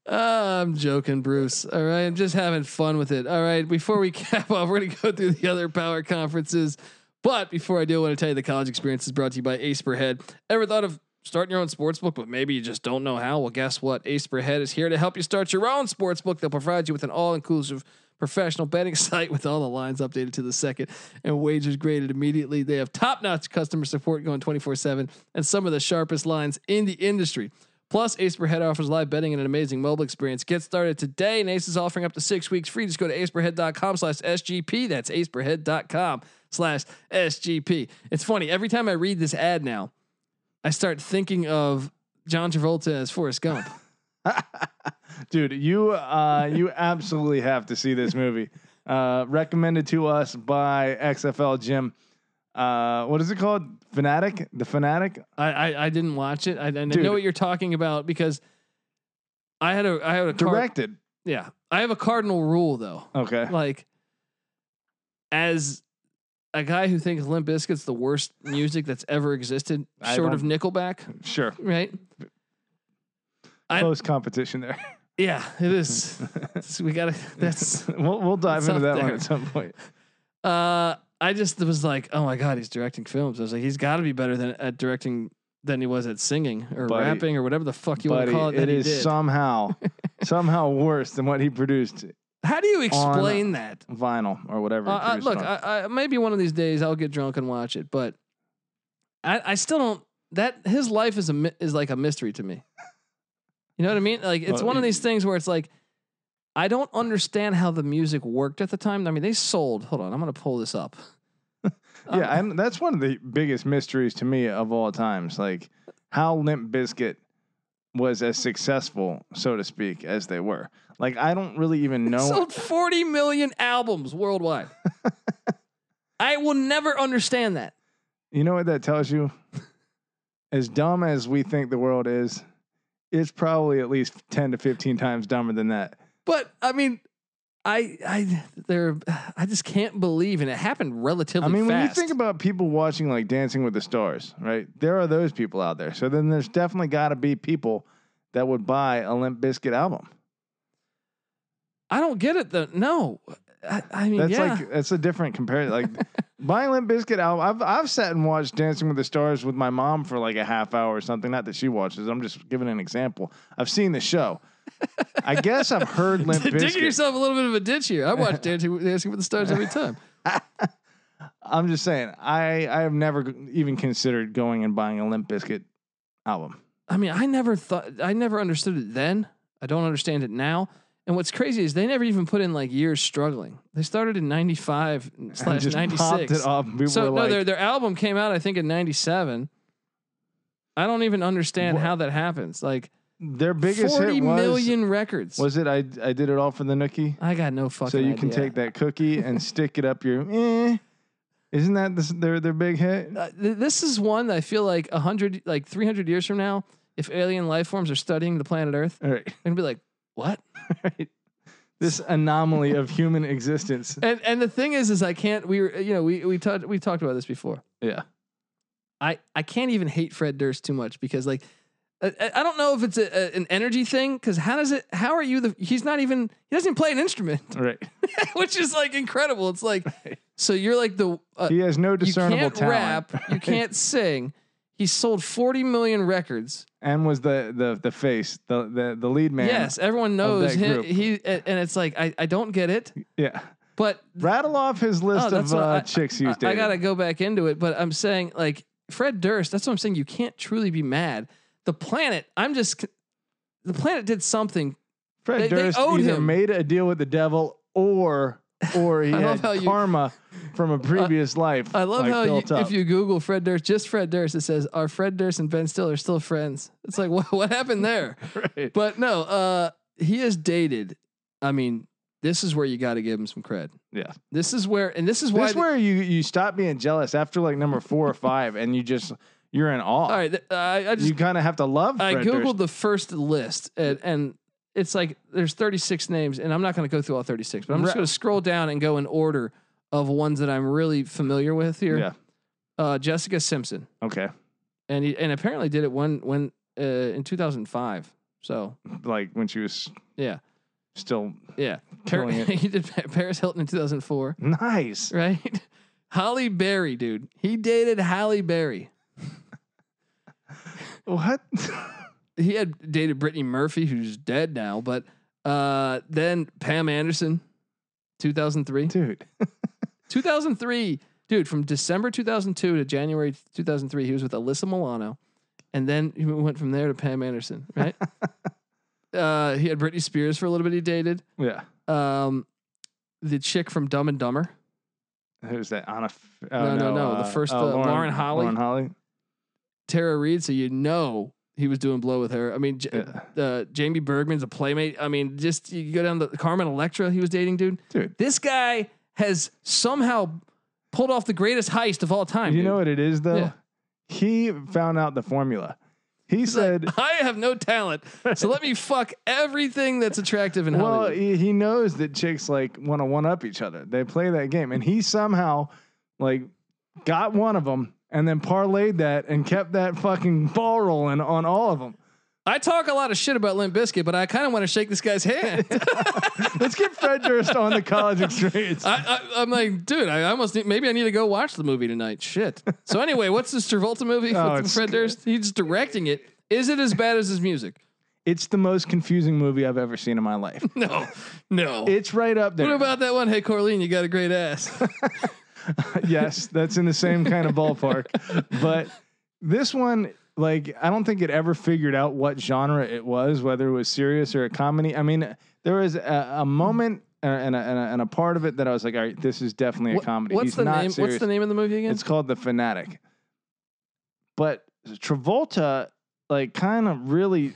Ah, I'm joking, Bruce. All right, I'm just having fun with it. All right, before we cap off, we're going to go through the other power conferences. But before I do, I want to tell you the college experience is brought to you by Ace Per Head. Ever thought of starting your own sports book, but maybe you just don't know how? Well, guess what? Ace Per Head is here to help you start your own sports book. They'll provide you with an all inclusive professional betting site with all the lines updated to the second and wagers graded immediately. They have top notch customer support going 24 7 and some of the sharpest lines in the industry. Plus, Ace Per Head offers live betting and an amazing mobile experience. Get started today, and Ace is offering up to six weeks free. Just go to aceperhead.com slash SGP. That's aceperhead.com slash SGP. It's funny, every time I read this ad now, I start thinking of John Travolta as Forrest Gump.
Dude, you uh, you absolutely have to see this movie. Uh, recommended to us by XFL Jim. Uh, what is it called? Fanatic? The Fanatic?
I, I, I didn't watch it. I, I
Dude.
know what you're talking about because I had a I had a card-
Directed.
yeah I have a cardinal rule though.
Okay.
like as a guy who thinks Limp Bizkit's the worst music that's ever existed,
I
short of Nickelback,
Sure.
right? I-
Close competition there.
Yeah, it is. It's- we gotta. That's.
we'll we'll dive
It's
into
up
that one
there.
at some point.
Uh, I just was like, oh my god, he's directing films. I was like, he's got to be better than at directing than he was at singing or
Buddy.
rapping or whatever the fuck you want
Buddy,
to call it.
it
that he
is
did.
somehow somehow worse than what he produced
How do you explain that?
vinyl or whatever.
Uh,
he
uh,
produced it
look,
on.
I, I, maybe one of these days I'll get drunk and watch it, but I, I still don't. That his life is a mi- is like a mystery to me. You know what I mean? Like it's
Well,
one of
you-
these things where it's like I don't understand how the music worked at the time. I mean, they sold. Hold on, I'm gonna pull this up. Um,
yeah, I'm, that's one of the biggest mysteries to me of all times. Like how Limp Biscuit was as successful, so to speak, as they were. Like I don't really even know.
sold 40 million albums worldwide. I will never understand that.
you know what that tells you? As dumb as we think the world is, it's probably at least ten to fifteen times dumber than that.
But I mean, I I there I just can't believe, and it happened relatively.
I mean, when you
fast.
think about people watching like Dancing with the Stars, right? There are those people out there. So then there's definitely got to be people that would buy a Limp Biscuit album.
I don't get it though. No, I, I mean,
That's
yeah,
like that's a different comparison. Like buying Limp Biscuit album. I've I've sat and watched Dancing with the Stars with my mom for like a half hour or something. Not that she watches. I'm just giving an example. I've seen the show. I guess I've heard Limp
digging
Biscuit.
yourself a little bit of a ditch here. I watch Dancing, with- Dancing with the Stars every time.
I'm just saying. I I have never g- even considered going and buying a Limp Biscuit album.
I mean, I never thought, I never understood it then. I don't understand it now. And what's crazy is they never even put in like years struggling. They started in '95
I
slash
just popped
'96.
it off. and People
So
were
no,
like,
their their album came out I think in '97. I don't even understand
Wha-
how that happens. Like
their biggest
forty
hit
million
was
records.
was it I I did it all for the nookie.
I got no fucking.
So you can
idea.
take that cookie and stick it up your. Eh. Isn't that this, their their big hit?
uh, th- this is one that I feel like a hundred, like three hundred years from now, if alien life forms are studying the planet Earth,
All right.
they're gonna be like, "What?"
This anomaly of human existence.
And and the thing is, is I can't. We were, you know, we we talked we talked about this before.
Yeah.
I I can't even hate Fred Durst too much because like. I, I- I don't know if it's a, a- an energy thing because how does it? How are you the? He's not even. He doesn't even play an instrument,
All right.
which is like incredible. It's like, so you're like the uh,
He has no
you
discernible
can't
talent.
rap, you can't sing. He sold forty million records.
And was the the the face, the the, the lead man.
Yes, everyone knows
that
him.
group.
He and and it's like I, I don't get it,
Yeah.
but
Rattle off his list
Oh, that's
of
what
uh,
I-
chicks
I,
he's dated.
I gotta go back into it. But I'm saying like Fred Durst. That's what I'm saying. You can't truly be mad. The planet. I'm just c- the planet did something.
Fred
they- they
Durst
owed
either
him.
made a deal with the devil or or he
I love
had
how you-
karma from a previous life.
I love
like,
how you,
built up.
if you Google Fred Durst, just Fred Durst, it says are Fred Durst and Ben Stiller still friends? It's like what what happened there?
Right.
But no, uh, he is dated. I mean, this is where you got to give him some cred.
Yeah.
This is where, and this is why
That's
the-
where you you stop being jealous after like number four or five, and you just you're in awe.
All right, th- I, I just
you kind of have to love.
I
Fred
googled
Durst.
the first list, and, and it's like there's 36 names, and I'm not going to go through all 36, but I'm just
Right.
going to scroll down and go in order of ones that I'm really familiar with here.
Yeah.
Uh, Jessica Simpson,
Okay.
and he, and apparently did it one when uh, in 2005. So
like when she was
yeah,
still
yeah.
Killing it.
he did Pa- Paris Hilton in 2004,
nice.
right? Holly Berry, dude. He dated Halle Berry.
What?
He had dated Brittany Murphy, who's dead now, but uh, then Pam Anderson, 2003.
Dude.
2003, dude, from December 2002 to January 2003, he was with Alyssa Milano. And then he went from there to Pam Anderson, right? uh, he had Britney Spears for a little bit, he dated.
Yeah.
Um, the chick from Dumb and Dumber.
Who's that? Anna. F-
No,
oh,
no, no, the
uh,
first,
oh,
uh, Lauren Holly.
Lauren Holly.
Tara Reid, so you know he was doing blow with her. I mean, J-
Yeah.
uh, Jamie Bergman's a playmate. I mean, just you go down the Carmen Electra he was dating, dude.
Dude.
This guy has somehow pulled off the greatest heist of all time.
You
dude.
know what it is though?
Yeah.
He found out the formula. He said,
I have no talent, so let me fuck everything that's attractive in
"Well,
Hollywood.
he, he knows that chicks like want to one up each other. They play that game, and he somehow like got one of them." And then parlayed that and kept that fucking ball rolling on all of them.
I talk a lot of shit about Limp Bizkit, but I kind of want to shake this guy's hand.
Let's get Fred Durst on the college experience.
I, I, I'm like, dude, I almost need, maybe I need to go watch the movie tonight. Shit. So anyway, what's this Travolta movie
Oh,
with
it's-
Fred Durst? He's directing it. Is it as bad as his music?
It's the most confusing movie I've ever seen in my life.
No, no.
It's right up there.
what about that one? Hey, Corleen, you got a great ass.
yes, that's in the same kind of ballpark. But this one, like, I don't think it ever figured out what genre it was, whether it was serious or a comedy. I mean, there was a, a moment uh, and a, and, a, and a part of it that I was like, all right, this is definitely a
What-
comedy.
What's
He's
the
not
name?
serious.
What's the name of the movie again?
It's called The Fanatic. But Travolta, like, kind of really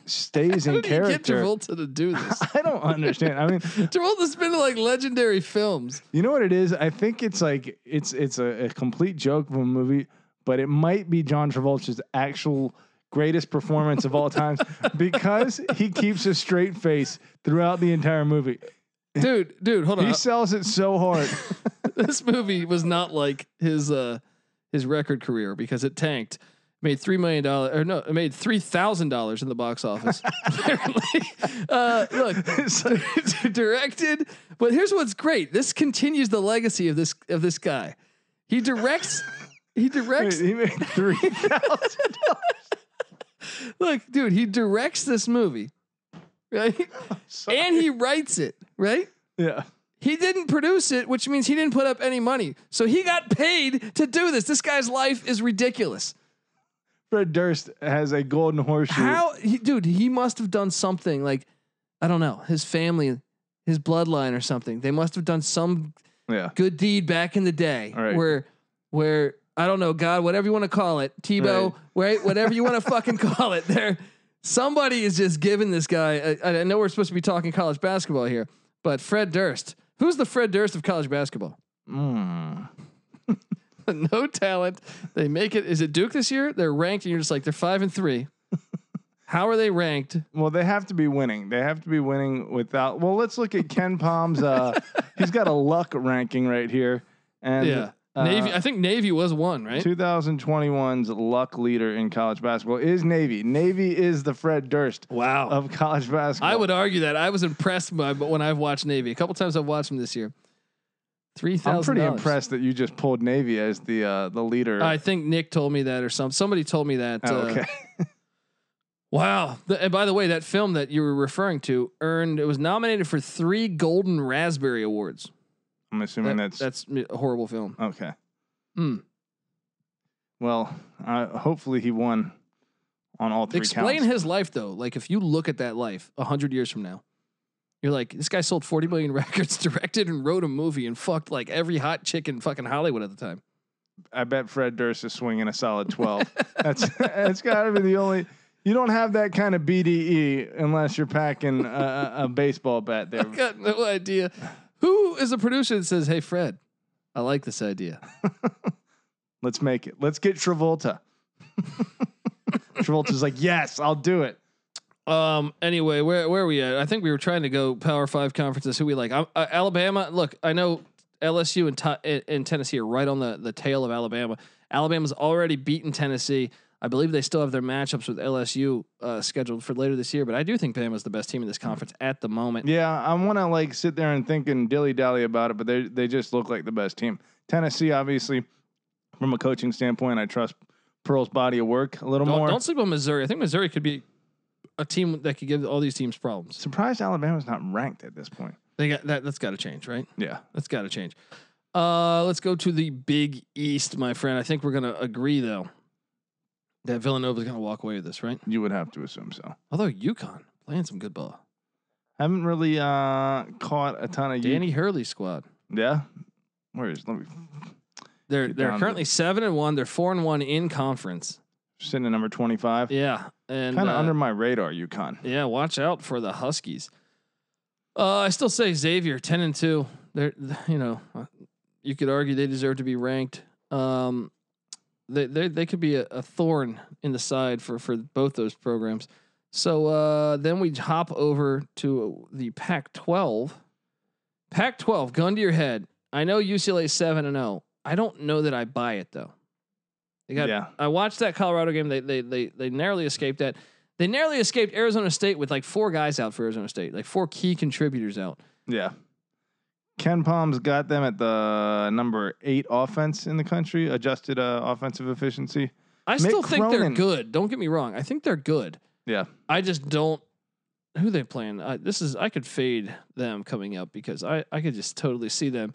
stays
How
in
did he get
character.
Travolta to do this?
I don't understand. I mean,
Travolta's been in like legendary films.
You know what it is? I think it's like it's it's a, a complete joke of a movie, but it might be John Travolta's actual greatest performance of all time because he keeps a straight face throughout the entire movie.
Dude, dude, hold on.
He sells it so hard.
this movie was not like his uh his record career because it tanked. Made three million dollars or no, it made three thousand dollars in the box office. apparently. Uh look.
It's like-
directed, but here's what's great. This continues the legacy of this of this guy. He directs he
wait,
directs
he made three thousand.
look, dude, he directs this movie. Right? And he writes it, right?
yeah,
He didn't produce it, which means he didn't put up any money. So he got paid to do this. This guy's life is ridiculous.
Fred Durst has a golden horseshoe.
How, he, dude, he must have done something like, I don't know, his family, his bloodline or something. They must have done some
Yeah,
good deed back in the day
All right.
where, where, I don't know, God, whatever you want to call it, Tebow, right? Whatever you want to fucking call it, there, somebody is just giving this guy. I, I know we're supposed to be talking college basketball here, but Fred Durst, who's the Fred Durst of college basketball?
Mm.
no talent. They make it. Is it Duke this year? They're ranked, and you're just like they're five and three. How are they ranked?
Well, they have to be winning. They have to be winning without. Well, let's look at Ken Palm's. Uh, he's got a luck ranking right here, and
yeah,
uh,
Navy. I think Navy was one, right?
2021's luck leader in college basketball is Navy. Navy is the Fred Durst
Wow.
of college basketball.
I would argue that I was impressed by but when I've watched Navy. A couple times I've watched them this year. Three thousand.
I'm pretty impressed that you just pulled Navy as the uh, the leader.
I think Nick told me that, or some somebody told me that.
Oh,
uh,
okay.
Wow. The- and by the way, that film that you were referring to earned it was nominated for three Golden Raspberry Awards.
I'm assuming
That-
that's,
that's a horrible film.
okay.
Hmm.
Well, uh, hopefully he won on all three
Explain
counts.
his life though. Like if you look at that life a hundred years from now, you're like, this guy sold 40 million records, directed and wrote a movie and fucked like every hot chick in fucking Hollywood at the time.
I bet Fred Durst is swinging a solid 12. that's that's got to be the only. You don't have that kind of BDE unless you're packing a, a a baseball bat there.
I've got no idea. Who is a producer that says, Hey Fred, I like this idea.
Let's make it. Let's get Travolta. Travolta's like, yes, I'll do it.
Um. Anyway, where where are we at? I think we were trying to go Power Five conferences. Who we like? I, I, Alabama. Look, I know LSU and, Ti- and and Tennessee are right on the the tail of Alabama. Alabama's already beaten Tennessee. I believe they still have their matchups with LSU uh, scheduled for later this year, but I do think Bama's the best team in this conference at the moment.
Yeah, I want to like sit there and think and dilly dally about it, but they they just look like the best team. Tennessee, obviously, from a coaching standpoint, I trust Pearl's body of work a little
Don't,
more.
don't sleep on Missouri. I think Missouri could be a team that could give all these teams problems.
Surprised Alabama's not ranked at this point.
They got that. That's got to change, right?
Yeah,
That's got to change. Uh, let's go to the Big East, my friend. I think we're gonna agree though that Villanova's gonna walk away with this, right?
you would have to assume so.
Although UConn playing some good ball.
Haven't really uh, caught a ton of
Danny Hurley squad.
Yeah, where is? Let me
They're
Get
they're
down to
currently seven and one. They're four and one in conference.
sitting at number twenty five.
Yeah, and
kind of
uh,
under my radar. UConn.
yeah, watch out for the Huskies. Uh, I still say Xavier ten and two. They're you know you could argue they deserve to be ranked. Um, they they they could be a, a thorn in the side for for both those programs. So uh, then we hop over to the Pac twelve. Pac twelve, gun to your head. I know UCLA seven and zero. I don't know that I buy it though. They got
yeah,
I watched that Colorado game. They they they they narrowly escaped that. They narrowly escaped Arizona State with like four guys out for Arizona State, like four key contributors out.
yeah. Ken Palm's got them at the number eight offense in the country, adjusted uh, offensive efficiency.
I
Mick
still think they're
Cronin.
good. Don't get me wrong. I think they're good.
Yeah.
I just don't. Who they playing? I, this is I could fade them coming up because I I could just totally see them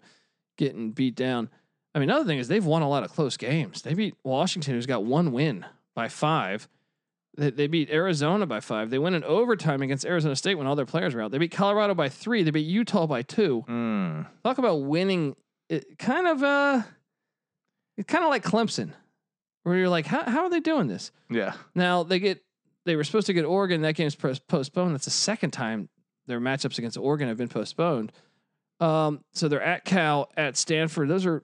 getting beat down. I mean, another thing is they've won a lot of close games. They beat Washington, who's got one win by five. They, they beat Arizona by five. They went in overtime against Arizona State when all their players were out. They beat Colorado by three. They beat Utah by two.
Mm.
Talk about winning. It kind of uh, it's kind of like Clemson, where you're like, how how are they doing this?
Yeah.
Now they get they were supposed to get Oregon. That game's pos- postponed. That's the second time their matchups against Oregon have been postponed. Um, so they're at Cal, at Stanford. Those are,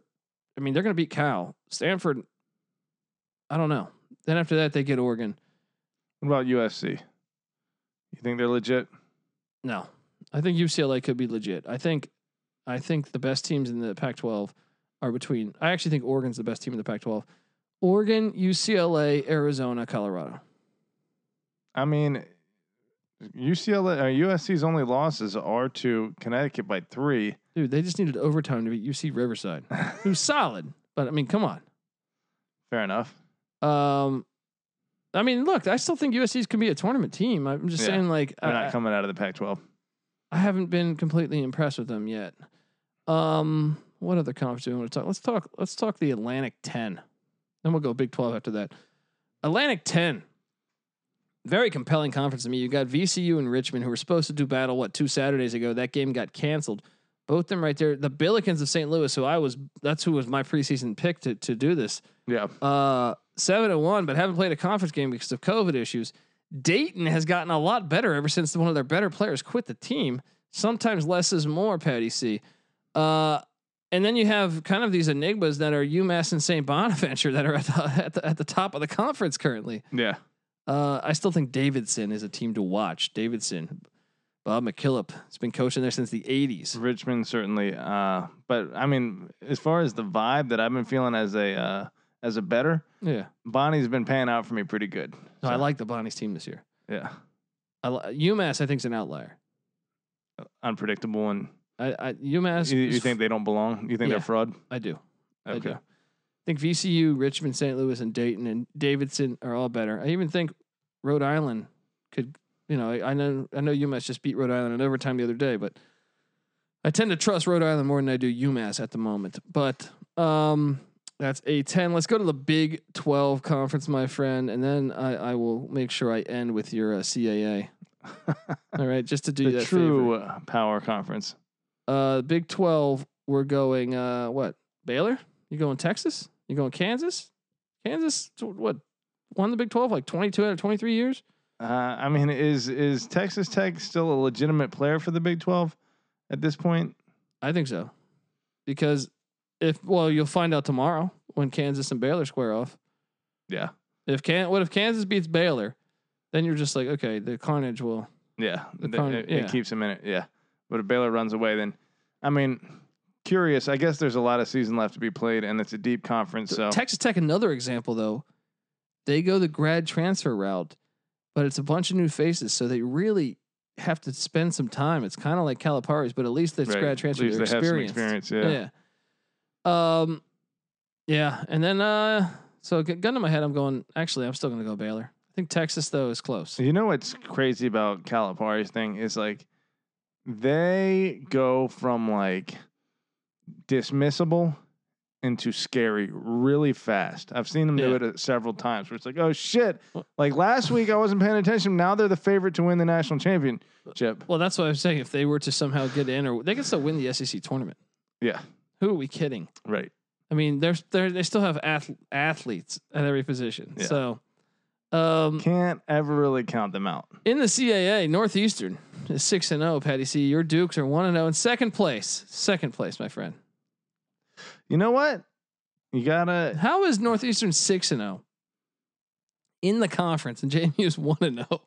I mean, they're going to beat Cal. Stanford. I don't know. Then after that, they get Oregon.
What about USC? You think they're legit?
No, I think UCLA could be legit. I think, I think the best teams in the Pac-12 are between. I actually think Oregon's the best team in the Pac-12. Oregon, UCLA, Arizona, Colorado.
I mean, UCLA or USC's only losses are to Connecticut by three.
Dude, they just needed overtime to beat UC Riverside, who's solid. But I mean, come on.
Fair enough.
Um, I mean, look, I still think USC's can be a tournament team. I'm just
Yeah.
saying, like,
They're not
I,
coming out of the Pac-12.
I haven't been completely impressed with them yet. Um, what other conference do we want to talk? Let's talk. Let's talk the Atlantic Ten. Then we'll go Big Twelve after that. Atlantic Ten, very compelling conference to me. You got VCU and Richmond, who were supposed to do battle what two Saturdays ago. That game got canceled. Both them right there. The Billikens of St. Louis, who I was, that's who was my preseason pick to to do this
Yeah.
uh, seven and one, but haven't played a conference game because of COVID issues. Dayton has gotten a lot better ever since one of their better players quit the team. Sometimes less is more, Patty C. Uh, and then you have kind of these enigmas that are UMass and St. Bonaventure that are at the, at the, at the top of the conference currently.
Yeah.
Uh, I still think Davidson is a team to watch. Davidson, Bob McKillop, has been coaching there since the 80s.
Richmond certainly. Uh, but I mean, as far as the vibe that I've been feeling as a uh, as a better,
Yeah.
Bonnie's been paying out for me pretty good.
No, I
So,
like the Bonnie's team this year.
yeah,
I, li- UMass, I think, is an outlier.
unpredictable and
I, I UMass.
you,
is
you
f-
think they don't belong. You think
Yeah.
they're fraud?
I do. I do. I think VCU, Richmond, St. Louis, and Dayton and Davidson are all better. I even think Rhode Island could, you know, I, I know I know UMass just beat Rhode Island in overtime the other day, but I tend to trust Rhode Island more than I do UMass at the moment. But um that's A10. Let's go to the Big 12 conference, my friend, and then I, I will make sure I end with your uh, CAA. all right, just to do you
the
that favor.
true uh, power conference.
Uh, Big Twelve, we're going. Uh, what Baylor? You going Texas? You going Kansas? Kansas? t- What won the Big Twelve like twenty two out of twenty three years?
Uh, I mean, is is Texas Tech still a legitimate player for the Big Twelve at this point?
I think so, because if well, you'll find out tomorrow when Kansas and Baylor square off.
Yeah,
If can what if Kansas beats Baylor, then you're just like okay, the carnage will.
yeah.
The
Th-
con-
it,
yeah.
it keeps them in it. Yeah, but if Baylor runs away, then I mean, curious. I guess there's a lot of season left to be played, and it's a deep conference. So
Texas Tech, another example though. They go the grad transfer route, but it's a bunch of new faces, so they really have to spend some time. It's kind of like Calipari's, but at least it's
Right.
grad transfer.
At least
They're
they have some
experienced.
experience. Yeah.
Yeah. Um, yeah, and then uh, so gu- gun to my head, I'm going. Actually, I'm still going to go Baylor. I think Texas though is close.
You know what's crazy about Calipari's thing is like they go from like dismissible into scary really fast. I've seen them do
Yeah.
it uh, several times where it's like, oh shit.
Well-
Like last week I wasn't paying attention. Now they're the favorite to win the national championship.
Well, that's what I was saying. If they were to somehow get in, or they could still win the SEC tournament.
Yeah.
Who are we kidding?
Right.
I mean, there's they they still have ath- athletes at every position.
Yeah.
So, um,
Can't ever really count them out.
in the CAA, Northeastern is six and zero. Patty C, your Dukes are one and zero in second place. Second place, my friend.
You know what? You gotta
How is Northeastern six and zero in the conference, and JMU is one and oh.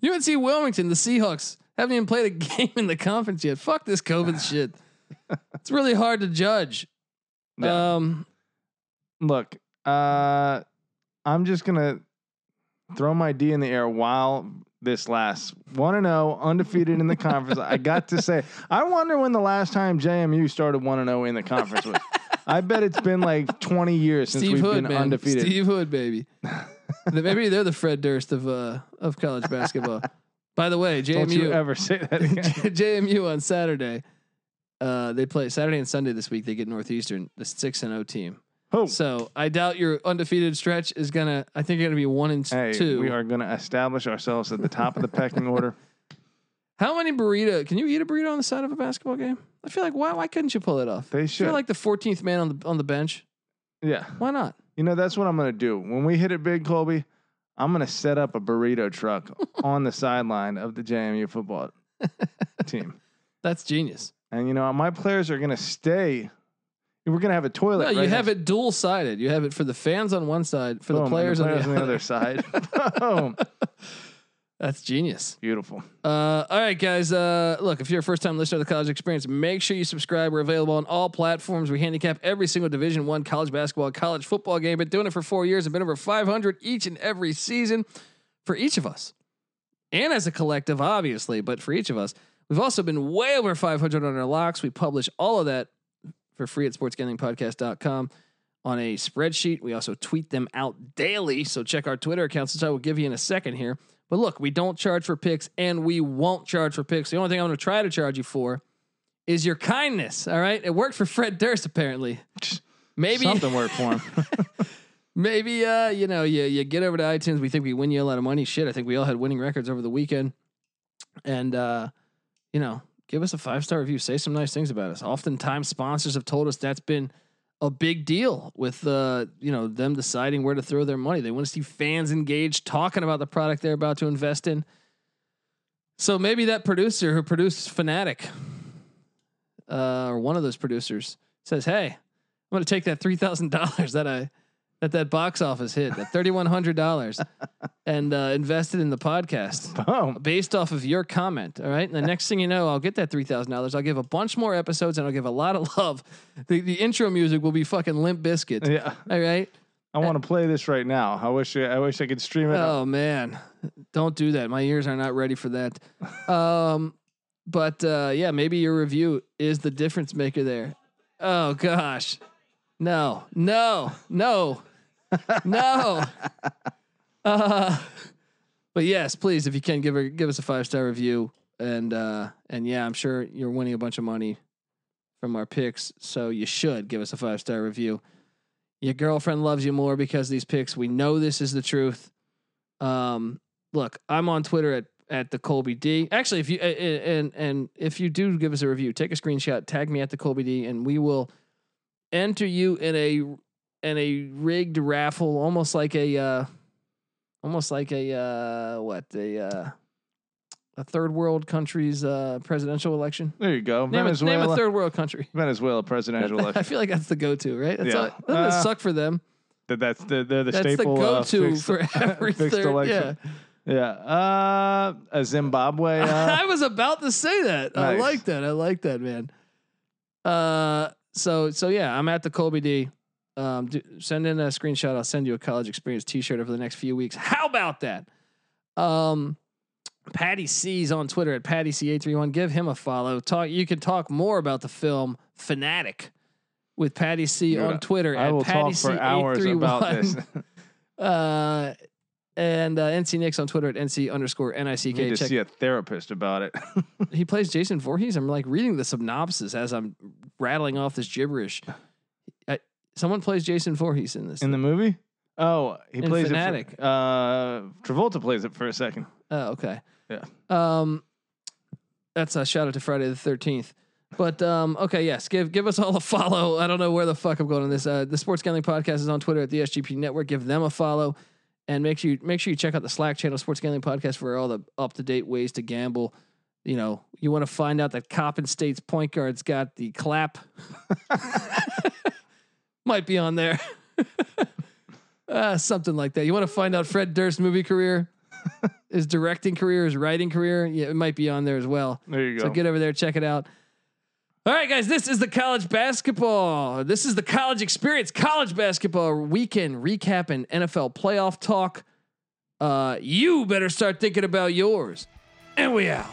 zero? UNC Wilmington, the Seahawks haven't even played a game in the conference yet. Fuck this COVID shit. It's really hard to judge.
Yeah.
Um,
look, uh, I'm just gonna throw my D in the air while this lasts. One and zero, undefeated in the conference. I got to say, I wonder when the last time JMU started one and zero in the conference was. I bet it's been like 20 years since
Steve
we've
Hood,
been
man.
undefeated.
Steve Hood, baby. Maybe they're the Fred Durst of uh, of college basketball. By the way,
Don't you
JMU
ever say that again?
JMU on Saturday. Uh, they play Saturday and Sunday this week. They get Northeastern, the six and O team.
Oh,
So I doubt your undefeated stretch is gonna. I think you're gonna be one and
hey,
two.
we are gonna establish ourselves at the top of the pecking order.
How many burrito? Can you eat a burrito on the side of a basketball game? I feel like why? Why couldn't you pull it off?
They
You're
should.
like the 14th man on the on the bench.
yeah.
Why not?
You know, that's what I'm gonna do. When we hit it big, Colby, I'm gonna set up a burrito truck on the sideline of the JMU football team.
That's genius.
And you know, my players are gonna stay. We're gonna have a toilet.
No,
right
you have
next-
it dual sided. You have it for the fans on one side, for
Boom,
the
and
players, on the other.
side. Boom.
That's genius.
Beautiful.
Uh, all right, guys. Uh, look, if you're a first time listener to the College Experience, make sure you subscribe. We're available on all platforms. We handicap every single Division One college basketball, college football game. Been doing it for four years. I've been over 500 each and every season for each of us, and as a collective, obviously, but for each of us, we've also been way over 500 on our locks. We publish all of that for free at sportsgamblingpodcast.com on a spreadsheet. We also tweet them out daily, so check our Twitter accounts, which I will give you in a second here. But look, we don't charge for picks and we won't charge for picks. The only thing I'm going to try to charge you for is your kindness. All right. It worked for Fred Durst, apparently. Maybe,
something worked for him.
maybe, uh, you know, you, you get over to iTunes. We think we win you a lot of money. Shit. I think we all had winning records over the weekend. And, uh, you know, give us a five star review. Say some nice things about us. Oftentimes, sponsors have told us that's been a big deal with uh, you know them deciding where to throw their money. They want to see fans engaged, talking about the product they're about to invest in. So maybe that producer who produced Fanatic, uh, or one of those producers, says, "Hey, I'm going to take that three thousand dollars that I that that box office hit, that thirty one hundred dollars, and uh, invest it in the podcast."
Boom.
based off of your comment. All right. And the next thing you know, I'll get that three thousand dollars. I'll give a bunch more episodes and I'll give a lot of love. The the intro music will be fucking limp biscuit.
Yeah.
All right.
I want to play this right now. I wish I wish I could stream it.
Oh man. Don't do that. My ears are not ready for that. Um but uh yeah, maybe your review is the difference maker there. Oh gosh. No, no, no, no. Uh, but yes, please, if you can give her, give us a five star review, and uh, and yeah, I'm sure you're winning a bunch of money from our picks, so you should give us a five star review. Your girlfriend loves you more because of these picks. We know this is the truth. Um, look, I'm on Twitter at at the Colby D. Actually, if you a- a- and and if you do give us a review, take a screenshot, tag me at the Colby D, and we will enter you in a in a rigged raffle, almost like a uh, almost like a uh, what a uh, a third world country's uh, presidential election.
There you go.
Name a, name a
Venezuela.
third world country.
Venezuela presidential
I
election.
feel like that's the go-to, right? That's
Yeah.
all, doesn't it
Uh,
suck for them?
That- that's the they're the
That's the
staple. uh,
go-to
fixed-
for every
fixed
third.
election. Yeah. Uh, a Zimbabwe.
Yeah,
Uh,
I was about to say that. I
Nice.
like that. I like that, man. Uh, so so yeah, I'm at the Colby D. Um, do, send in a screenshot. I'll send you a college experience T-shirt over the next few weeks. How about that? Um, Patty C's on Twitter at Patty C eight three one. Give him a follow. Talk. You can talk more about the film Fanatic with Patty C
Dude,
on Twitter
I
at
will
Patty
talk
C
for hours about this.
Uh, and uh, NC Nick's on Twitter at NC underscore
You
NICK.
need to
Check
see a therapist about it.
he plays Jason Voorhees. I'm like reading the synopsis as I'm rattling off this gibberish. I, someone plays Jason Voorhees in this.
In the movie? Oh, he
In
plays
Fanatic.
it. For, uh, Travolta plays it for a second.
oh, okay.
Yeah.
Um, that's a shout out to Friday the Thirteenth. But um, okay, yes, give give us all a follow. I don't know where the fuck I'm going on this. Uh, the Sports Gambling Podcast is on Twitter at the SGP Network. Give them a follow, and make sure you make sure you check out the Slack channel, Sports Gambling Podcast, for all the up to date ways to gamble. You know, you want to find out that Coppin State's point guard's got the clap. Might be on there, uh, something like that. You want to find out Fred Durst's movie career, his directing career, his writing career. Yeah, it might be on there as well.
There you go.
So get over there, check it out. All right, guys, this is the college basketball. This is the college experience, college basketball weekend recap and NFL playoff talk. Uh, you better start thinking about yours. And we out.